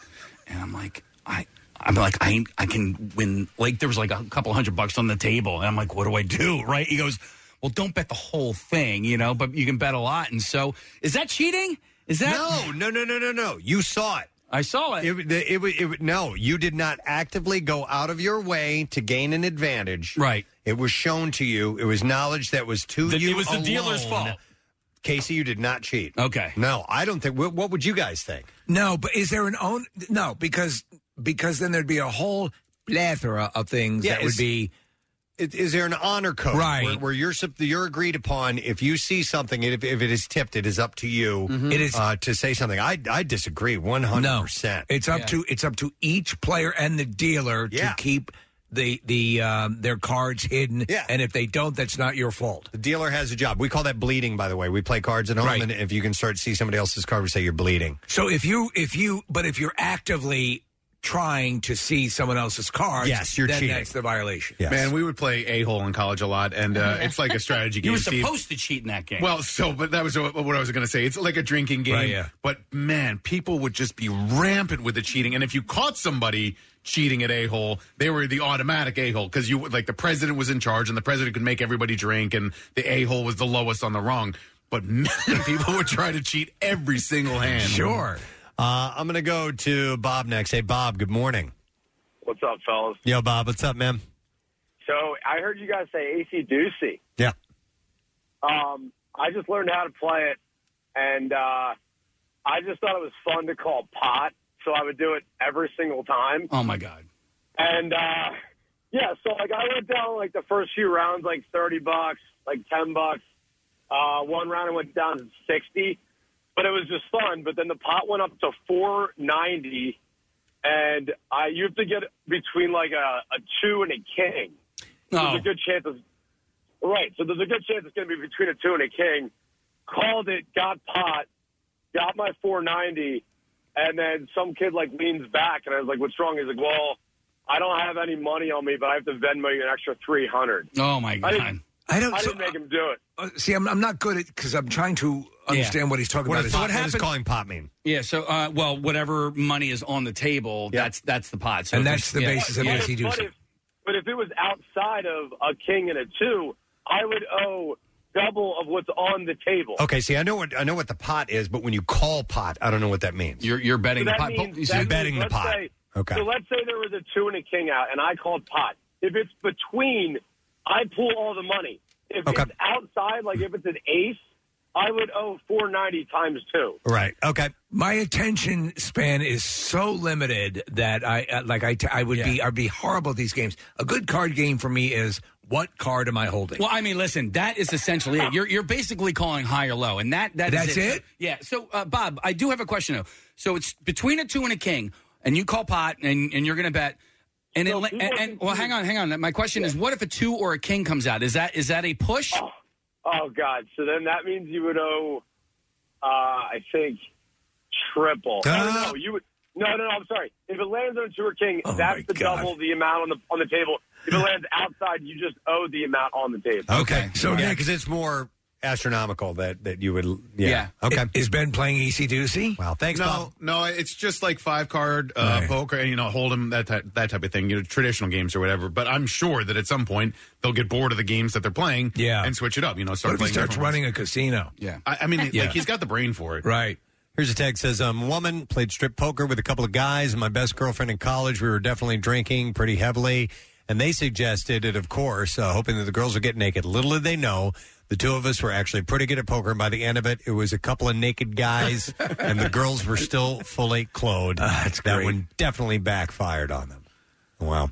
and I'm like, I. I'm like I I can win like there was like a couple hundred bucks on the table and I'm like what do I do right he goes well don't bet the whole thing you know but you can bet a lot and so is that cheating is that
No, no, no, no, no, no. You saw it.
I saw it.
It, it, it, it- no, you did not actively go out of your way to gain an advantage.
Right.
It was shown to you. It was knowledge that was to
That
you.
it was the dealer's
alone.
fault.
Casey, you did not cheat.
Okay.
No, I don't think. What, what would you guys think?
No, but is there an own? No, because because then there'd be a whole plethora of things
Yeah,
that would
is-
be.
Is, is there an honor code,
Right.
Where, where you're sup- you're agreed upon if you see something, if, if it is tipped, it is up to you.
Mm-hmm. It is-
uh, to say something. I I disagree one hundred percent.
It's up to it's up to each player and the dealer
Yeah.
to keep the the um, their cards hidden. Yeah. and if they don't, that's not your fault.
The dealer has a job. We call that bleeding, by the way. We play cards at home,
Right.
and if you can start to see somebody else's card, we say you're bleeding.
So if you if you but if you're actively trying to see someone else's cards,
Yes, you're
then
cheating.
That's the violation.
Man, we would play a hole in college a lot, and uh, it's like a strategy game.
you were
Steve.
supposed to cheat in that game
Well, so but that was what what I was going to say. It's like a drinking game,
Right, yeah.
but man, people would just be rampant with the cheating. And if you caught somebody cheating at a hole, they were the automatic a hole because you like the president was in charge, and the president could make everybody drink, and the a hole was the lowest on the rung. but people would try to cheat every single hand.
Sure. Uh, I'm going to go to Bob next. Hey, Bob, good morning.
What's up, fellas?
Yo, Bob, what's up, man?
So I heard you guys say AC Ducey.
Yeah.
Um, I just learned how to play it, and uh, I just thought it was fun to call pot, so I would do it every single time.
Oh my god.
And uh, yeah, so like I went down like the first few rounds, like thirty bucks, like ten bucks. Uh, one round I went down to sixty, but it was just fun. But then the pot went up to four ninety, and I you have to get between like a, a two and a king.
Oh.
There's a good chance. Of, right, so there's a good chance it's going to be between a two and a king. Called it, got pot, got my four ninety, and then some kid like leans back, and I was like, "What's wrong?" He's like, "Well." I don't have any money on me, but I have to Venmo you an extra three hundred.
Oh my
I
god.
didn't,
I don't-
I didn't make him do it.
Uh, see, I'm, I'm not good at because I'm trying to understand what he's talking
What
about.
is- what happened-
pot mean?
Yeah. So, uh, well, whatever money is on the table, that's that's the pot. So
And
if
that's
it's-
the
yeah.
basis of
Yeah.
AC
But if, but if it was outside of a king and a two, I would owe double of what's on the table.
Okay, see, I know what I know what the pot is, but when you call pot, I don't know what that means.
You're you're
So that means- that
You're
means,
betting the
let's
pot.
say-
okay.
So let's say there was a two and a king out, and I called pot. If it's between, I pull all the money. If it's outside, like if it's an ace, I would owe four ninety times two.
Right. Okay.
My attention span is so limited that I uh, like I, t- I would be I'd be horrible at these games. A good card game for me is what card am I holding?
Well, I mean, listen, that is essentially it. You're you're basically calling high or low, and that, that is
That's it?
Yeah. So, uh, Bob, I do have a question though. So it's between a two and a king, and you call pot, and and you're going to bet. And, it, and, and well, hang on, hang on. My question is, what if a two or a king comes out? Is that is that a push?
Oh God! So then that means you would owe, uh, I think, triple.
Uh.
Ah.
No, you would. No, no, no. I'm sorry. If it lands on a two or king,
Oh,
that's the double the amount on the on the table. If it lands outside, you just owe the amount on the table.
Okay. So yeah, because it's more astronomical that that you would. Yeah. Okay.
Is Ben playing E EC Ducey?
Wow. Thanks,
no,
Bob.
No, it's just like five card uh, poker, and you know, hold 'em that type, that type of thing. You know, traditional games or whatever. But I'm sure that at some point they'll get bored of the games that they're playing,
Yeah.
and switch it up. You know,
What
start
if he
playing.
starts
different ones.
running a casino?
Yeah,
I, I mean,
Yeah.
like he's got the brain for it,
right?
Here's a text says, um, woman played strip poker with a couple of guys. My best girlfriend in college. We were definitely drinking pretty heavily, and they suggested it, of course, uh, hoping that the girls would get naked. Little did they know, the two of us were actually pretty good at poker. And by the end of it, it was a couple of naked guys, and the girls were still fully clothed.
Ah,
that one definitely backfired on them. Wow.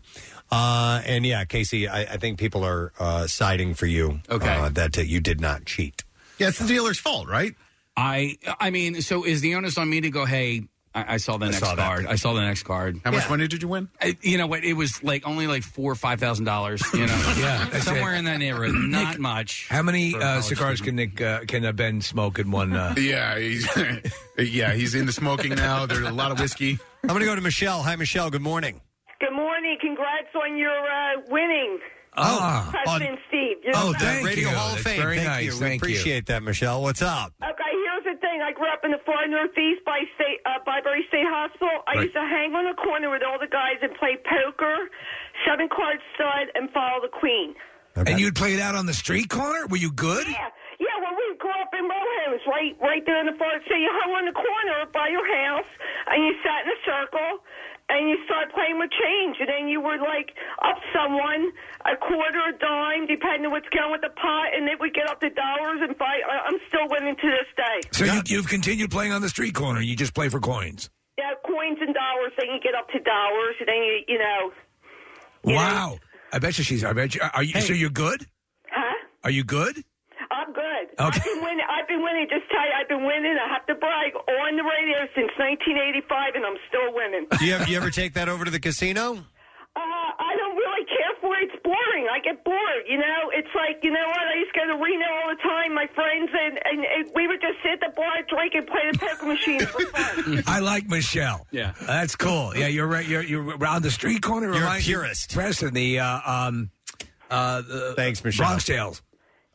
Uh, and yeah, Casey, I, I think people are uh, siding for you.
Okay.
uh, that uh, you did not cheat.
Yeah, it's the dealer's fault, right?
I I mean, so is the onus on me to go? Hey, I, I saw the
I
next
saw that.
card. I saw the next card.
How much money did you win?
I, you know what? It was like only like four or five thousand dollars. You know,
Yeah, that's
somewhere
it.
in that neighborhood. Not much.
How many
For a
uh,
college
cigars can Nick uh, can uh, Ben smoke in one? Uh...
yeah, he's, yeah, he's into smoking now. There's a lot of whiskey.
I'm going to go to Michelle. Hi, Michelle. Good morning.
Good morning. Congrats on your uh, winning.
Ah.
husband Steve. You're
Oh,
the
thank
best.
Radio Hall of Fame. thank you. We appreciate that, Michelle. What's up?
Okay, here's the thing. I grew up in the far northeast by state, uh, Byberry State Hospital. I
Right.
used to hang on the corner with all the guys and play poker, seven card stud, and follow the queen.
And you'd play it out on the street corner? Were you good?
Yeah, yeah. Well, we grew up in Wilhelms, right, right there in the far. So you hung on the corner by your house, and you sat in a circle, and you started playing with change, and then you were like up someone a quarter, a dime, depending what's going with the pot, and it would get up to dollars and five. I- I'm still winning to this day.
So you, you've continued playing on the street corner. You just play for coins.
Yeah, coins and dollars. Then you get up to dollars, and then you, you know,
Wow! I bet you she's. I bet you. Are you? So you're good?
huh?
Are you good?
I'm good.
Okay.
I've been winning. I've been winning. Just tell you, I've been winning. I have to brag on the radio since 1985, and I'm still winning.
Do you, have, you ever take that over to the casino?
Uh, I don't really care for it. It's boring. I get bored. You know, it's like you know what? I used to go to Reno all the time. My friends and and, and we would just sit at the bar, drink, and play the poker machine. For fun.
I like Michelle. Yeah, that's cool. Yeah, you're right. You're you're around the street corner.
You're a
reminds me-
purist.
Preston, the uh, um, uh, the
Thanks, Michelle.
Bronx Tales.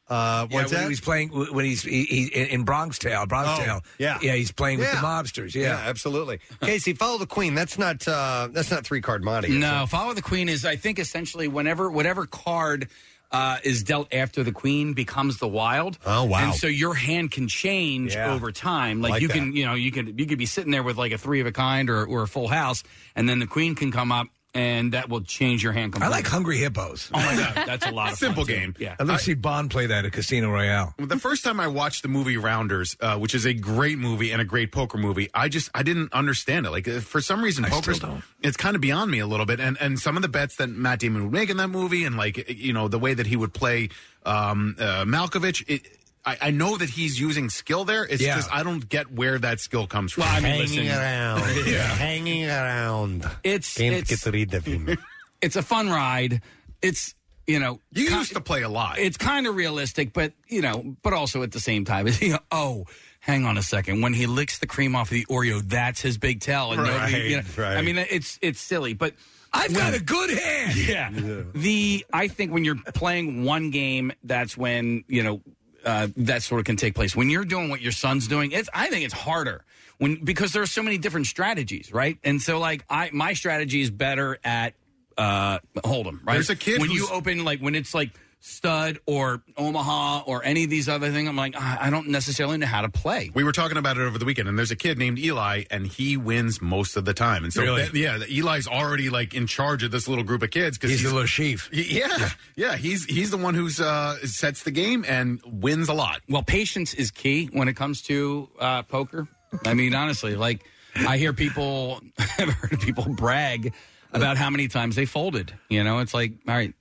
Uh, what's
yeah, when
that?
He's playing when he's he, he, in Bronx Tale. Bronx
Oh,
Tale.
yeah.
yeah. He's playing with
Yeah.
the mobsters. Yeah,
absolutely. Casey, follow the queen. That's not uh, that's not three card Monty. is
No,
it?
follow the queen is I think essentially whenever whatever card uh, is dealt after the queen becomes the wild.
Oh wow!
And so your hand can change
Yeah.
over time. Like,
Like
you
that.
can, you know, you could you could be sitting there with like a three of a kind or or a full house, and then the queen can come up. And that will change your hand. Completely. I like
hungry hippos.
Oh my god, that's a lot of
Simple
fun, too.
game.
Yeah,
I'd love to see Bond play that at Casino Royale.
The first time I watched the movie Rounders, uh, which is a great movie and a great poker movie, I just I didn't understand it. Like uh, for some reason,
I
poker's
still don't.
it's kind of beyond me a little bit. And and some of the bets that Matt Damon would make in that movie, and like you know the way that he would play um, uh, Malkovich. It, I, I know that he's using skill there. It's
Yeah.
just I don't get where that skill comes from.
hanging around, hanging around.
It's
Can't
it's-
get to read the film.
it's a fun ride. It's you know
you used to play a lot.
It's kind of realistic, but you know, but also at the same time, it's, you know, oh, hang on a second. When he licks the cream off of the Oreo, that's his big tell. And nobody, you know,
Right, right.
I mean, it's it's silly, but
I've got a good hand.
Yeah. The I think when you're playing one game, that's when you know uh, that sort of can take place. When you're doing what your son's doing, it's I think it's harder when because there are so many different strategies, right? And so like I my strategy is better at uh, hold'em, right?
There's a kid
when you
who's-
open like when it's like stud or Omaha or any of these other things. I'm like "Ah, I I don't necessarily know how to play.
We were talking about it over the weekend, and there's a kid named Eli, and he wins most of the time. And so,
Really?
that- yeah, Eli's already like in charge of this little group of kids because
He's the little chief.
Yeah, yeah, he's he's the one who's uh, sets the game and wins a lot.
Well, patience is key when it comes to uh, poker. I mean, honestly, like I hear people, I've heard people brag about how many times they folded. You know, it's like, all right,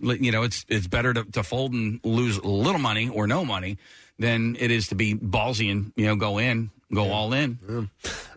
li- you know, it's it's better to, to fold and lose little money or no money than it is to be ballsy and you know go in, go all in.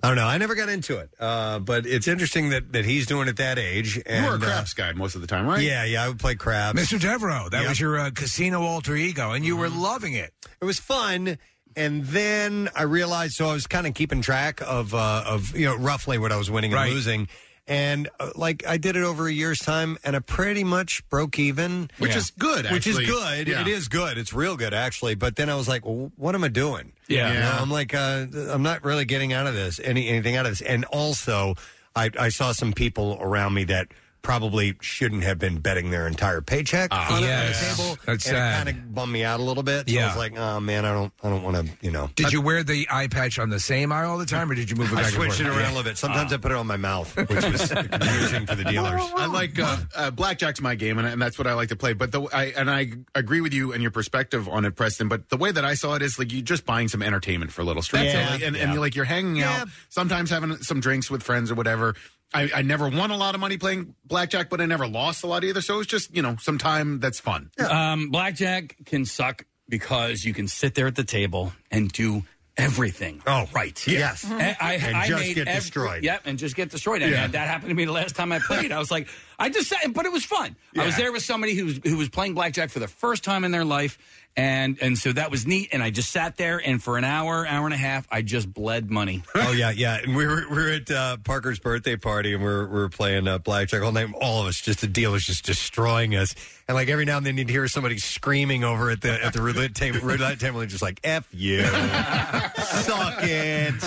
I don't know. I never got into it, uh, but it's interesting that, that he's doing it that age. And,
were a
uh,
craps guy most of the time, right?
Yeah, yeah. I would play craps.
Mr. Devereaux, that was your uh, casino alter ego, and you were
Mm-hmm.
loving it.
It was fun. And then I realized, so I was kind of keeping track of uh, of you know roughly what I was winning and
Right.
losing, and uh, like I did it over a year's time, and I pretty much broke even,
Which Yeah. is good,
which
actually.
is good.
Yeah.
It is good. It's real good actually. But then I was like, well, what am I doing?
Yeah.
You know,
Yeah.
I'm like, uh, I'm not really getting out of this any anything out of this. And also, I, I saw some people around me that probably shouldn't have been betting their entire paycheck on it on the
Ah, yes.
table.
That's
and
sad.
It kind of bummed me out a little bit. So I
Yeah.
was like, oh man, I don't, I don't want to, you know.
Did you wear the eye patch on the same eye all the time, or did you move it
I
back and
switched it
forth? Ah.
around a little bit. Uh, Sometimes I put it on my mouth, which was confusing for the dealers.
I like uh, uh, blackjack's my game, and, and that's what I like to play. But the I and I agree with you and your perspective on it, Preston. But the way that I saw it is like you're just buying some entertainment for a little stress,
Yeah.
and, and, you're like you're hanging out, sometimes having some drinks with friends or whatever. I, I never won a lot of money playing blackjack, but I never lost a lot either. So it's just you know some time that's fun.
Um, blackjack can suck because you can sit there at the table and do everything. Oh, right.
Yes.
And, I,
And
I
just
made
get
every-
destroyed.
Yep, and just get destroyed. And
Yeah.
that- that happened to me the last time I played. I was like, I just sat, but it was fun. I was
Yeah.
there with somebody who was, who was playing blackjack for the first time in their life. And and so that was neat. And I just sat there, and for an hour, hour and a half, I just bled money.
Oh yeah, yeah. And we were we were at uh, Parker's birthday party, and we were we were playing uh, blackjack all night. and All of us, just the dealers, just destroying us. And like every now and then, you'd hear somebody screaming over at the at the roulette table, roulette table, and just like "f you, suck it."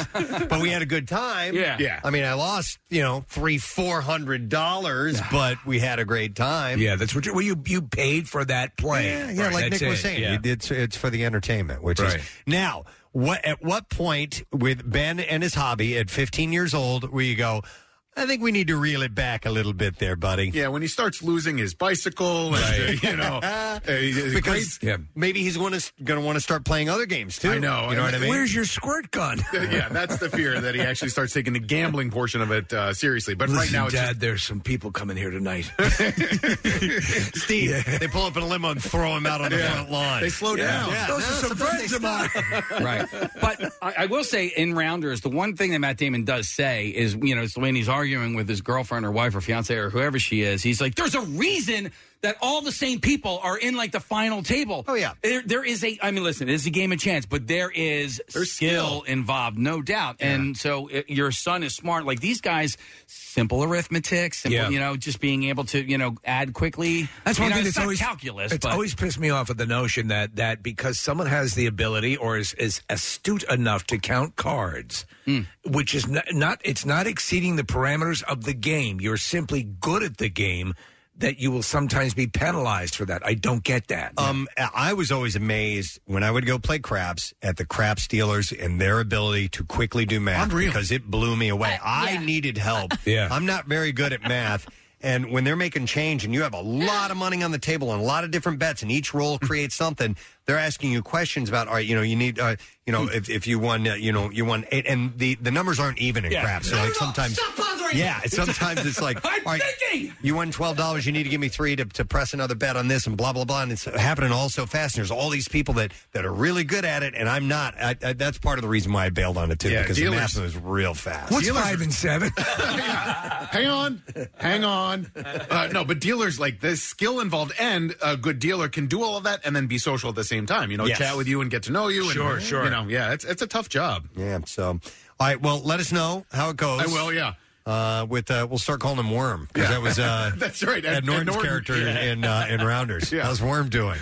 But we had a good time.
Yeah. Yeah.
I mean, I lost you know three four hundred dollars, but we had a great time.
Yeah, that's what you, well, you you paid for that play.
Yeah, yeah,
Right,
like
that's
Nick was
it,
saying,
yeah.
it- it's it's for the entertainment, which
Right.
is now. What at what point with Ben uh, and his hobby at 15 years old, where you go, I think we need to reel it back a little bit there, buddy.
Yeah, when he starts losing his bicycle, and, uh, you know, uh,
because maybe he's going to going to want to start playing other games too.
I know.
you know what I mean.
Where's your squirt gun?
yeah, that's the fear that he actually starts taking the gambling portion of it uh, seriously. But right
Listen,
now, it's
Dad,
just-
there's some people coming here tonight.
Steve? They pull up in a limo and throw him out on the
Yeah.
front lawn.
They slow
Yeah.
down.
Yeah.
Those
No,
are some
sometimes
friends
they
of mine.
right. But I, I will say in rounders, the one thing that Matt Damon does say is, you know, it's when he's arguing with his girlfriend or wife or fiance or whoever she is, he's like, there's a reason that all the same people are in like the final table. Oh, yeah. There, there is a, I mean, listen, it's a game of chance, but there is skill, involved, no doubt. And so it, your son is smart. Like these guys, simple arithmetic, simple,
Yeah.
you know, just being able to, you know, add quickly.
That's
You
one
know,
thing
it's
that's
not
always
calculus.
It's
but
always pissed me off at the notion that that because someone has the ability or is, is astute enough to count cards,
Hmm.
which is not, not it's not exceeding the parameters of the game. You're simply good at the game. that you will sometimes be penalized for that. I don't get that.
Um, I was always amazed when I would go play craps at the craps dealers and their ability to quickly do math because it blew me away. I needed help.
Yeah.
I'm not very good at math. And when they're making change and you have a lot of money on the table and a lot of different bets and each roll creates something, they're asking you questions about, all right, you know, you need, uh, you
Hmm.
know, if, if you won, uh, you know, you won eight and the, the numbers aren't even in
Yeah.
craps. So
No,
like
no, no.
sometimes,
Stop bothering me.
yeah, sometimes it's like,
I'm
all right, you won twelve dollars. You need to give me three to, to press another bet on this and blah blah blah. And it's happening all so fast. And there's all these people that that are really good at it, and I'm not. I, I, that's part of the reason why I bailed on it too,
Yeah,
because the
dealers-
math was real fast.
What's Dealers- five
and seven?
hang on, hang on. Uh, no, but dealers like this skill involved, and a good dealer can do all of that and then be social at the same time. You know,
Yes.
chat with you and get to know you. And,
Sure, sure.
You know, yeah, it's it's a tough job.
Yeah. So, all right. Well, let us know how it goes.
I will, yeah.
Uh, with uh, we'll start calling him Worm because that was uh,
That's right, Ed-
Ed,
Ed
Norton's
Norton.
character
Yeah.
in uh, in Rounders. How's Worm doing?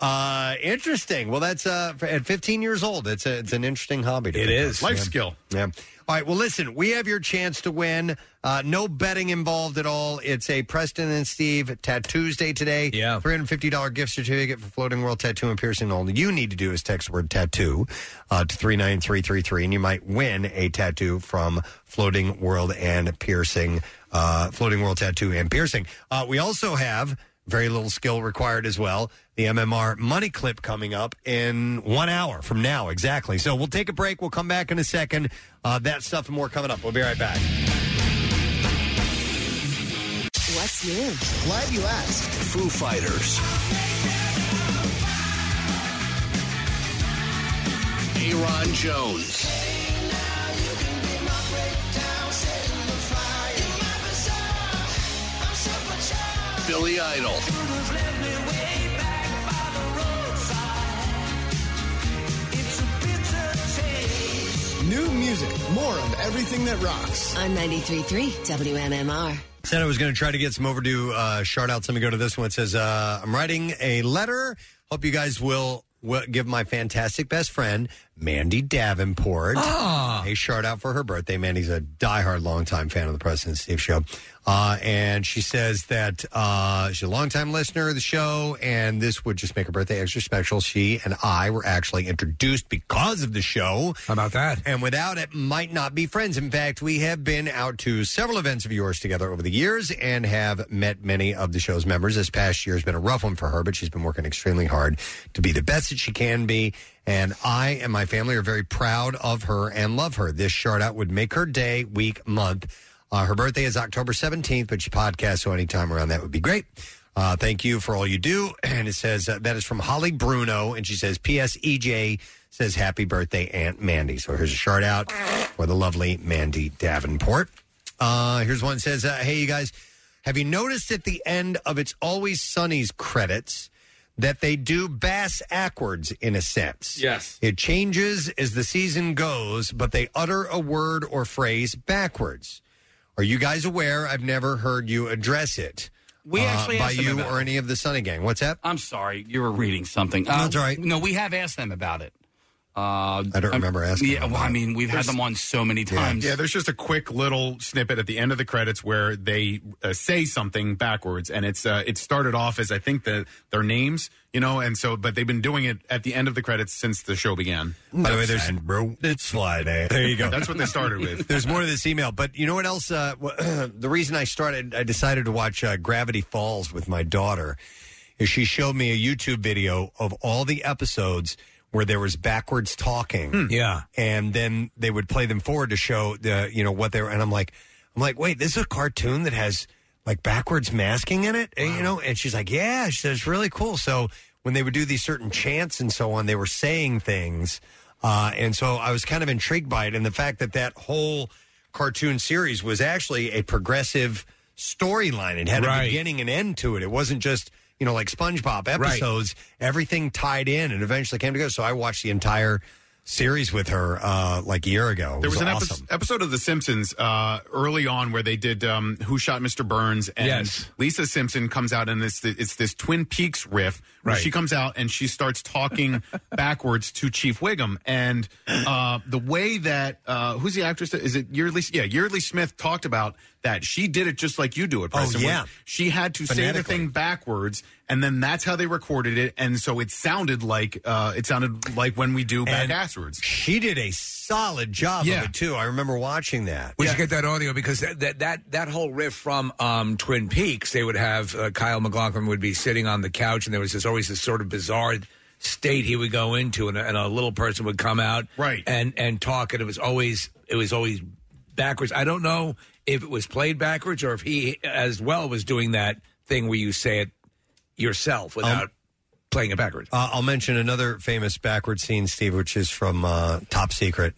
Uh, interesting. Well, that's uh, for- at 15 years old. It's a, it's an interesting hobby. To
It
pick
is.
up.
Life
Yeah.
skill.
Yeah. All right. Well, listen, we have your chance to win. Uh, no betting involved at all. It's a Preston and Steve Tattoos Day today. Yeah. Three hundred fifty dollar gift certificate for Floating World Tattoo and Piercing. All you need to do is text word tattoo uh, to three nine three three three, and you might win a tattoo from Floating World and Piercing. Uh, Floating World Tattoo and Piercing. Uh, we also have very little skill required as well. The MMR money clip coming up in one hour from now, exactly. So we'll take a break. We'll come back in a second. Uh, that stuff and more coming up. We'll be right back.
What's new? Glad you asked.
Foo Fighters. Aaron Jones. Billy Idol.
New music, more of everything that rocks. On 93.3 WMMR.
Said I was going to try to get some overdue uh, shout outs. Let me go to this one. It says, uh, I'm writing a letter. Hope you guys will will give my fantastic best friend, Mandy Davenport, a shout out for her birthday. Mandy's a diehard, longtime fan of the President Steve Show. Uh, and she says that uh, she's a longtime listener of the show, and this would just make her birthday extra special. She and I were actually introduced because of the show. How
about that?
And without it, might not be friends. In fact, we have been out to several events of yours together over the years and have met many of the show's members. This past year has been a rough one for her, but she's been working extremely hard to be the best that she can be. And I and my family are very proud of her and love her. This shout out would make her day, week, month. Uh, her birthday is October 17th, but she podcasts, so anytime around that would be great. Uh, thank you for all you do. And it says uh, that is from Holly Bruno. And she says, P.S. EJ says, Happy birthday, Aunt Mandy. So here's a shout out for the lovely Mandy Davenport. Uh, here's one that says, uh, Hey, you guys, have you noticed at the end of It's Always Sunny's credits that they do bass backwards in a sense?
Yes.
It changes as the season goes, but they utter a word or phrase backwards. Are you guys aware? I've never heard you address it. uh,
We actually
by
asked them
you
about-
or any of the Sunny Gang. What's that?
I'm sorry, you were reading something. Um,
No, it's all right.
No, we have asked them about it. Uh,
I don't remember asking
Yeah,
them
well, I
about it.
mean, we've
There's-
had them on so many times.
Yeah, there's just a quick little snippet at the end of the credits where they uh, say something backwards, and it's uh, it started off as I think the their names, you know, and so but they've been doing it at the end of the credits since the show began.
By the way, there's bro. It's slide. eh? There you go.
That's what they started with.
There's more to this email, but you know what else? Uh, w- the reason I started, I decided to watch uh, Gravity Falls with my daughter, is she showed me a YouTube video of all the episodes where there was backwards talking.
Hmm.
Yeah.
and then they would play them forward to show the you know what they were and i'm like i'm like wait this is a cartoon that has like backwards masking in it and, you know and she's like yeah she said it's really cool so when they would do these certain chants and so on they were saying things uh, and so i was kind of intrigued by it and the fact that that whole cartoon series was actually a progressive storyline it had a
Right.
beginning and end to it it wasn't just you know like spongebob episodes everything tied in and eventually came together so i watched the entire series with her uh, like a year ago. It
There was an epi-
awesome.
episode of The Simpsons uh, early on where they did um, "Who Shot Mr. Burns," and
Yes.
Lisa Simpson comes out and this it's this Twin Peaks riff where
Right.
she comes out and she starts talking backwards to Chief Wiggum, and uh, the way that uh, who's the actress? that- Is it Yearly? Yeah, Yearly Smith talked about that. She did it just like you do it,
Oh,
Preston. where
yeah.
She had to say the
Phonetically.
thing backwards, and then that's how they recorded it, and so it sounded like uh, it sounded like when we do back
And
asswards.
She did a solid job
Yeah.
of it too. I remember watching that.
We should get that audio because that that that, that whole riff from um, Twin Peaks, they would have uh, Kyle McLaughlin would be sitting on the couch, and there was this always this sort of bizarre state he would go into, and a, and a little person would come out, right, and and talk, and it was always it was always backwards. I don't know if it was played backwards or if he as well was doing that thing where you say it yourself without playing it backwards.
Uh, I'll mention another famous backward scene, Steve, which is from uh, Top Secret.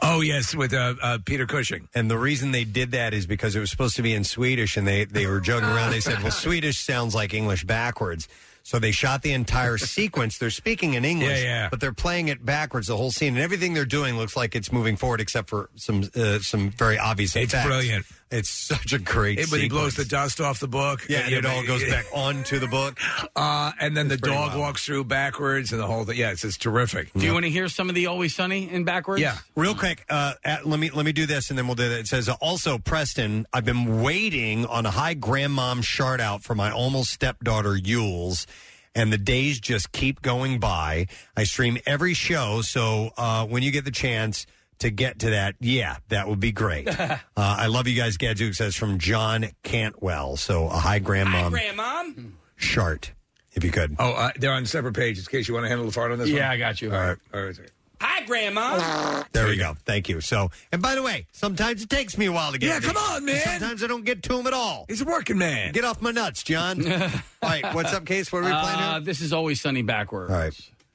Oh yes, with uh, uh, Peter Cushing.
And the reason they did that is because it was supposed to be in Swedish, and they they were joking around. They said, "Well, Swedish sounds like English backwards." So they shot the entire sequence. They're speaking in English,
Yeah, yeah.
but they're playing it backwards the whole scene, and everything they're doing looks like it's moving forward, except for some uh, some very obvious.
It's
effects.
brilliant.
It's such a great.
It- but he blows
sequence.
the dust off the book.
Yeah, and it all goes back onto the book.
Uh, and then
It's
the
pretty
dog
wild.
walks through backwards and the whole thing. Yeah, it's, it's terrific.
Do you want to hear some of the Always Sunny in backwards?
Yeah, real quick. Uh, at, let me let me do this, and then we'll do that. It says uh, also, Preston. I've been waiting on a high grandmom shard out for my almost stepdaughter Yule's, and the days just keep going by. I stream every show, so uh, when you get the chance to get to that, yeah, that would be great. uh, I love you guys, Gadzook says from John Cantwell. So a high grandmom
Grandmom?
shart, if you could.
Oh, uh, they're on separate pages in case you want to handle the fart on this one.
Yeah,
I got you.
All right. All right.
Hi, Grandma.
There we go. Thank you. So, and by the way, sometimes it takes me a while to get.
Yeah,
to these.
come on, man.
Sometimes I don't get to him at all.
He's a working man.
Get off my nuts, John. all right, what's up, Case? What are we playing
Uh, this is Always Sunny backwards.
All right.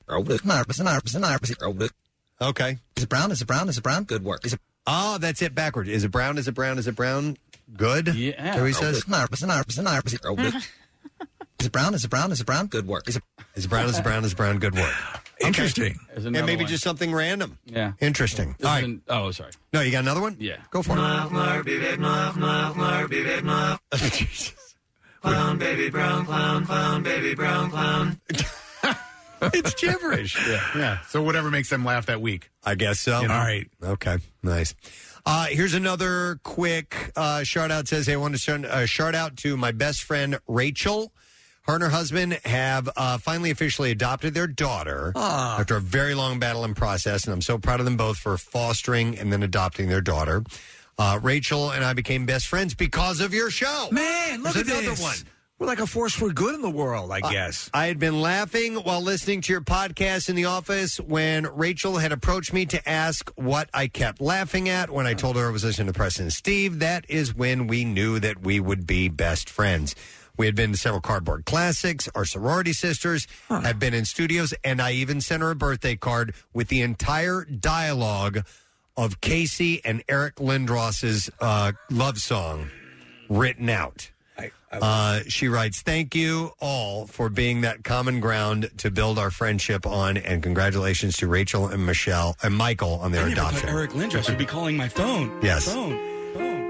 here? Okay. Is it brown? Is it brown? Is it brown? Good work. Is it? Oh, that's it. Backwards. Is it brown? Is it brown? Is it brown? Good. Yeah. he says. Is it brown? Is it brown? Is it brown? Good work. Is it? Is it brown? Is it brown? Is it brown? Good work.
Interesting.
And maybe just something random.
Yeah.
Interesting.
All right. oh, sorry.
No, you got another one? Yeah. Go for it.
Clown baby brown clown clown baby brown clown.
it's gibberish.
Yeah. yeah. So whatever makes them laugh that week.
I guess so.
You know?
All right. Okay. Nice. Uh, here's another quick uh, shout out. Says, "Hey, I want to send a shout out to my best friend Rachel. Her and her husband have uh, finally officially adopted their daughter
Ah.
after a very long battle and process, and I'm so proud of them both for fostering and then adopting their daughter. Uh, Rachel and I became best friends because of your show.
Man, look
There's
at
another
this.
one.
We're like a force for good in the world, I guess.
I had been laughing while listening to your podcast in the office when Rachel had approached me to ask what I kept laughing at when I told her I was listening to Preston and Steve. That is when we knew that we would be best friends. We had been to several cardboard classics. Our sorority sisters have been in studios, and I even sent her a birthday card with the entire dialogue of Casey and Eric Lindros's uh, love song written out. Uh, she writes, Thank you all for being that common ground to build our friendship on, and congratulations to Rachel and Michelle and Michael on their adoption.
Eric Lindros would be calling my phone.
Yes.
Phone.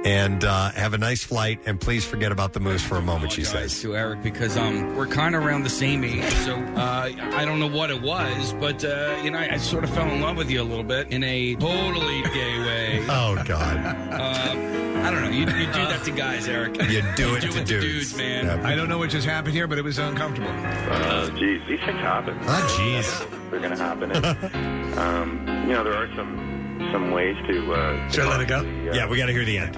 And uh, have a nice flight, and please forget about the moose for a moment, she says.
To Eric because um we're kind of around the same age, so uh, I don't know what it was, but uh, you know I, I sort of fell in love with you a little bit in a totally gay way.
Oh, God.
Uh, I don't know. You, you do that to guys, Eric.
You do
do
it to
it to dudes, man.
I don't know what just happened here, but it was uncomfortable.
Uh, geez, these things happen.
Oh, Ah, jeez.
They're going to happen. And, um, you know, there are some some ways to. Uh,
Should I let it go?
possibly, uh,
Yeah, we got to hear the end.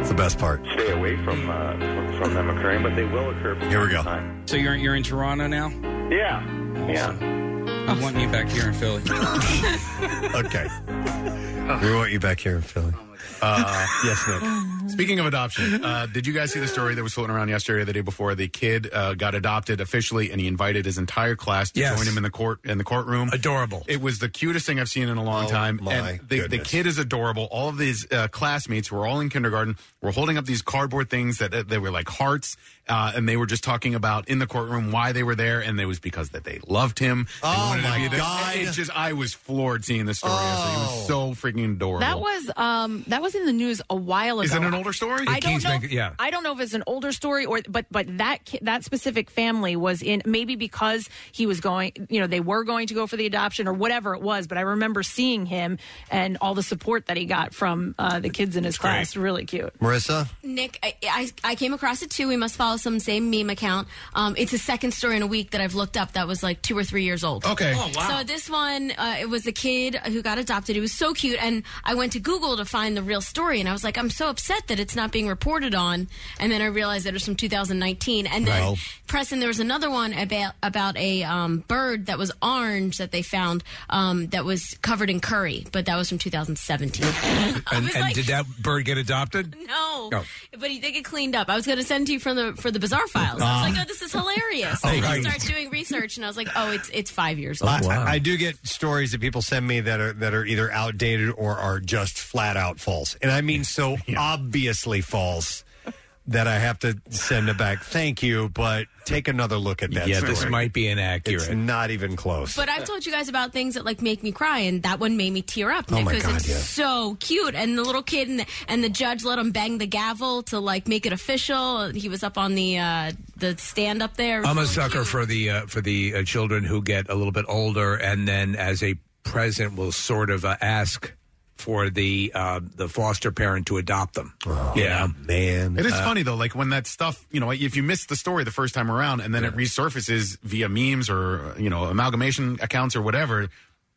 It's the best part.
Stay away from, uh, from from them occurring, but they will occur.
Here we go.
So you're you're in Toronto now.
Yeah.
Yeah. I want you back here in Philly.
okay. We want you back here in Philly.
Uh,
yes,
Nick. Speaking of adoption, uh, did you guys see the story that was floating around yesterday or the day before? The kid uh, got adopted officially, and he invited his entire class to
Yes.
join him in the court in the courtroom.
Adorable.
It was the cutest thing I've seen in a long
Oh,
time.
my
and the, the
goodness.
kid is adorable. All of these uh, classmates who are all in kindergarten were holding up these cardboard things that uh, they were like hearts, uh, and they were just talking about in the courtroom why they were there, and it was because that they loved him. They
Oh,
wanted to
my
be there.
God. Oh.
It's just I was floored seeing this story. yesterday. It was so freaking adorable.
That was um that was in the news a while ago.
Is it an an older story?
I don't know. I don't know if it's an older story or, but but that ki- that specific family was in maybe because he was going, you know, they were going to go for the adoption or whatever it was. But I remember seeing him and all the support that he got from uh, the kids in his class. Really cute.
Marissa?
Nick, I, I, I came across it too. We must follow some same meme account. Um, it's the second story in a week that I've looked up that was like two or three years old.
Okay. Oh, wow.
So this one, uh, it was a kid who got adopted. It was so cute. And I went to Google to find the real story. And I was like, I'm so upset that it's not being reported on. And then I realized that it was from 2019. And then,
Well.
Preston, there was another one about, about a um, bird that was orange that they found um, that was covered in curry, but that was from 2017.
And, and did that bird get adopted? Oh,
No.
No.
But he did get cleaned up. I was going to send to you from the for the bizarre files. I was
Ah.
like, oh, this is hilarious.
Oh,
I
right.
started doing research, and I was like, oh, it's it's five years old.
I, I- I do get stories that people send me that are that are either outdated or are just flat out false, and I mean so obviously false that I have to send it back. Thank you, but take another look at that.
Yeah, this
story.
might be inaccurate.
It's not even close.
But I've told you guys about things that like make me cry, and that one made me tear up
Oh, my
because
God,
it's
yeah.
so cute. And the little kid and the, and the judge let him bang the gavel to like make it official. He was up on the uh, the stand up there. It was
I'm a
really
sucker for the uh, for the uh, children who get a little bit older, and then as a present, will sort of uh, ask for the uh, the foster parent to adopt them. yeah,
Oh, man,
It is
Uh,
funny though, like when that stuff, you know, if you miss the story the first time around and then it resurfaces via memes or you know amalgamation accounts or whatever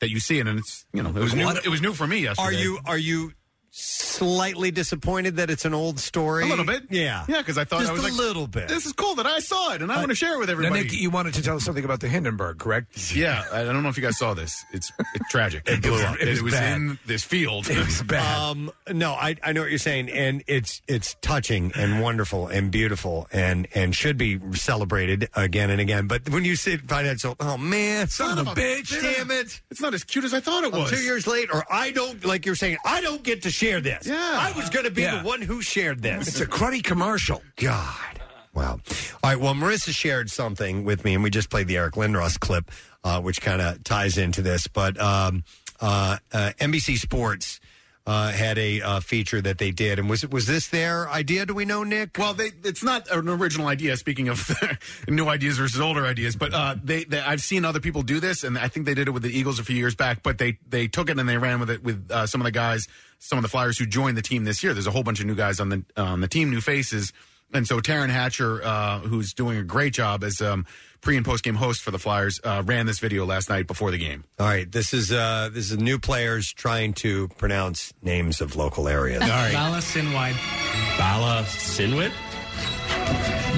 that you see it and it's you know it was new.
What-
It was new for me yesterday.
Are you are you slightly disappointed that it's an old story?
a little bit?
yeah,
yeah, because I thought
just
I was
a
like,
little bit.
This is cool that I saw it and I
Uh,
want to share it with
now,
everybody.
Nick,
you wanted to tell us something about the Hindenburg, correct?
Yeah, I don't know if you guys saw this. It's, it's tragic. It
blew
was,
up.
It,
It was
was
bad.
in this field.
Um, no, I, I know what you're saying, and it's it's touching and wonderful and beautiful and and should be celebrated again and again. But when you sit find out, so oh man, son of a bitch, damn it!
It's not as cute as I thought it
I'm
was.
two years late, or I don't like you're saying I don't get to share this. Yeah, I was going to be the one who shared this.
It's a cruddy commercial.
God, wow. All right, well, Marissa shared something with me, and we just played the Eric Lindros clip, uh, which kind of ties into this. But um, uh, uh, NBC Sports. Uh, had a uh, feature that they did, and was was this their idea? Do we know, Nick?
Well, they, it's not an original idea. Speaking of new ideas versus older ideas, but uh, they, they I've seen other people do this, and I think they did it with the Eagles a few years back. But they they took it and they ran with it with uh, some of the guys, some of the Flyers who joined the team this year. There's a whole bunch of new guys on the on the team, new faces. And so Taryn Hatcher, uh, who's doing a great job as um, pre and post game host for the Flyers, uh, ran this video last night before the game.
All right, this is uh, this is new players trying to pronounce names of local areas. All right,
Bala Sinwid. Bala Sinwid?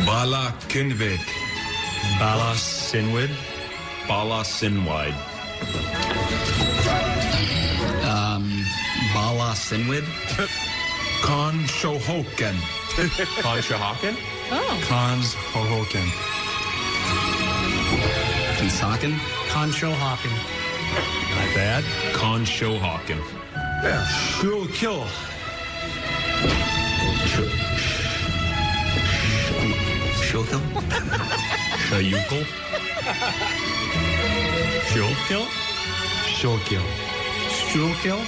Bala Kindvik. Bala Sinwid. Bala Sinwid. Um, Bala Sinwid. Con Shohoken. Con Shohoken?
Oh.
Cons Hohoken. Kansaken? Con Shohoken. Not bad. Con Shohoken. Yeah. Shul Kill. Shulkil? Shayukil? Shulkil? Shulkil. Shulkil?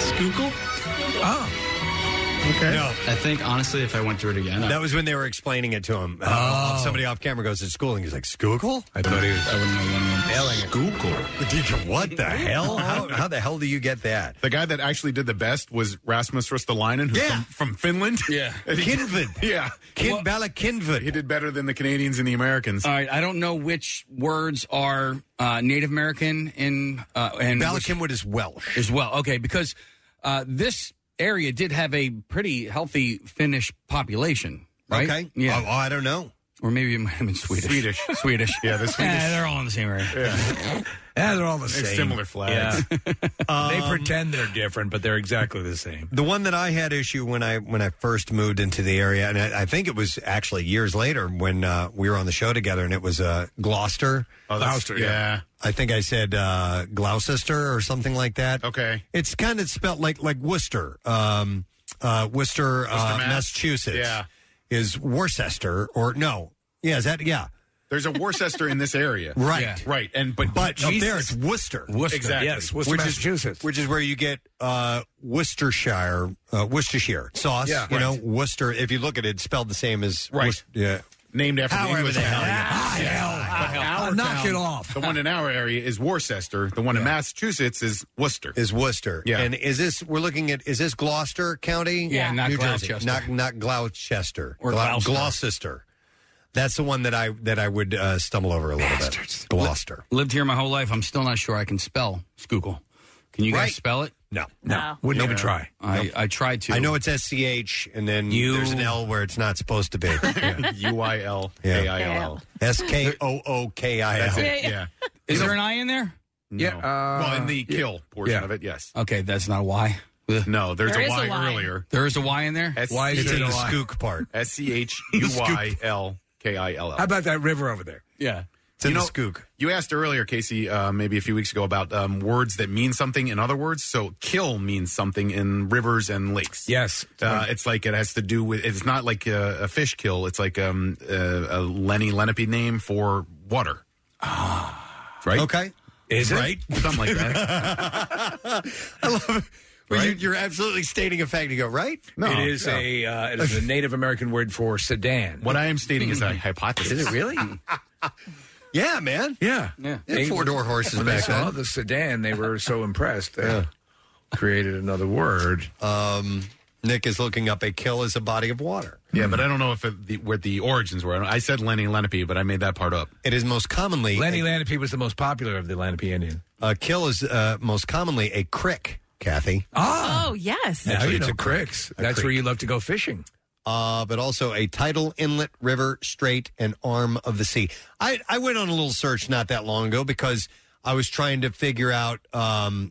Skookle?
Oh.
Ah. Okay. I think, honestly, if I went through it again, I-
that was when they were explaining it to him. Uh, somebody off camera goes to school and he's like, "Schuylkill."
Oh. I thought he was. I wouldn't know
Schuylkill. What the hell? How, how the hell do you get that?
The guy that actually did the best was Rasmus Ristolainen, who's
Yeah.
from, from Finland. Yeah.
Kinvid.
Yeah.
Kin- Bala Kinvid.
He did better than the Canadians and the Americans.
All right, I don't know which words are uh, Native American in uh, and
Balakinwood is Welsh
as well. Okay, because uh, this area did have a pretty healthy Finnish population, right?
Okay.
yeah.
Oh, oh, I don't know,
or maybe it might have been Swedish.
Swedish,
Swedish.
Yeah, the Swedish-
they're all in the same area.
Yeah.
Yeah, they're all the
They're
same.
similar flags. Um,
Yeah. they pretend they're different, but they're exactly the same.
The one that I had issue when I when I first moved into the area, and I, I think it was actually years later when uh, we were on the show together, and it was uh, Gloucester.
Oh, that's- Gloucester, yeah. yeah.
I think I said uh, Gloucester or something like that.
Okay,
it's kind of spelled like like Worcester, um, uh, Worcester, uh,
Mass.
Massachusetts.
Yeah.
is Worcester or no? Yeah, is that yeah?
There's a Worcester in this area,
Right.
Yeah. Right, and but oh,
But up there
Jesus-
it's Worcester.
Worcester, exactly. Yes, Worcester,
which
Massachusetts.
Is, which is where you get uh, Worcestershire, uh, Worcestershire sauce.
Yeah.
you know,
Right.
Worcester. If you look at it, it's spelled the same as
Right.
Worc- yeah.
named after the
However
English
the
town.
hell.
Ah, hell. Our
knock
town,
it off.
The one in our area is Worcester. The one in Massachusetts is Worcester.
Is Worcester.
Yeah.
And is this we're looking at is this Gloucester County?
Yeah, not
New Jersey.
Gloucester.
Not not Gloucester.
Or
Glou-
Gloucester.
Gloucester. That's the one that I that I would uh, stumble over a little bit. Gloucester.
Lived here my whole life. I'm still not sure I can spell Schuylkill. Can you
Right.
guys spell it?
No.
No.
Wouldn't
Nope.
even try.
I,
Nope.
I tried to.
I know it's S C H and then
You-
there's an L where it's not supposed to be.
U I L
Yeah.
K I L L.
S K O O K I
That's
L.
it. Yeah.
Is there an I in there?
Yeah. well, in the kill portion of it, yes.
Okay, that's not a Y.
No, there's
There
a
is
Y
a Y.
earlier.
There is a Y in there?
S-
Why is
it's
there
in
a
the
Y?
skook
part.
S C H U Y L K I L L.
How about that river over there?
Yeah.
It's
in the
skook.
You asked earlier, Casey, uh, maybe a few weeks ago, about um, words that mean something in other words. So, kill means something in rivers and lakes.
Yes.
Uh, it's like it has to do with. It's not like a, a fish kill. It's like um, a, a Lenny Lenape name for water. Right.
Ah. Okay.
Is
it?
right? Something like that.
I love it. Well, you, you're absolutely stating a fact. You go right.
it is a uh, it is a Native American word for sedan. Hmm.
What I am stating is a hypothesis.
Is it really?
yeah, man.
Yeah,
Yeah.
They had four-door horses
When they
back
saw
then.
the sedan, they were so impressed. They created another word.
Um, Nick is looking up a kill as a body of water.
Yeah, but I don't know if it, the, where the origins were. I, don't- I said Lenny Lenape, but I made that part up.
It is most commonly
Lenny Lenape was the most popular of the Lenape Indian.
A kill is uh, most commonly a crick, Kathy.
Ah!
Oh, yes.
Actually,
Now Ah. you
it's
know
a creek.
cricks.
A
That's where
creek.
you love to go fishing.
Uh, but also a tidal inlet, river, strait, and arm of the sea. I, I went on a little search not that long ago because I was trying to figure out um,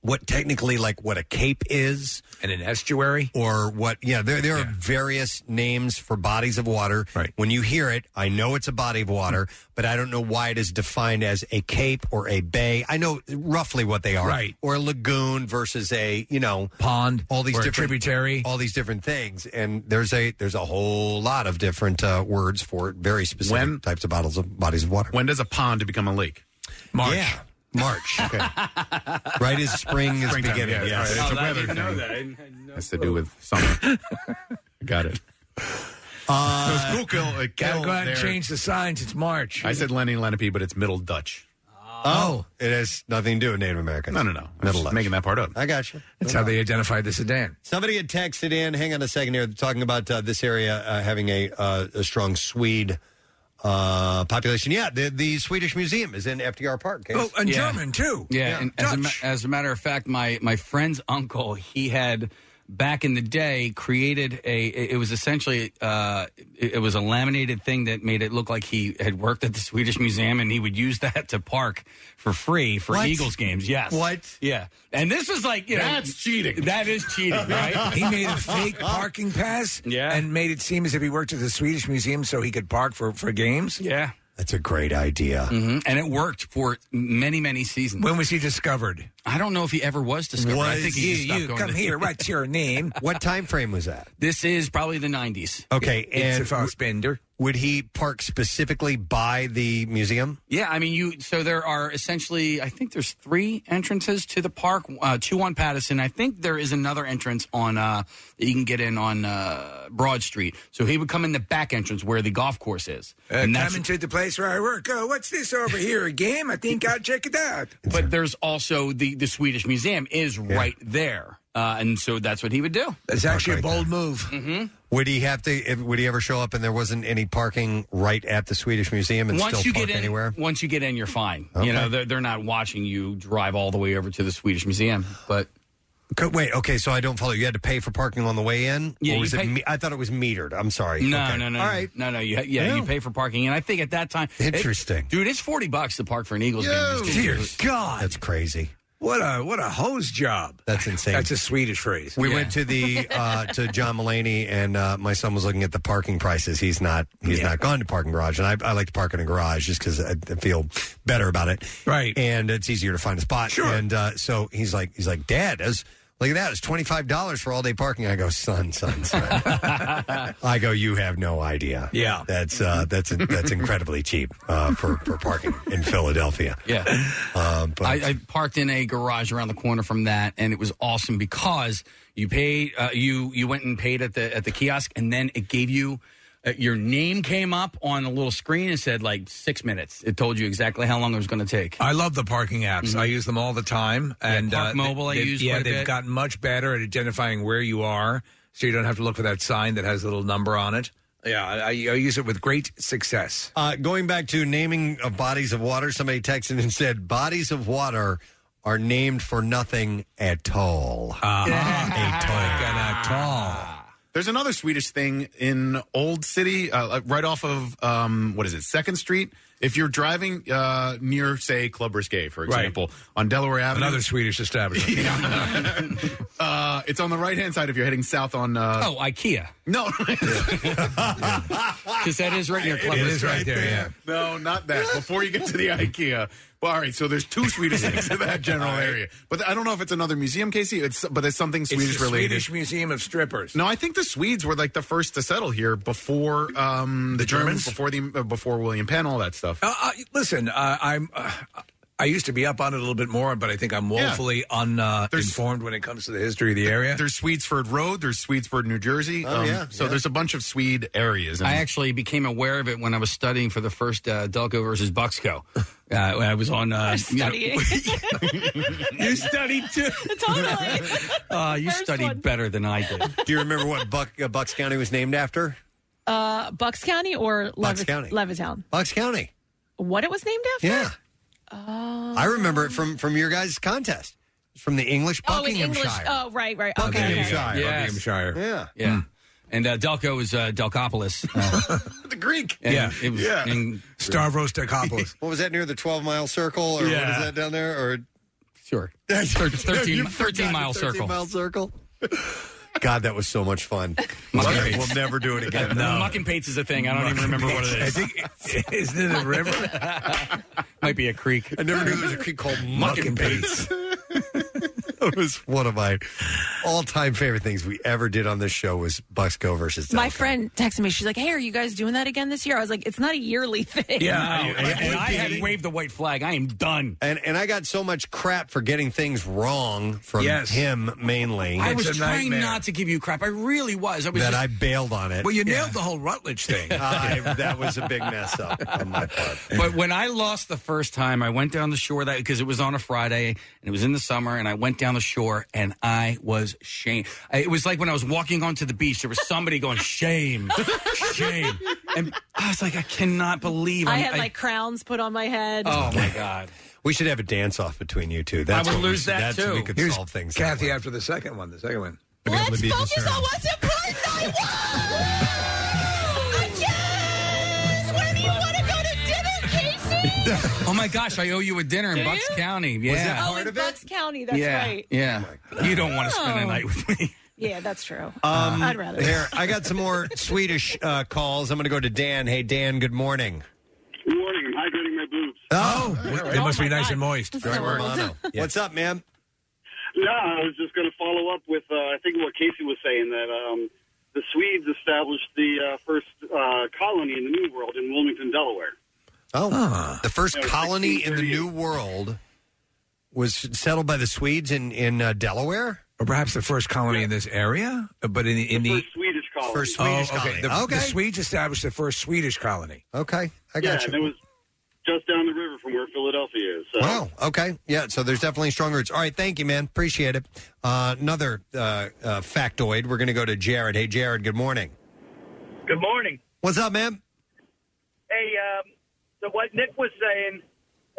what technically, like, what a cape is.
And an estuary?
Or what, yeah, there, there are various names for bodies of water. Right. When you hear it, I know it's a body of water, but I don't know why it is defined as a cape or a bay. I know roughly what they are.
Right.
Or a lagoon versus a, you know,
pond.
All these
or a
different
tributary.
All these different things, and there's a there's a whole lot of different uh, words for very specific
When-
types of bottles of bodies of water.
When does a pond become a lake?
March. March. Right as spring is
Springtime,
beginning.
yeah,
yes.
Oh,
all right, it's a weather thing. Has to do with summer. Got it.
Uh,
so Schuylkill, uh,
Gotta
kill
go out and
there-
change the signs. It's March.
I said Lenny Lenape, but it's Middle Dutch.
Oh, it has nothing to do with Native Americans.
No, no, no. I'm
Middle
just
Dutch.
making that part up.
I got you.
That's how they identify the sedan.
Somebody had texted in. Hang on a second here. Talking about uh, this area uh, having a uh, a strong Swede uh, population. Yeah, the, the Swedish Museum is in FDR Park. Case.
Oh, and German too.
Yeah, and as a, ma- as a matter of fact, my my friend's uncle he had back in the day created a. It it was essentially uh, it, it was a laminated thing that made it look like he had worked at the Swedish Museum, and he would use that to park for free for
What?
Eagles games. Yes,
What?
Yeah, and this is like you know,
That's cheating.
That is cheating, right?
he made a fake parking pass
Yeah.
and made it seem as if he worked at the Swedish Museum so he could park for, for games. Uh,
Yeah.
That's a great idea.
hmm And it worked for many, many seasons.
When was he discovered?
I don't know if he ever was discovered. I think he just
you,
stopped
you
going
come
to-
here. What's your name?
What time frame was that?
This is probably the nineties.
Okay,
It's
and
a fast spender.
would he park specifically by the museum?
Yeah, I mean, you. So there are essentially, I think there's three entrances to the park. Uh, two on Patterson. I think there is another entrance on uh, that you can get in on uh, Broad Street. So he would come in the back entrance where the golf course is,
Uh, coming to the place where I work. Oh, what's this over here? A game? I think I'll check it out.
But there's also the the Swedish Museum is right there, uh, and so that's what he would do. Mm-hmm.
That's actually a bold move.
Would he have to? if- Would he ever show up and there wasn't any parking right at the Swedish Museum and
once
still
you
park
get in,
anywhere?
once you get in, you're fine.
Okay.
You know, they're, they're not watching you drive all the way over to the Swedish Museum. But
Co- Wait, okay, so I don't follow. You had to pay for parking on the way in,
Yeah,
or
you
was
pay-
it? Me- I thought it was metered. I'm sorry.
No,
Okay.
no, no,
All
no.
right.
no, no. You, yeah,
Yeah.
you pay for parking, and I think at that time, it-
Interesting.
dude. It's forty bucks to park for an Eagles game. It's
Dear
ridiculous.
God.
That's crazy.
What a what a hose job.
That's insane.
That's a Swedish phrase.
we went to the uh, to John Mulaney, and uh, my son was looking at the parking prices. He's not he's not gone to parking garage, and I, I like to park in a garage just because I, I feel better about it.
Right.
and it's easier to find a spot. Sure. And uh, so he's like he's like, Dad, as Look at that. It's $25 for all day parking. I go, son, son, son. I go, you have no idea.
Yeah.
That's uh, that's that's incredibly cheap uh, for, for parking in Philadelphia.
Yeah.
Uh, but
I, I parked in a garage around the corner from that, and it was awesome because you paid, uh, you you went and paid at the at the kiosk, and then it gave you uh, your name came up on a little screen and said like six minutes. It told you exactly how long it was going to take.
I love the parking apps. I use them all the time, and uh,
Park Mobile I
they've-
use
Yeah,
quite a
they've
bit.
gotten much better at identifying where you are, so you don't have to look for that sign that has a little number on it. Yeah, I, I use it with great success.
Uh, going back to naming of bodies of water, somebody texted and said, "Bodies of water are named for nothing at all."
Ah.
Ah. There's another Swedish thing in Old City, uh, like right off of um, what is it, Second Street. If you're driving uh, near, say, Club Risque, for
Right.
example, on Delaware Avenue,
Another Swedish establishment.
uh, it's on the right hand side if you're heading south on. Uh,
oh, IKEA.
No,
because that is right near Club
It is
Risque.
right there. Yeah. No, not that. Before you get to the IKEA. Well, all right. So there's two Swedish things in that general area, but I don't know if it's another museum, Casey. It's but it's something
It's the
Swedish related.
Swedish Museum of Strippers.
No, I think the Swedes were like the first to settle here before um, the, Germans, before the uh, before William Penn, all that stuff.
Uh, uh, listen, uh, I'm. Uh, I used to be up on it a little bit more, but I think I'm woefully un uh, informed when it comes to the history of the area.
There's Swedesford Road. There's Swedesford, New Jersey.
Um,
Oh, yeah,
So
yeah.
there's a bunch of Swede areas.
I actually became aware of it when I was studying for the first uh, Delco versus Bucksco. Uh, I was on uh, you know- you studied too.
Totally.
uh, you studied better than I did.
Do you remember what Buck, uh, Bucks County was named after?
Uh, Bucks County or
Bucks
Levi-
County.
Levittown?
Bucks County.
What it was named after?
Yeah.
Oh.
I remember it from from your guys' contest. It's from the English
Oh, it's
Buckinghamshire.
English. Oh, right, right. Okay.
Buckinghamshire.
Buckinghamshire.
Yeah.
Yeah. And uh, Delco was uh, Delcopolis. Uh,
the Greek.
and It was
Yeah.
in-
Stavros Decapolis.
What was that near the 12 mile circle or what
Yeah.
is that down there or
Sure. Thir- 13
You've
13 mile
forgotten 13
circle.
mile circle. God, that was so much fun.
Mucking
we'll never do it again.
No. Mucking Pates is a thing. I don't even remember what it is.
I
think isn't it a river?
Might be a creek.
I never knew there was a creek called Mucking
Pates.
That was one of my all-time favorite things we ever did on this show was Bucksco versus.
My friend texted me. She's like, "Hey, are you guys doing that again this year?" I was like, "It's not a yearly thing."
No,
Oh,
and, and I had waved the white flag. I am done.
And and I got so much crap for getting things wrong from
Yes.
him mainly.
I was trying not to give you crap. I really was. I was
that
just,
I bailed on it.
Well, you nailed
the whole Rutledge thing.
I, Uh, that was a big mess up on my part.
but when I lost the first time, I went down the shore that because it was on a Friday and it was in the summer, and I went down the shore and I was shame. I- It was like when I was walking onto the beach, there was somebody going shame, shame, and I was like, I cannot believe
I
I'm-
had like crowns put on my head.
Oh my god.
We should have a dance off between you two. That's
I would
what we
lose
should-
that,
that's
too.
We could
Here's
solve things.
Kathy after the second one. The second one.
Let's focus on
what's important. I won. I guess. Where do you want to go to dinner, Casey?
oh my gosh, I owe you a dinner in
Do
Bucks
you?
County. Yeah.
Was that
oh, in Bucks County. That's
yeah.
right.
Yeah.
Oh
You don't want to spend the night with
Yeah, that's true.
Um,
I'd rather.
Here, I got some more Swedish uh, calls. I'm going to go to Dan. Hey, Dan. Good morning.
Good morning. I'm hydrating my boobs.
Oh,
they must be nice and moist.
Great Romano. What's up, man?
No, I was just going to follow up with uh, I think what Casey was saying that um, the Swedes established the uh, first uh, colony in the New World in Wilmington, Delaware.
Oh, the first
Yeah,
colony in the New World was settled by the Swedes in in uh, Delaware.
Or perhaps the first colony in this area, uh, but in the, in the,
Swedish colony.
First Swedish
oh, okay.
colony.
The,
Okay.
the Swedes established the first Swedish colony.
Okay, I got
yeah,
you.
and it was just down the river from where Philadelphia is. So.
Wow. Okay. Yeah. So there's definitely strong roots. All right. Thank you, man. Appreciate it. Uh, another uh, uh, factoid. We're going to go to Jared. Hey, Jared. Good morning.
Good morning.
What's up, man?
Hey, um, so what Nick was saying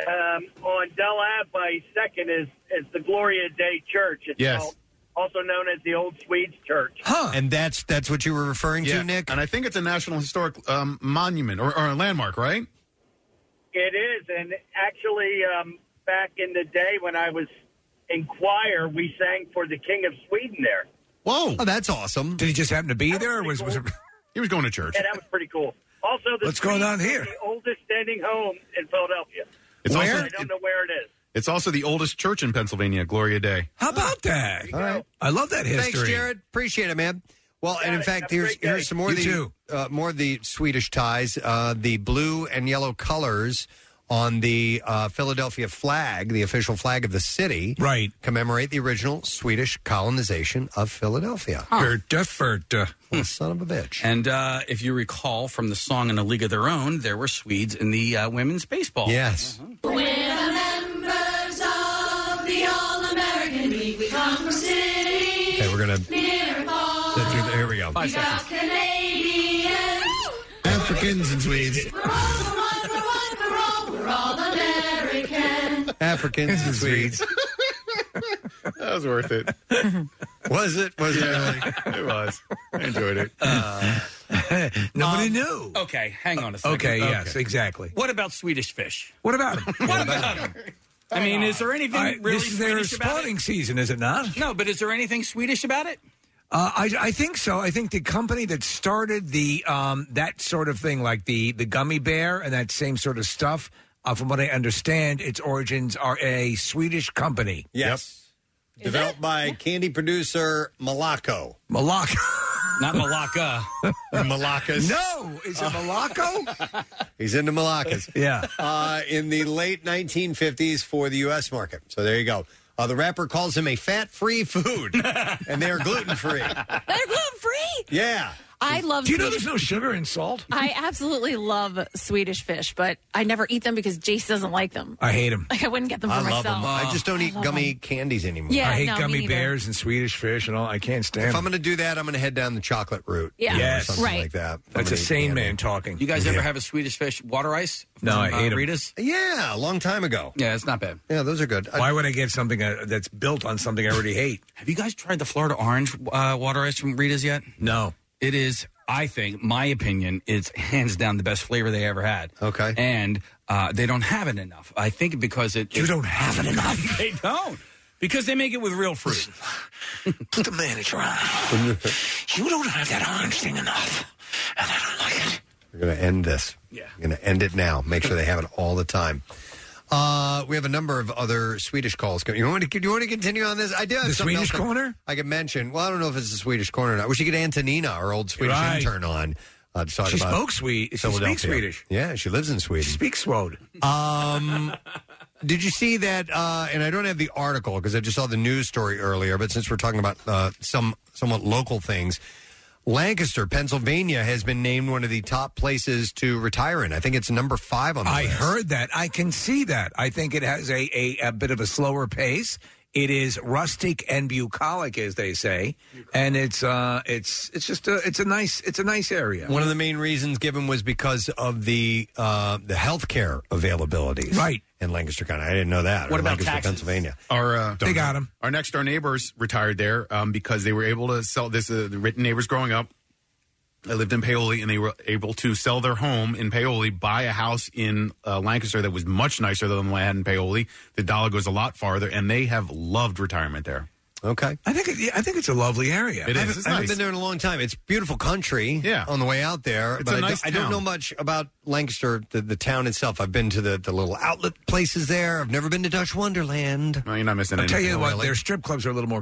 um, on Del Ave by Second is is the Gloria Day Church. It's
Yes.
al- also known as the Old Swedes Church.
Huh. And that's that's what you were referring to, Nick.
And I think it's a national historic um, monument or, or a landmark, right?
It is, and actually, um, back in the day when I was in choir, we sang for the King of Sweden there.
Whoa. Oh, that's awesome.
Did he just happen to be there? Or was, was it...
He was going to church.
Yeah, that was pretty cool. Also, the
What's going
Swedes
on
are
here?
The oldest standing home in Philadelphia.
It's
where?
also-
I don't know where it is.
It's also the oldest church in Pennsylvania, Gloria Day.
How about that?
All right.
I love that history.
Uh, Thanks, Jared. Appreciate it, man. Well, and in fact, here's here's some more of the
You
uh, more of the Swedish ties. Uh, the blue and yellow colors on the uh, Philadelphia flag, the official flag of the city,
right,
commemorate the original Swedish colonization of Philadelphia. Son of a bitch.
Hmm. And uh, if you recall from the song in A League of Their Own, there were Swedes in the uh, women's baseball. Uh-huh.
Yes.
We're members of the All American League. We come from cities.
Okay, we're gonna.
Near and far.
Sit through the- here we go.
We got Canadians.
Africans and Swedes.
We're all, we're all American.
Africans and Swedes.
That was worth it.
was it? Was
it? Really? It was. I enjoyed it.
Uh,
Nobody knew.
Um, Okay, hang on a second.
Okay, yes, exactly.
What about Swedish fish?
What about him?
What about them? I mean, is there anything
I-
really
this is their
Swedish about
spawning season, is it not?
it? No, but is there anything Swedish about it?
Uh, I, I think so. I think the company that started the um, that sort of thing, like the the gummy bear and that same sort of stuff, uh, from what I understand, its origins are a Swedish company.
Yes. Developed by candy producer Malaco.
Malacca.
Not Malacca.
Malacca's. Uh,
No, is it Malaco?
He's into Malacca's.
yeah.
Uh, in the late 1950s for the U.S. market. So there you go. Uh, the rapper calls him a fat free food, and they are gluten free.
They're gluten free.
Yeah.
I love.
Do you know
Swedish-
there's no sugar in salt?
I absolutely love Swedish fish, but I never eat them because Jace doesn't like them.
I hate them.
Like I wouldn't get them for
I love
myself.
them. I just don't eat
love
gummy
them.
candies anymore.
Yeah,
I hate
no, me
gummy
neither.
bears and Swedish fish and all. I can't stand.
If I'm
them.
going to do that, I'm going to head down the chocolate route.
Yeah.
you know, or
Yes.
something
Right.
like that.
That's a sane man talking.
You guys ever
Yeah.
have a Swedish fish water ice? uh,
No, I hate 'em.
Rita's?
Yeah, a long time ago.
Yeah, it's not bad.
Yeah, those are good.
Why would I get something uh, that's built on something I already hate?
Have you guys tried the Florida orange uh, water ice from Rita's yet?
No.
It is, I think, my opinion, it's hands down the best flavor they ever had.
Okay.
And uh, they don't have it enough. I think because it. You
don't have it enough.
they don't. Because they make it with real fruit.
Put the manager on. You don't have that orange thing enough.
We're going to end this. Yeah. We're going to end it now. Make sure they have it all the time. Uh, we have a number of other Swedish calls. coming. You want to? Do you want to continue on this? I do have
The
something
Swedish
else I-
corner?
I could mention. Well, I don't know if it's the Swedish corner or not. We should get Antonina, our old Swedish
Right.
intern, on uh, to talk
She
about.
spoke Swede- she speaks
Philadelphia.
Swedish.
Yeah, she lives in Sweden.
Speak Swode.
Um, did you see that? Uh, and I don't have the article because I just saw the news story earlier. But since we're talking about uh, some somewhat local things, Lancaster, Pennsylvania, has been named one of the top places to retire in. I think it's number five on the
I
list.
heard that. I can see that. I think it has a, a, a bit of a slower pace. It is rustic and bucolic, as they say, and it's uh, it's it's just a it's a nice it's a nice area.
One of the main reasons given was because of the uh, the healthcare availability,
right?
In Lancaster County, I didn't know that. or Lancaster, Pennsylvania?
Our, uh,
They got 'em.
Our next door neighbors retired there um, because they were able to sell this. Uh, the written neighbors growing up, I lived in Paoli, and they were able to sell their home in Paoli, buy a house in uh, Lancaster that was much nicer than the I had in Paoli. The dollar goes a lot farther, and they have loved retirement there.
Okay,
I think it, yeah, I think it's a lovely area.
It
I
is.
haven't,
It's
I haven't
nice.
been there in a long time. It's beautiful country. Yeah. on the way out there,
It's
but
a
I,
nice
don't, I don't
town.
know much about Lancaster, the, the town itself. I've been to the, the little outlet places there. I've never been to Dutch Wonderland.
No, you're not missing
I'll tell you
anything,
what,
really.
their strip clubs are a little more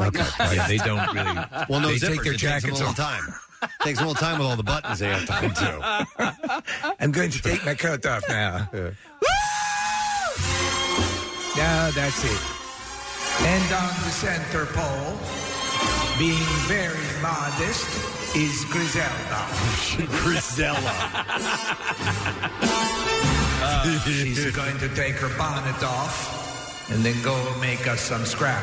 Okay.
yeah, they don't really.
Well, no
they
zippers.
take their
It takes them
jackets
a long
off.
time. takes a little time with all the buttons they have to undo.
I'm going to take my coat off now. now that's it. And on the center pole, being very modest, is Griselda.
Griselda.
Uh, she's going to take her bonnet off and then go make us some scrap.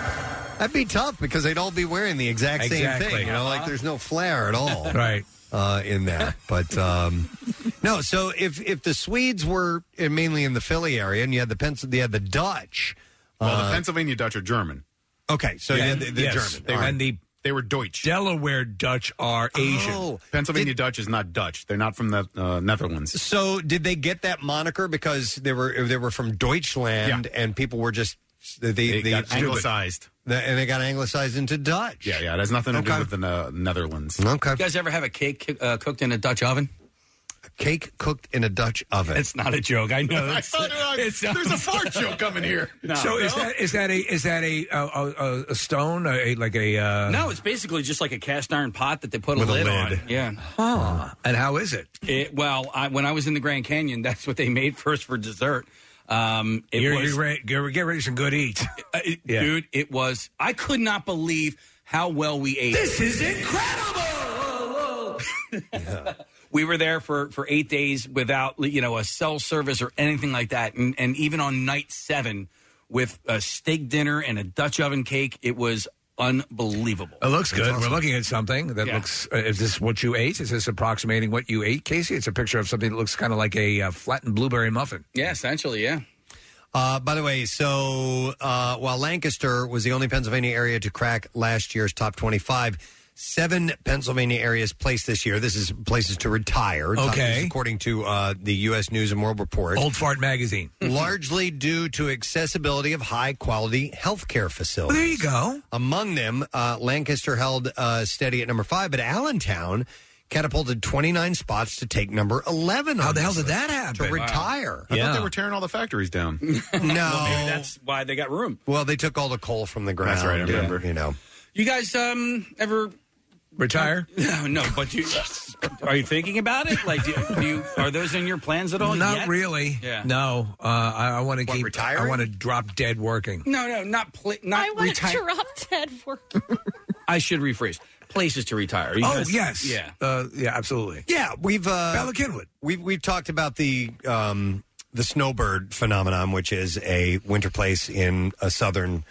That'd be tough because they'd all be wearing the exact
Exactly.
same thing. You know, like
Uh-huh.
there's no flair at all.
Right.
Uh, in that, but um, no. So if if the Swedes were uh, mainly in the Philly area, and you had the Pens- you had the Dutch.
Well,
uh,
the Pennsylvania Dutch are German.
Okay, so yeah, the, the German.
They
All
were,
right.
the
they were Deutsch.
Delaware Dutch are
Asian. Oh.
Pennsylvania Dutch is not Dutch. They're not from the uh, Netherlands.
so did they get that moniker because they were they were from Deutschland and people were just they they,
They got anglicized.
The- and they got anglicized into Dutch.
Yeah, yeah. It has nothing to
Okay.
do with the uh, Netherlands.
Okay.
You guys ever have a cake uh, cooked in a Dutch oven?
Cake cooked in a Dutch oven. It's
not a joke. I know.
I thought
it was- there's a fart joke coming here.
so is
No.
that is that a is that a a, a, a stone a, like a uh,
no, it's basically just like a cast iron pot that they put
With
a
a
lid,
lid.
on. Yeah.
Ah, And how is it?
It, well, I, when I was in the Grand Canyon, that's what they made first for dessert. Um, it
You're-
was,
you're re- get ready some good eat, Yeah.
dude. It was. I could not believe how well we ate.
This
is incredible. we were there for, for eight days without you know a cell service or anything like that, and and even on night seven with a steak dinner and a Dutch oven cake, it was unbelievable.
It looks
It's
good.
awesome.
We're looking at something that looks. Uh, is this what you ate? Is this approximating what you ate, Casey? It's a picture of something that looks kind of like a uh, flattened blueberry muffin.
Yeah, essentially, yeah.
Uh, by the way, so uh, while Lancaster was the only Pennsylvania area to crack last year's top 25, seven Pennsylvania areas placed this year. This is places to retire. Top-
Okay.
this is according to uh, the U.S. News and World Report.
Old Fart Magazine.
largely due to accessibility of high quality healthcare facilities.
there you go.
Among them, uh, Lancaster held uh, steady at number five, but Allentown catapulted 29 spots to take number 11. How
the hell did that happen?
To
Wow.
retire.
I thought they were tearing all the factories down.
No.
maybe that's why they got room.
Well, they took all the coal from the ground.
That's right, I
and,
remember.
You know.
You guys um ever
retire?
No, no but you are you thinking about it? Like, do, do you are those in your plans at all?
Not
yet?
really.
Yeah.
No. Uh, I, I want to keep. I want to drop dead working.
No, no, not pla- not retire.
dead work.
I should rephrase. Places to retire. You
Oh
guys-
yes.
Yeah.
Uh, yeah. Absolutely.
Yeah, we've uh,
Bella Kenwood.
We've we've talked about the um, the snowbird phenomenon, which is a winter place in a southern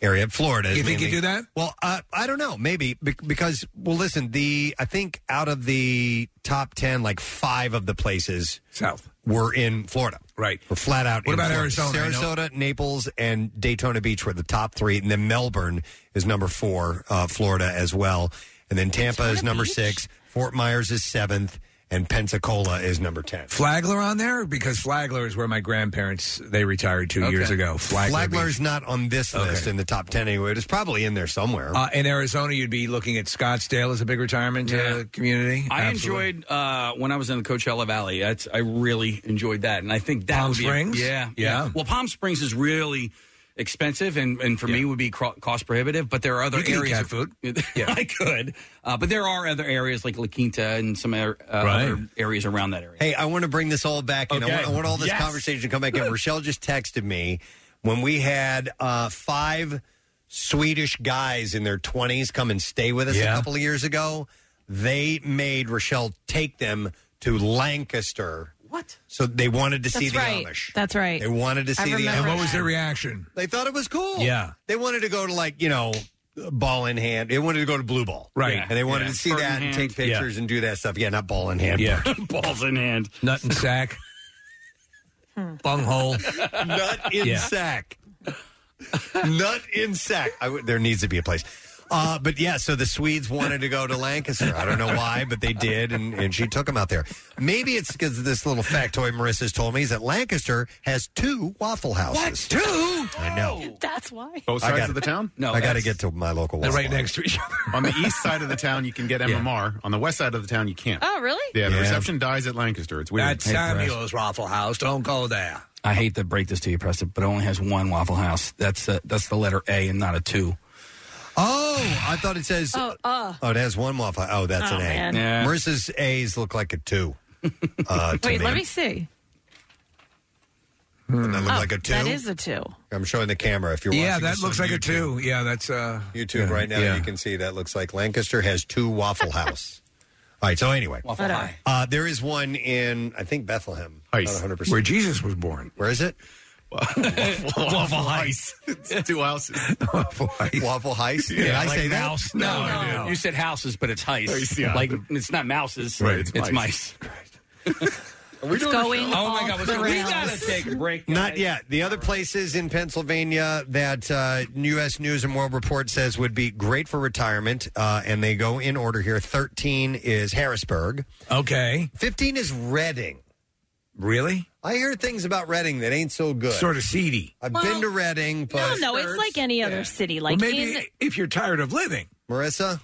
area of Florida.
Mm-hmm. You think you
mainly.
do that?
Well, uh, I don't know. Maybe be- because well, listen. The I think out of the top ten, like five of the places
south
were in Florida.
Right.
We're flat out.
What
in
about
Florida.
Arizona? I know-
Sarasota, Naples, and Daytona Beach were the top three, and then Melbourne is number four, uh, Florida as well, and then Tampa is number six, Fort Myers is seventh, and Pensacola is number ten.
Flagler on there because Flagler is where my grandparents they retired two years
Okay.
ago. Flagler.
Flagler's not on this list in the top ten anyway. It is probably in there somewhere.
Uh, in Arizona, you'd be looking at Scottsdale as a big retirement uh, community.
I
Absolutely.
enjoyed uh, when I was in the Coachella Valley. That's, I really enjoyed that, and I think that
Palm
would be a-
Springs?
yeah,
Yeah.
Well, Palm Springs is really expensive, and, and for me would be cro- cost prohibitive. But there are other
You can eat
areas.
cat
of- I could, uh, but there are other areas like La Quinta and some other, uh,
Right.
other areas around that area.
Hey, I want to bring this all back in.
Okay.
I, want, I want all this
Yes.
conversation to come back in. Rochelle just texted me when we had uh, five Swedish guys in their 20s come and stay with us a
Yeah.
couple of years ago. They made Rochelle take them to Lancaster.
What?
So they wanted to
That's
see the
right.
Amish.
That's right.
They wanted to
I
see the
remember
Amish.
And what was their reaction?
They thought it was cool.
Yeah.
They wanted to go to like, you know, ball in hand. They wanted to go to blue ball.
Right.
And they wanted
Yeah.
to see
Bird in
that and
hand.
take pictures and do that stuff. Yeah, not ball in hand.
Yeah.
Balls in hand.
Nut and sack. Bunghole.
Hmm. Nut in
Yeah.
sack. Nut in sack. I would there needs to be a place. Uh, but yeah, so the Swedes wanted to go to Lancaster. I don't know why, but they did, and, and she took them out there. Maybe it's because this little factoid Marissa's told me is that Lancaster has two Waffle Houses.
Two?
I know.
That's why.
Both
I
sides
got-
of the town?
I got to get to my local
They're
Waffle
right
House.
next to each other.
On the east side of the town, you can get MMR. On the west side of the town, you can't.
Oh, really?
Yeah, the
Yeah.
reception dies at Lancaster. It's weird.
That's Samuel's Waffle House. Don't go there.
I hate to break this to you, Preston, but it only has one Waffle House. That's uh that's the letter A and not a two.
Oh, I thought it says.
Oh, uh.
Oh, it has one waffle. Oh, that's
Oh,
an A.
man.
Yeah.
Marissa's A's look like a two. Uh, to
Wait, let
me.
me see.
Doesn't that look
Oh,
like a two?
That is a two.
I'm showing the camera if you're
yeah,
watching.
that
this
looks
on
like a two. Yeah, that's uh
YouTube
yeah,
right now.
yeah.
You can see that looks like Lancaster has two Waffle House. All right. So anyway,
Waffle Whatever. High.
Uh, there is one in I think Bethlehem.
Heist,
Not 100%.
where Jesus was born.
Where is it?
Waffle Heist. It's two houses.
Waffle Heist.
Waffle Heist.
Yeah,
Did I
like
say that?
mouse. No, no, you said houses, but it's heist.
Yeah.
Like it's not mouses.
Right, it's
mice.
mice.
Are we
It's
doing a
going
show? Oh my
off
god, what's
the
going- we
rails.
gotta take a break.
Not yet. The other places in Pennsylvania that uh, U.S. News and World Report says would be great for retirement, uh, and they go in order here. Thirteen is Harrisburg.
Okay.
Fifteen is Reading.
Really?
I hear things about Reading that ain't so good.
Sort of seedy.
I've
Well,
been to Reading, but
no, no, it's like any other city.
Well,
Like
maybe
in
if you're tired of living.
Marissa.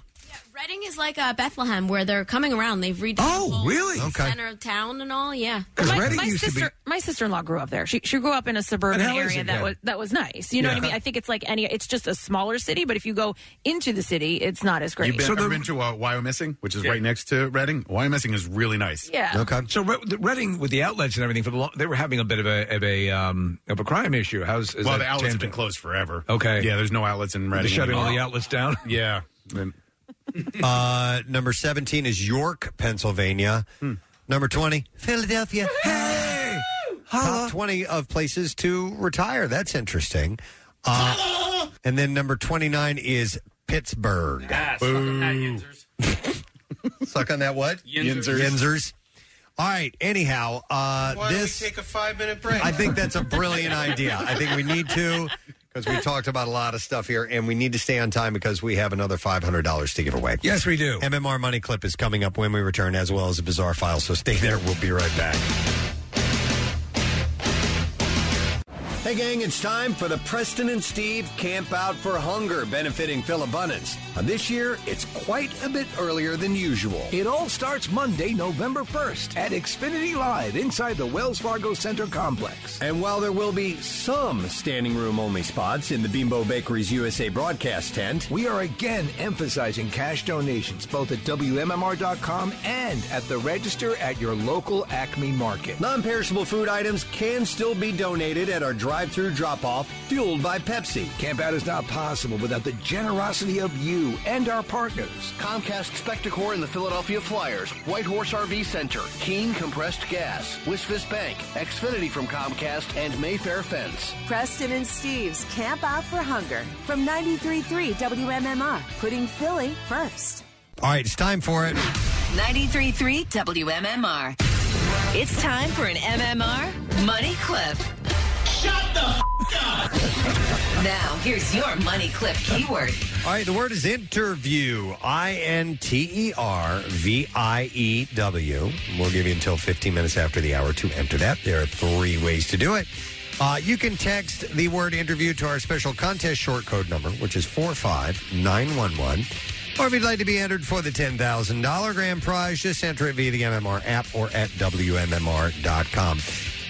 Reading is like uh, Bethlehem, where they're coming around. They've redone. Oh,
really?
Okay.
Center of town and all. Yeah.
my, my sister, my sister-in-law grew up there. She she grew up in a suburban
And how is
area
it
that
then?
was that was nice. You know what I
Yeah.
mean? I think it's like any. It's just a smaller city, but if you go into the city, it's not as great.
You've been, ever been to uh, Wyomissing, which is right next to Reading. Wyomissing is really nice.
Yeah.
Okay.
So Re- the Reading with the outlets and everything for the long, they were having a bit of a of a um, of a crime issue. How's is
well,
that
the outlets have
changing?
been closed forever.
Okay.
Yeah, there's no outlets in
They're
Reading.
shutting all the
anymore.
outlets down.
Yeah.
Uh, number 17 is York, Pennsylvania.
Hmm.
Number 20, Philadelphia. Hey! Top 20 of places to retire. That's interesting. Uh, and then number 29 is Pittsburgh. Boo. Suck on that what?
Yinzers.
Yinzers. All right. Anyhow, uh,
Why don't we
this.
take a five-minute break?
I think that's a brilliant idea. I think we need to because we talked about a lot of stuff here, and we need to stay on time because we have another five hundred dollars to give away.
Yes, we do.
MMR Money Clip is coming up when we return, as well as a bizarre file. So stay there. We'll be right back. Hey, gang, it's time for the Preston and Steve Camp Out for Hunger benefiting Phil Abundance. Uh, This year, it's quite a bit earlier than usual.
It all starts Monday, November 1st at Xfinity Live inside the Wells Fargo Center complex.
And while there will be some standing room only spots in the Bimbo Bakeries USA broadcast tent,
We are again emphasizing cash donations both at WMMR.com and at the register at your local Acme Market.
Non perishable food items can still be donated at our drive through drop off, fueled by Pepsi.
Camp Out is not possible without the generosity of you and our partners.
Comcast Spectacor and the Philadelphia Flyers, Whitehorse RV Center, Keen Compressed Gas, Wisvis Bank, Xfinity from Comcast, and Mayfair Fence.
Preston and Steve's Camp Out for Hunger from 93.3 WMMR, putting Philly first.
All right, it's time for it.
93.3 WMMR. It's time for an MMR money clip. Shut the up. now, here's your money clip keyword.
All right, the word is interview. I N T E R V I E W. We'll give you until 15 minutes after the hour to enter that. There are three ways to do it. Uh, you can text the word interview to our special contest short code number, which is 45911. Or if you'd like to be entered for the $10,000 grand prize, just enter it via the MMR app or at WMMR.com.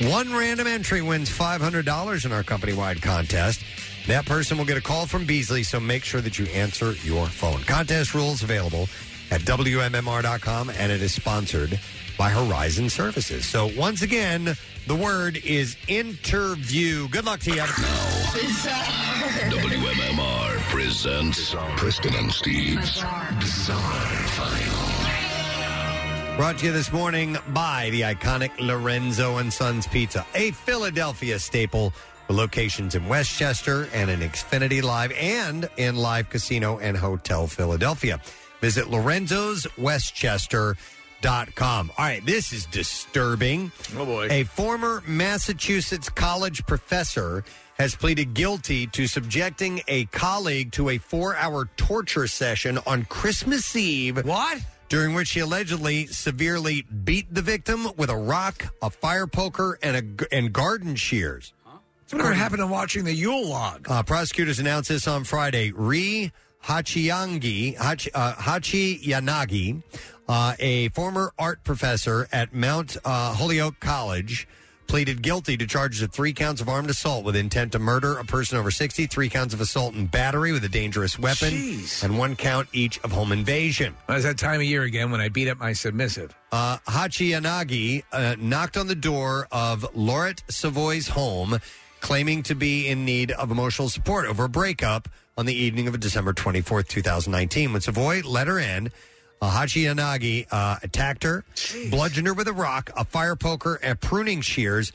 One random entry wins $500 in our company wide contest. That person will get a call from Beasley, so make sure that you answer your phone. Contest rules available at WMMR.com, and it is sponsored by Horizon Services. So, once again, the word is interview. Good luck to you.
WMMR presents Preston and Steve's Bizarre File.
Brought to you this morning by the iconic Lorenzo and Sons Pizza, a Philadelphia staple with locations in Westchester and in Xfinity Live and in Live Casino and Hotel Philadelphia. Visit lorenzoswestchester.com. All right, this is disturbing.
Oh, boy.
A former Massachusetts college professor has pleaded guilty to subjecting a colleague to a four hour torture session on Christmas Eve. What? During which he allegedly severely beat the victim with a rock, a fire poker, and, a, g- and garden shears.
Whatever happened to watching the Yule log?
Uh, prosecutors announced this on Friday. Re Hachiyangi, Hachi, uh, Hachiyanagi, uh, a former art professor at Mount uh, Holyoke College, pleaded guilty to charges of three counts of armed assault with intent to murder a person over 60, three counts of assault and battery with a dangerous weapon, and one count each of home invasion.
It was that time of year again when I beat up my submissive.
Uh, Hachiyanagi uh, knocked on the door of Laurette Savoy's home, claiming to be in need of emotional support over a breakup on the evening of December 24th, 2019. When Savoy let her in, uh, Hachiyanagi uh, attacked her, bludgeoned her with a rock, a fire poker, and pruning shears,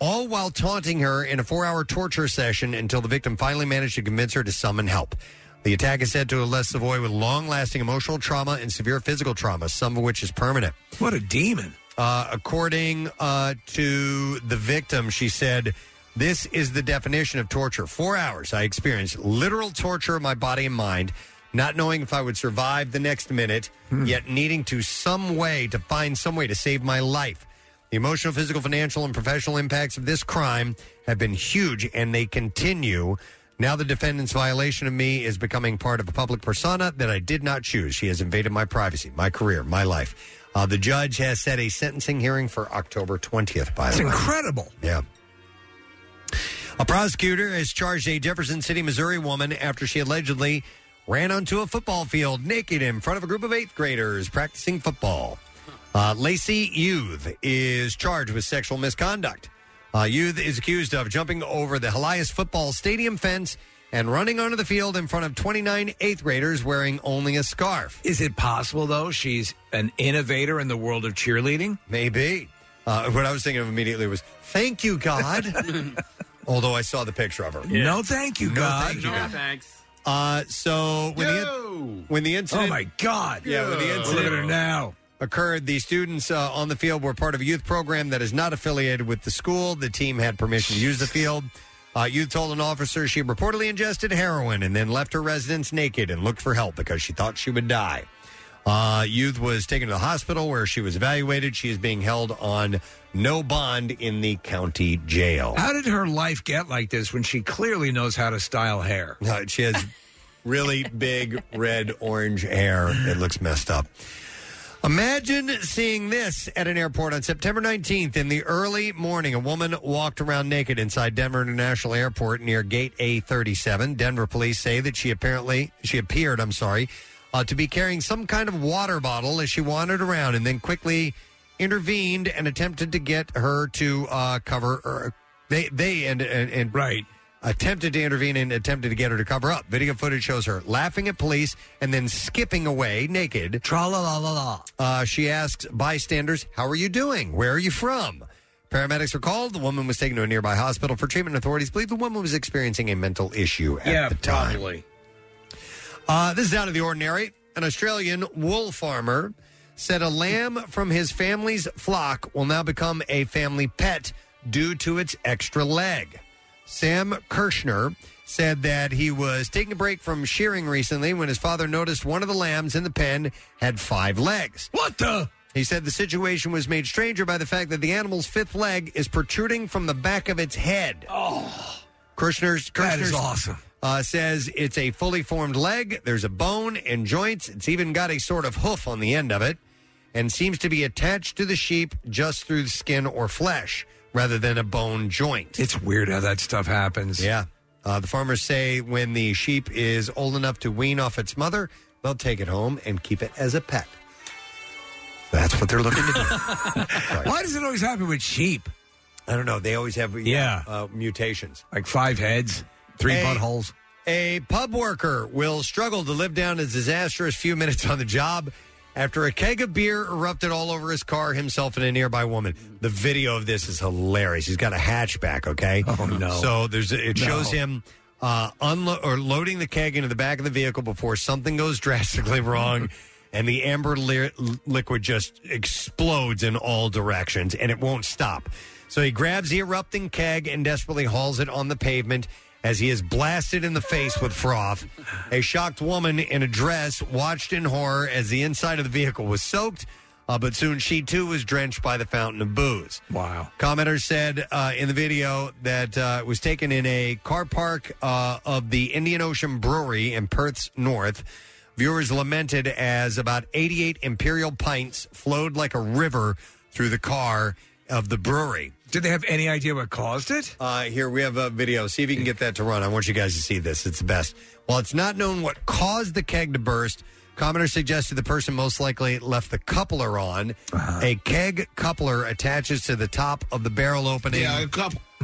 all while taunting her in a four hour torture session until the victim finally managed to convince her to summon help. The attack is said to have left Savoy with long lasting emotional trauma and severe physical trauma, some of which is permanent.
What a demon.
Uh, according uh, to the victim, she said, This is the definition of torture. Four hours I experienced literal torture of my body and mind, not knowing if I would survive the next minute, yet needing to some way to find some way to save my life. The emotional, physical, financial, and professional impacts of this crime have been huge, and they continue. Now the defendant's violation of me is becoming part of a public persona that I did not choose. She has invaded my privacy, my career, my life. Uh, the judge has set a sentencing hearing for October 20th, by
It's
the way.
incredible.
Yeah. A prosecutor has charged a Jefferson City, Missouri woman after she allegedly ran onto a football field naked in front of a group of eighth graders practicing football. Uh, Lacey Youth is charged with sexual misconduct. Uh, Youth is accused of jumping over the Helias football stadium fence and running onto the field in front of 29 eighth graders wearing only a scarf.
Is it possible though? She's an innovator in the world of cheerleading.
Maybe. Uh, what I was thinking of immediately was, "Thank you, God." Although I saw the picture of her.
No, thank you,
No,
God.
thank you, God. Uh, so when the when the incident,
Oh, my God.
yeah, when the
Yo. Look at her
incident
now.
occurred, the students uh, on the field were part of a youth program that is not affiliated with the school. The team had permission to use the field. Uh, youth told an officer she reportedly ingested heroin and then left her residence naked and looked for help because she thought she would die. Uh, youth was taken to the hospital where she was evaluated. She is being held on no bond in the county jail.
How did her life get like this when she clearly knows how to style hair?
No, Uh, she has really big red orange hair. It looks messed up. Imagine seeing this at an airport on September 19th in the early morning. A woman walked around naked inside Denver International Airport near Gate A37. Denver police say that she apparently she appeared, I'm sorry, uh, to be carrying some kind of water bottle as she wandered around, and then quickly intervened and attempted to get her to uh, cover. Her. They they and and, and
right.
Attempted to intervene and attempted to get her to cover up. Video footage shows her laughing at police and then skipping away naked.
Tra la la la la.
Uh, she asks bystanders, How are you doing? Where are you from? Paramedics were called. The woman was taken to a nearby hospital for treatment. Authorities believe the woman was experiencing a mental issue at
Yeah,
the time.
probably.
Uh, this is out of the ordinary. An Australian wool farmer said a lamb from his family's flock will now become a family pet due to its extra leg. Sam Kirschner said that he was taking a break from shearing recently when his father noticed one of the lambs in the pen had five legs.
What the?
He said the situation was made stranger by the fact that the animal's fifth leg is protruding from the back of its head. Oh. Kirshner's,
That is
Kirshner's-
awesome.
uh, says it's a fully formed leg. There's a bone and joints. It's even got a sort of hoof on the end of it and seems to be attached to the sheep just through the skin or flesh rather than a bone joint.
It's weird how that stuff happens.
Yeah. Uh, the farmers say when the sheep is old enough to wean off its mother, they'll take it home and keep it as a pet. That's what they're looking to do.
Why does it always happen with sheep?
I don't know. They always have
yeah
uh, mutations,
like five heads, three
Hey.
buttholes.
A pub worker will struggle to live down a disastrous few minutes on the job after a keg of beer erupted all over his car, himself, and a nearby woman. The video of this is hilarious. He's got a hatchback, okay? Oh,
no.
So there's it
No.
shows him. Uh, unlo- or loading the keg into the back of the vehicle before something goes drastically wrong, and the amber li- liquid just explodes in all directions, and it won't stop. So he grabs the erupting keg and desperately hauls it on the pavement as he is blasted in the face with froth. A shocked woman in a dress watched in horror as the inside of the vehicle was soaked, uh, but soon she too was drenched by the fountain of booze.
Wow.
Commenter said uh, in the video that uh, it was taken in a car park uh, of the Indian Ocean Brewery in Perth's north. Viewers lamented as about 88 imperial pints flowed like a river through the car of the brewery.
Did they have any idea what caused it?
Uh, here, we have a video. See if you can get that to run. I want you guys to see this. It's the best. While it's not known what caused the keg to burst, commenter suggested the person most likely left the coupler on. A keg coupler attaches to the top of the barrel opening.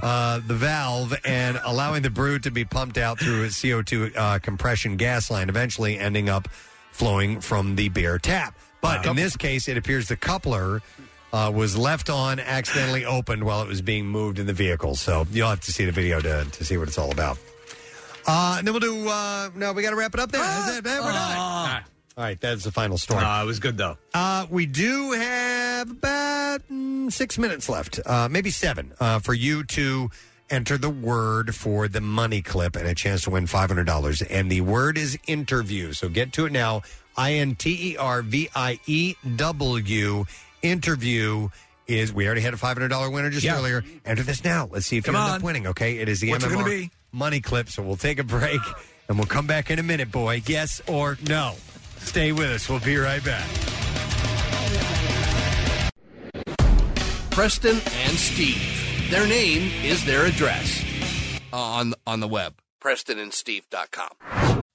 Uh, the valve and allowing the brew to be pumped out through a CO2 uh, compression gas line, eventually ending up flowing from the beer tap. But in this case, it appears the coupler uh, was left on, accidentally opened while it was being moved in the vehicle. So you'll have to see the video to, to see what it's all about. Uh, and then we'll do. Uh, no, we got to wrap it up there. That's it, man. We're done. All right, that's the final story.
it was good though.
Uh, we do have about mm, six minutes left, uh, maybe seven, uh, for you to enter the word for the money clip and a chance to win $500. And the word is interview. So get to it now. I N T E R V I E W. Interview is, we already had a $500 winner just
Yeah.
earlier. Enter this now. Let's see if
Come
you end
on.
up winning, okay? It is the
What's it
MMR
gonna be?
money clip. So we'll take a break and we'll come back in a minute, boy. Yes or no? Stay with us. We'll be right back.
Preston and Steve. Their name is their address Uh, on on the web. PrestonandSteve.com.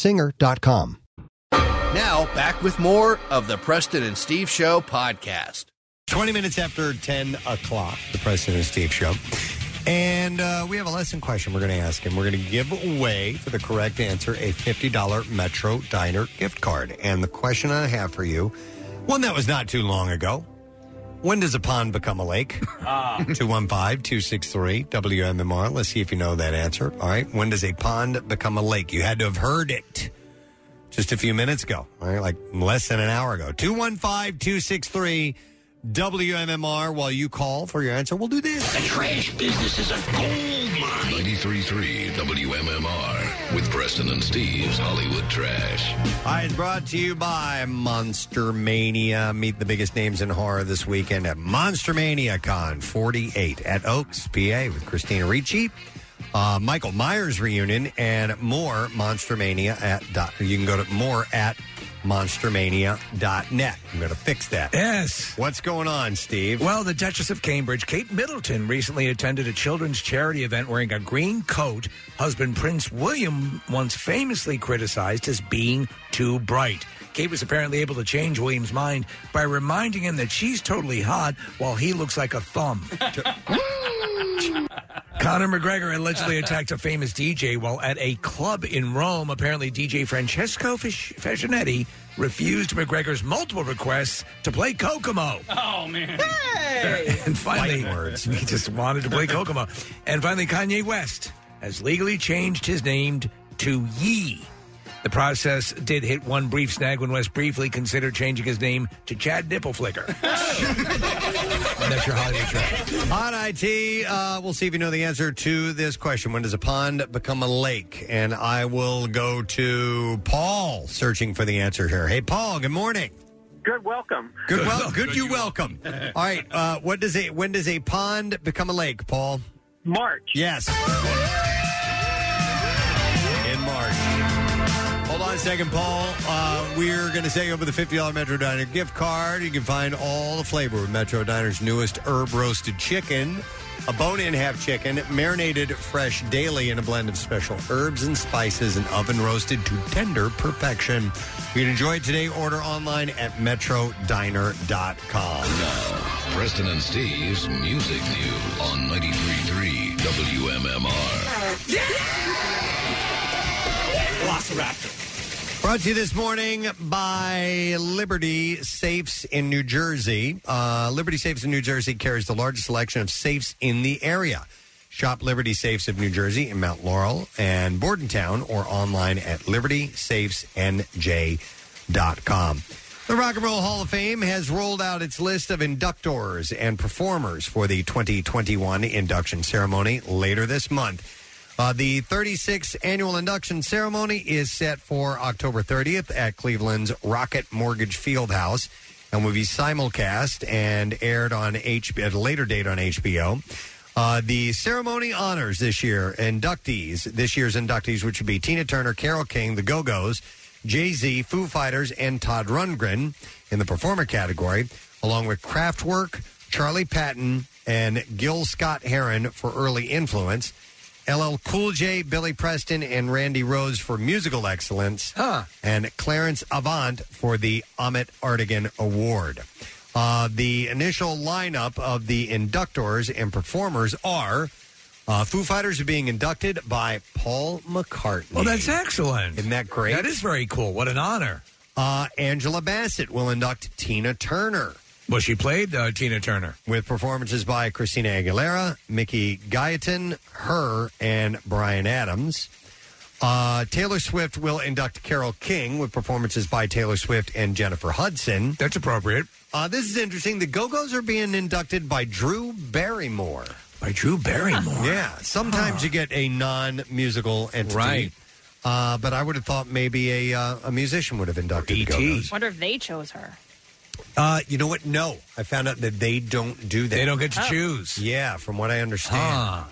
IHateStevenSinger.com.
Now, back with more of the Preston and Steve Show podcast.
20 minutes after 10 o'clock, the President and Steve Show. And uh, we have a lesson question we're going to ask him. We're going to give away, for the correct answer, a $50 Metro Diner gift card. And the question I have for you, one that was not too long ago. When does a pond become a lake? 215 263 WMMR. Let's see if you know that answer. All right. When does a pond become a lake? You had to have heard it just a few minutes ago, all right, like less than an hour ago. 215 263 WMMR while you call for your answer. We'll do this.
The trash business is a gold mine. 93.3 WMMR with Preston and Steve's Hollywood Trash.
Hi, it's brought to you by Monster Mania. Meet the biggest names in horror this weekend at Monster Mania Con 48 at Oaks, PA, with Christina Ricci, uh, Michael Myers reunion, and more Monster Mania at. Dot, you can go to more at monstermania.net. I'm going to fix that.
Yes.
What's going on, Steve?
Well, the Duchess of Cambridge, Kate Middleton, recently attended a children's charity event wearing a green coat. Husband Prince William once famously criticized as being too bright. Kate was apparently able to change William's mind by reminding him that she's totally hot while he looks like a thumb. Conor McGregor allegedly attacked a famous DJ while at a club in Rome. Apparently, DJ Francesco Fish- Fascinetti refused McGregor's multiple requests to play Kokomo.
Oh, man.
And finally, he just wanted to play Kokomo. And finally, Kanye West has legally changed his name to Yee. The process did hit one brief snag when West briefly considered changing his name to Chad Nippleflicker. That's your Hollywood track.
On IT, uh, we'll see if you know the answer to this question. When does a pond become a lake? And I will go to Paul searching for the answer here. Hey, Paul, good morning.
Good welcome.
Good, well, good, you welcome. All right, uh, what does a when does a pond become a lake, Paul?
March.
Yes. In March. Hold on a second, Paul. Uh, we're going to take over the $50 Metro Diner gift card. You can find all the flavor with Metro Diner's newest herb roasted chicken, a bone in half chicken, marinated fresh daily in a blend of special herbs and spices and oven roasted to tender perfection. You can enjoy it today. Order online at metrodiner.com.
Preston and Steve's Music News on 93.3 WMMR.
Velociraptor. Brought to you this morning by Liberty Safes in New Jersey. Uh, Liberty Safes in New Jersey carries the largest selection of safes in the area. Shop Liberty Safes of New Jersey in Mount Laurel and Bordentown or online at libertysafesnj.com. The Rock and Roll Hall of Fame has rolled out its list of inductors and performers for the 2021 induction ceremony later this month. Uh, the 36th annual induction ceremony is set for October 30th at Cleveland's Rocket Mortgage Fieldhouse and will be simulcast and aired on H- at a later date on HBO. Uh, the ceremony honors this year inductees, this year's inductees, which would be Tina Turner, Carol King, The Go Go's, Jay Z, Foo Fighters, and Todd Rundgren in the performer category, along with Kraftwerk, Charlie Patton, and Gil Scott Heron for early influence. LL Cool J, Billy Preston, and Randy Rose for musical excellence, and Clarence Avant for the Amit Artigan Award. Uh, the initial lineup of the inductors and performers are uh, Foo Fighters are being inducted by Paul McCartney.
Well, Oh, that's excellent.
Isn't that great?
That is very cool. What an honor.
Uh, Angela Bassett will induct Tina Turner.
Well, she played uh, Tina Turner.
with performances by Christina Aguilera, Mickey Guyton, her, and Brian Adams. Uh, Taylor Swift will induct Carol King with performances by Taylor Swift and Jennifer Hudson.
That's appropriate.
Uh, this is interesting. The Go Go's are being inducted by Drew Barrymore.
By Drew Barrymore?
yeah. Sometimes you get a non musical entity.
Right.
Uh, but I would have thought maybe a, uh, a musician would have
E
inducted the Go Go's.
Wonder if they chose her.
Uh, you know what? No, I found out that they don't do that.
They don't get to
Oh.
choose.
Yeah, from what I understand.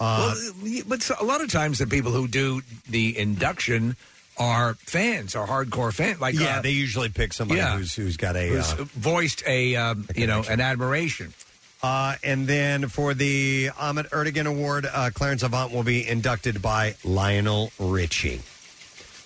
Uh,
well, but so- a lot of times the people who do the induction are fans, are hardcore fans. Like
yeah,
uh,
they usually pick somebody
yeah.
who's who's got a.
who's
uh,
voiced a um, you know an admiration.
uh, and then for the Ahmet Erdogan Award, uh, Clarence Avant will be inducted by Lionel Richie.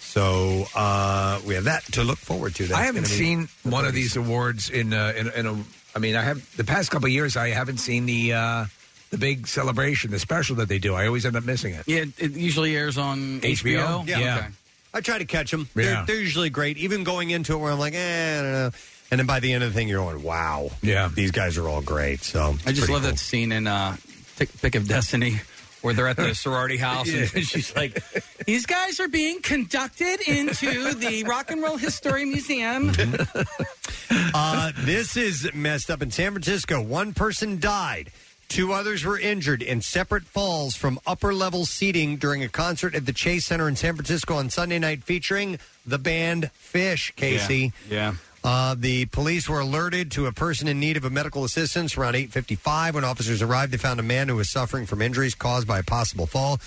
So uh, we have that to look forward to. That's
I haven't
gonna be
seen
the
one of
30s.
these awards in uh, in, in a. I mean, I have the past couple of years. I haven't seen the uh, the big celebration, the special that they do. I always end up missing it.
Yeah, it usually airs on HBO.
Yeah.
Okay.
I try to catch them.
Yeah.
They're, they're usually great. Even going into it where I'm like, eh, I don't know. And then by the end of the thing, you're going, wow. Yeah. These guys are all great. So
I just
pretty
love that scene in uh, Tick- Pick of Destiny where they're at the sorority house
Yeah.
and she's like, "These guys are being conducted into the Rock and Roll History Museum."
uh, this is messed up in San Francisco. One person died. Two others were injured in separate falls from upper level seating during a concert at the Chase Center in San Francisco on Sunday night featuring the band Fish, Casey.
Yeah.
Uh, the police were alerted to a person in need of a medical assistance around 8:55. When officers arrived, they found a man who was suffering from injuries caused by a possible fall,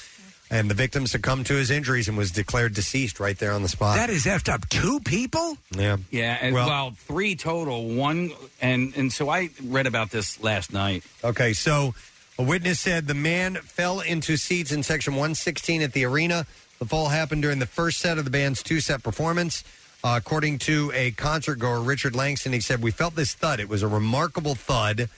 and the victim succumbed to his injuries and was declared deceased right there on the spot.
That is effed up. Two people.
yeah,
Yeah, and well,
Well-
three total. One and and so I read about this last night.
Okay, so a witness said the man fell into seats in section 116 at the arena. The fall happened during the first set of the band's two set performance. Uh, according to a concert goer, Richard Langston, he said, We felt this thud. It was a remarkable thud.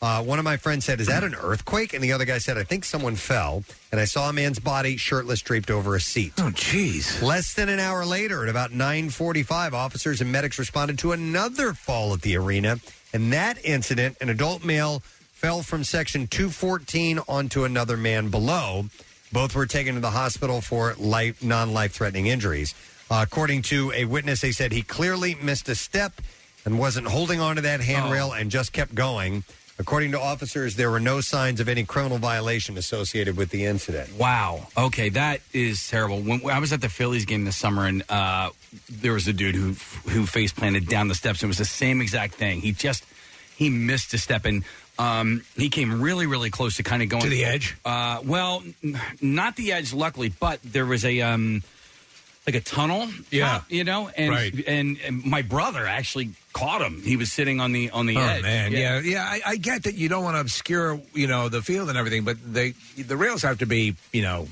Uh, one of my friends said, Is that an earthquake? And the other guy said, I think someone fell. And I saw a man's body shirtless draped over a seat.
Oh, jeez.
Less than an hour later, at about 9.45, officers and medics responded to another fall at the arena. In that incident, an adult male fell from section 214 onto another man below. Both were taken to the hospital for life, non-life-threatening injuries. Uh, according to a witness, they said he clearly missed a step and wasn't holding onto that handrail and just kept going. According to officers, there were no signs of any criminal violation associated with the incident.
Wow. Okay, that is terrible. When, when I was at the Phillies game this summer, and uh, there was a dude who who face planted down the steps. It was the same exact thing. He just he missed a step, and um, he came really, really close to kind of going
To the edge?
Uh, well, n- not the edge, luckily, but there was a. Um, like a tunnel,
Yeah.
top, you know, and,
Right.
and and my brother actually caught him. He was sitting on the on the
oh
edge.
man, yeah, yeah. I, I get that you don't want to obscure, you know, the field and everything, but they the rails have to be, you know,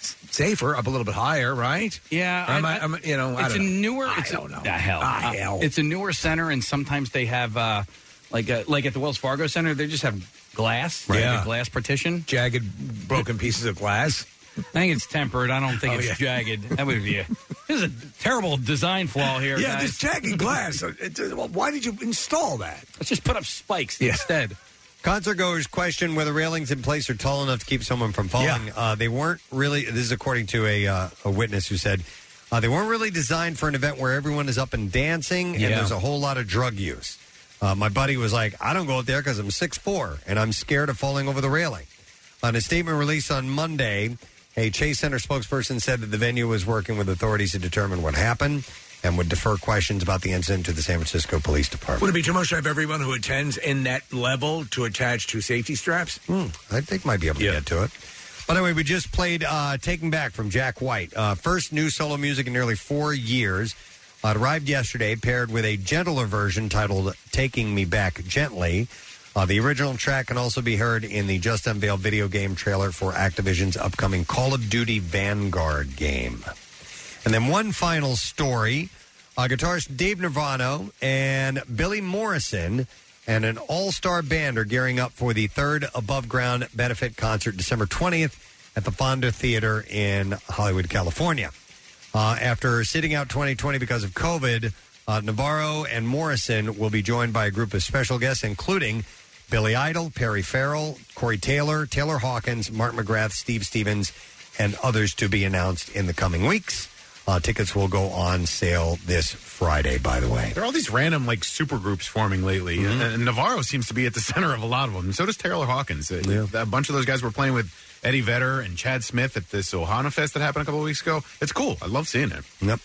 s- safer, up a little bit higher, right?
Yeah,
Or am
I-
I, am I- you know, I
it's
don't
a
know.
newer.
I
it's
don't
a,
know.
The hell,
Ah,
Uh,
hell.
It's a newer center, and sometimes they have uh, like uh like at the Wells Fargo Center, they just have glass,
Right.
like a
Yeah.
glass partition,
jagged, broken pieces of glass.
I think it's tempered. I don't think
Oh,
it's
yeah.
jagged. That would be a, this is a terrible design flaw here.
yeah,
guys.
this jagged glass. uh, it- uh, well, Why did you install that?
Let's just put up spikes instead.
Concertgoers question whether railings in place are tall enough to keep someone from falling. Uh, they weren't really. This is according to a uh, a witness who said uh, they weren't really designed for an event where everyone is up and dancing and
Yeah.
there's a whole lot of drug use. Uh, my buddy was like, "I don't go out there because I'm six four and I'm scared of falling over the railing." On a statement released on Monday, a Chase Center spokesperson said that the venue was working with authorities to determine what happened and would defer questions about the incident to the San Francisco Police Department.
Would it be too much to have everyone who attends in that level to attach to safety straps?
Hmm, I think might be able to get to it. By the way, we just played uh, Taking Back from Jack White. Uh, first new solo music in nearly four years. Uh, it arrived yesterday, paired with a gentler version titled Taking Me Back Gently. Uh, the original track can also be heard in the just unveiled video game trailer for Activision's upcoming Call of Duty Vanguard game. And then one final story. Uh, guitarist Dave Nirvana and Billy Morrison and an all star band are gearing up for the third above ground benefit concert December 20th at the Fonda Theater in Hollywood, California. Uh, after sitting out 2020 because of COVID, Uh, Navarro and Morrison will be joined by a group of special guests, including Billy Idol, Perry Farrell, Corey Taylor, Taylor Hawkins, Mark McGrath, Steve Stevens, and others to be announced in the coming weeks. Uh, tickets will go on sale this Friday, by the way.
There are all these random like super groups forming lately, and, and Navarro seems to be at the center of a lot of them. So does Taylor Hawkins. Uh, A bunch of those guys were playing with Eddie Vedder and Chad Smith at this Ohana Fest that happened a couple of weeks ago. It's cool. I love seeing it.
Yep.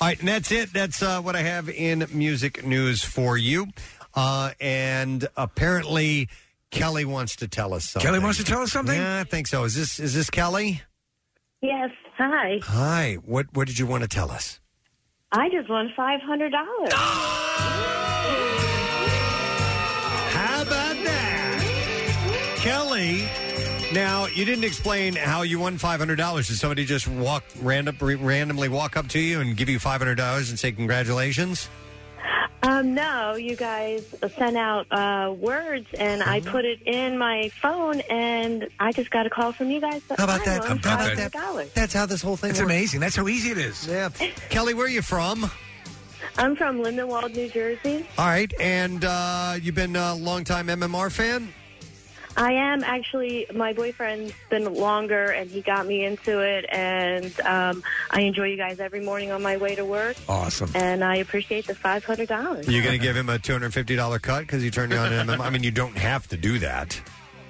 All right, and that's it. That's uh, what I have in music news for you. Uh, and apparently, Kelly wants to tell us something.
Kelly wants to tell us something?
Yeah, I think so. Is this is this Kelly?
Yes. Hi.
Hi. What what did you want to tell us?
I just won five hundred dollars.
How about that, Kelly? Now you didn't explain how you won five hundred dollars. Did somebody just walk random randomly walk up to you and give you five hundred dollars and say congratulations?
Um, no, you guys sent out uh, words, and I
Uh-huh.
put it in my phone, and I just got a call from you guys.
How about that?
I
How
won
about
$500.
that? That's how this whole thing.
It's
works.
amazing. That's how easy it is.
Yeah. Kelly, where are you from?
I'm from Lindenwald, New Jersey.
All right, and uh, you've been a longtime MMR fan.
I am actually. My boyfriend's been longer, and he got me into it, and um, I enjoy you guys every morning on my way to work.
Awesome.
And I appreciate the five hundred dollars.
Are you going to give him a two hundred fifty dollar cut because you turned you on to MMR? I mean, you don't have to do that.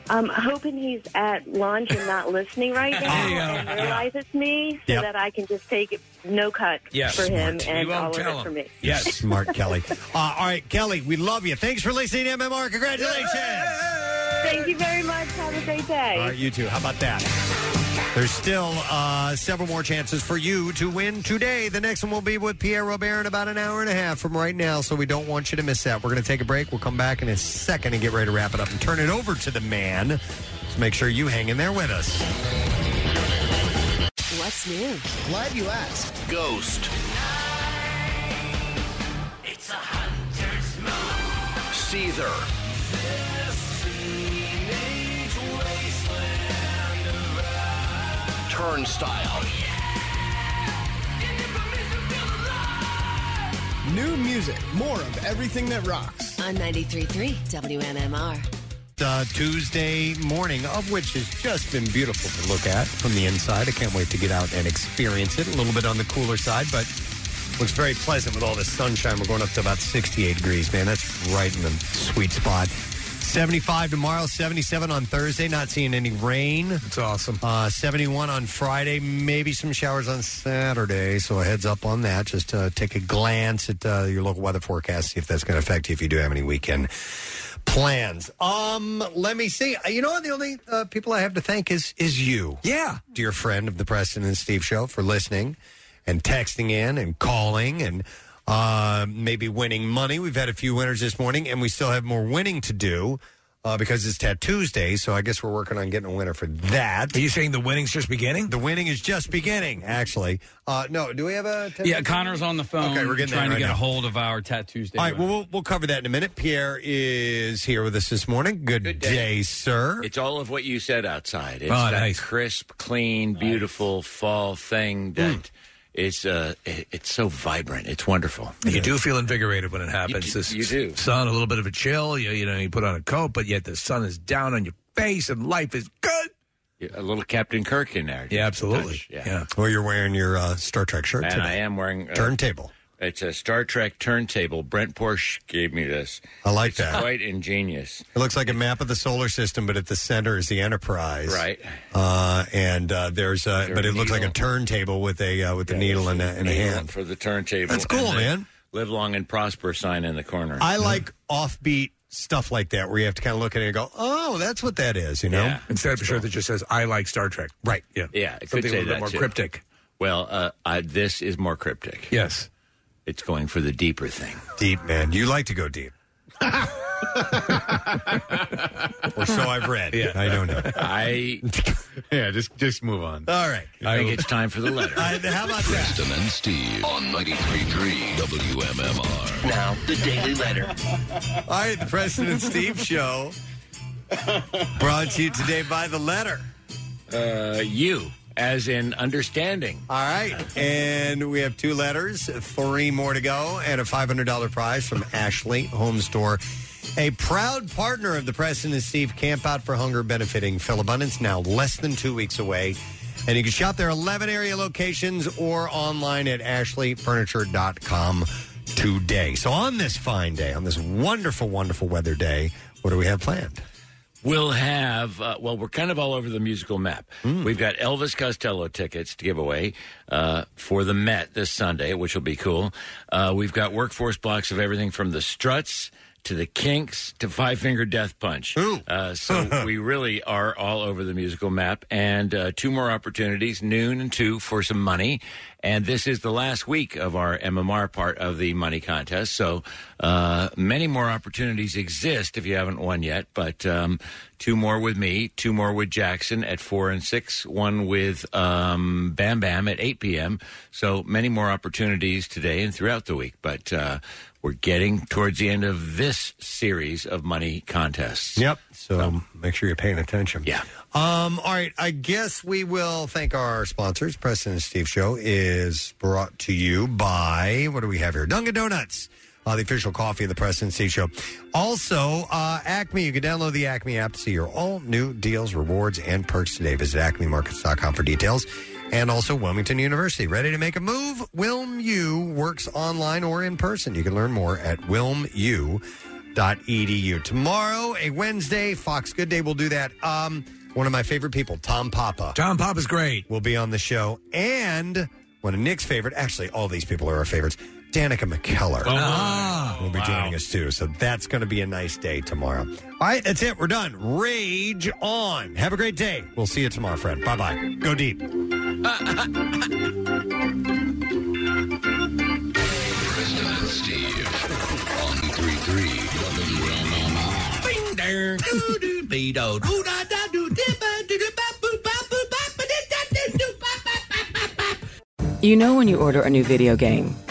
I'm hoping he's at lunch and not listening right now, and realize it's me, so
Yep.
that I can just take it no cut
Yes.
for him
Smart.
and
You won't
all of
tell
it for
him.
me.
Yes, smart Kelly. Uh, all right, Kelly, we love you. Thanks for listening to MMR. Congratulations.
Thank you very much. Have a great day.
All right, you too. How about that? There's still uh, several more chances for you to win today. The next one will be with Pierre Robert in about an hour and a half from right now, so we don't want you to miss that. We're going to take a break. We'll come back in a second and get ready to wrap it up and turn it over to the man. So make sure you hang in there with us.
What's new? Glad you asked.
Ghost. Seether. Turnstile.
New music, more of everything that rocks.
On 93.3 WMMR.
uh, Tuesday morning, of which has just been beautiful to look at from the inside. I can't wait to get out and experience it. A little bit on the cooler side, but looks very pleasant with all the sunshine. We're going up to about 68 degrees, man. That's right in the sweet spot. 75 tomorrow, 77 on Thursday. Not seeing any rain. It's awesome. Uh, 71 on Friday. Maybe some showers on Saturday. So a heads up on that. Just uh, take a glance at uh, your local weather forecast. See if that's going to affect you if you do have any weekend plans. Um, let me see. Uh, You know, what? the only uh, people I have to thank is is you. Yeah, dear friend of the Preston and Steve show for listening and texting in and calling and uh, maybe winning money. We've had a few winners this morning, and we still have more winning to do. Uh, because it's Tattoos Day, so I guess we're working on getting a winner for that. Are you saying the winning's just beginning? The winning is just beginning, actually. Uh, no, do we have a? Tattoos
Yeah,
Day?
Connor's on the phone.
Okay, we're getting
trying
that right
to get
now.
a hold of our Tattoos Day.
All right, well, we'll we'll cover that in a minute. Pierre is here with us this morning. Good, day. sir.
It's all of what you said outside. It's
Oh,
that
nice.
crisp, clean, beautiful fall
Mm.
thing that is uh it- it's so vibrant. It's wonderful.
You do feel invigorated when it happens.
do-
This
you do.
Sun, a little bit of a chill. You, you know, you put on a coat, but yet the sun is down on your face, and life is good.
A little Captain Kirk in there.
Yeah, absolutely. Yeah.
Or you're wearing your uh, Star Trek shirt
and
today.
I am wearing uh,
Turntable.
It's a Star Trek turntable. Brent Porsche gave me this.
I like
It's
that.
Quite ingenious.
It looks like a map of the solar system, but at the center is the Enterprise.
Right.
Uh, and uh, there's, uh,
There
but
a
it looks like a
needle.
turntable with a uh, with a needle and a, and a
Needle
hand.
for the turntable.
That's cool,
and the
man.
Live long and prosper sign in the corner.
I like offbeat stuff like that, where you have to kind of look at it and go, "Oh, that's what that is," you know.
Yeah.
Instead of a shirt that just says "I like Star Trek."
Right.
Yeah.
Yeah, it
Something
could say
a little
that
bit more
too.
cryptic.
Well, uh, I, this is more cryptic.
Yes,
it's going for the deeper thing.
Deep, man. You like to go deep. or so I've read.
Yeah.
I don't know.
I
yeah, just just move on.
All right,
I think it's time for the letter.
how about
Preston and Steve on 93.3 WMMR.
Now,
the Daily Letter.
All right, the President and Steve show brought to you today by the letter.
Uh, you. as in understanding.
All right. And we have two letters, three more to go, and a $500 prize from Ashley Home Store. A proud partner of the President and Steve Camp Out for Hunger benefiting Phil Abundance, now less than two weeks away. And you can shop their 11 area locations or online at ashleyfurniture.com today. So on this fine day, on this wonderful, wonderful weather day, what do we have planned?
We'll have, uh, well, we're kind of all over the musical map. We've got Elvis Costello tickets to give away uh, for the Met this Sunday, which will be cool. Uh, we've got workforce blocks of everything from the struts to the kinks to Five Finger Death Punch. Uh, so we really are all over the musical map. And uh, two more opportunities, noon and two, for some money. And this is the last week of our MMR part of the money contest. So uh, many more opportunities exist if you haven't won yet. But um, two more with me, two more with Jackson at four and six, one with um, Bam Bam at 8 p.m. So many more opportunities today and throughout the week. But uh, we're getting towards the end of this series of money contests.
Yep. So make sure you're paying attention.
Yeah.
Um, all right, I guess we will thank our sponsors. Preston and Steve Show is brought to you by what do we have here? Dunkin' Donuts, uh, the official coffee of the Preston and Steve Show. Also, uh, Acme. You can download the Acme app to see your all new deals, rewards, and perks today. Visit acmemarkets.com for details. And also Wilmington University. Ready to make a move? WilmU works online or in person. You can learn more at WilmU edu. E Tomorrow, a Wednesday, Fox Good Day will do that. Um, one of my favorite people, Tom Papa.
Tom Papa's great.
Will be on the show. And one of Nick's favorite, actually, all these people are our favorites, Danica McKellar.
Oh,
will be joining us too. So that's going to be a nice day tomorrow. All right, that's it. We're done. Rage on. Have a great day. We'll see you tomorrow, friend. Bye bye. Go deep.
Preston and Steve on 33 WMMR.
Bing there. Doo doo be do. Doo da da doo dip a doo doo ba boo ba boo ba ba doo da doo doo ba.
You know when you order a new video game,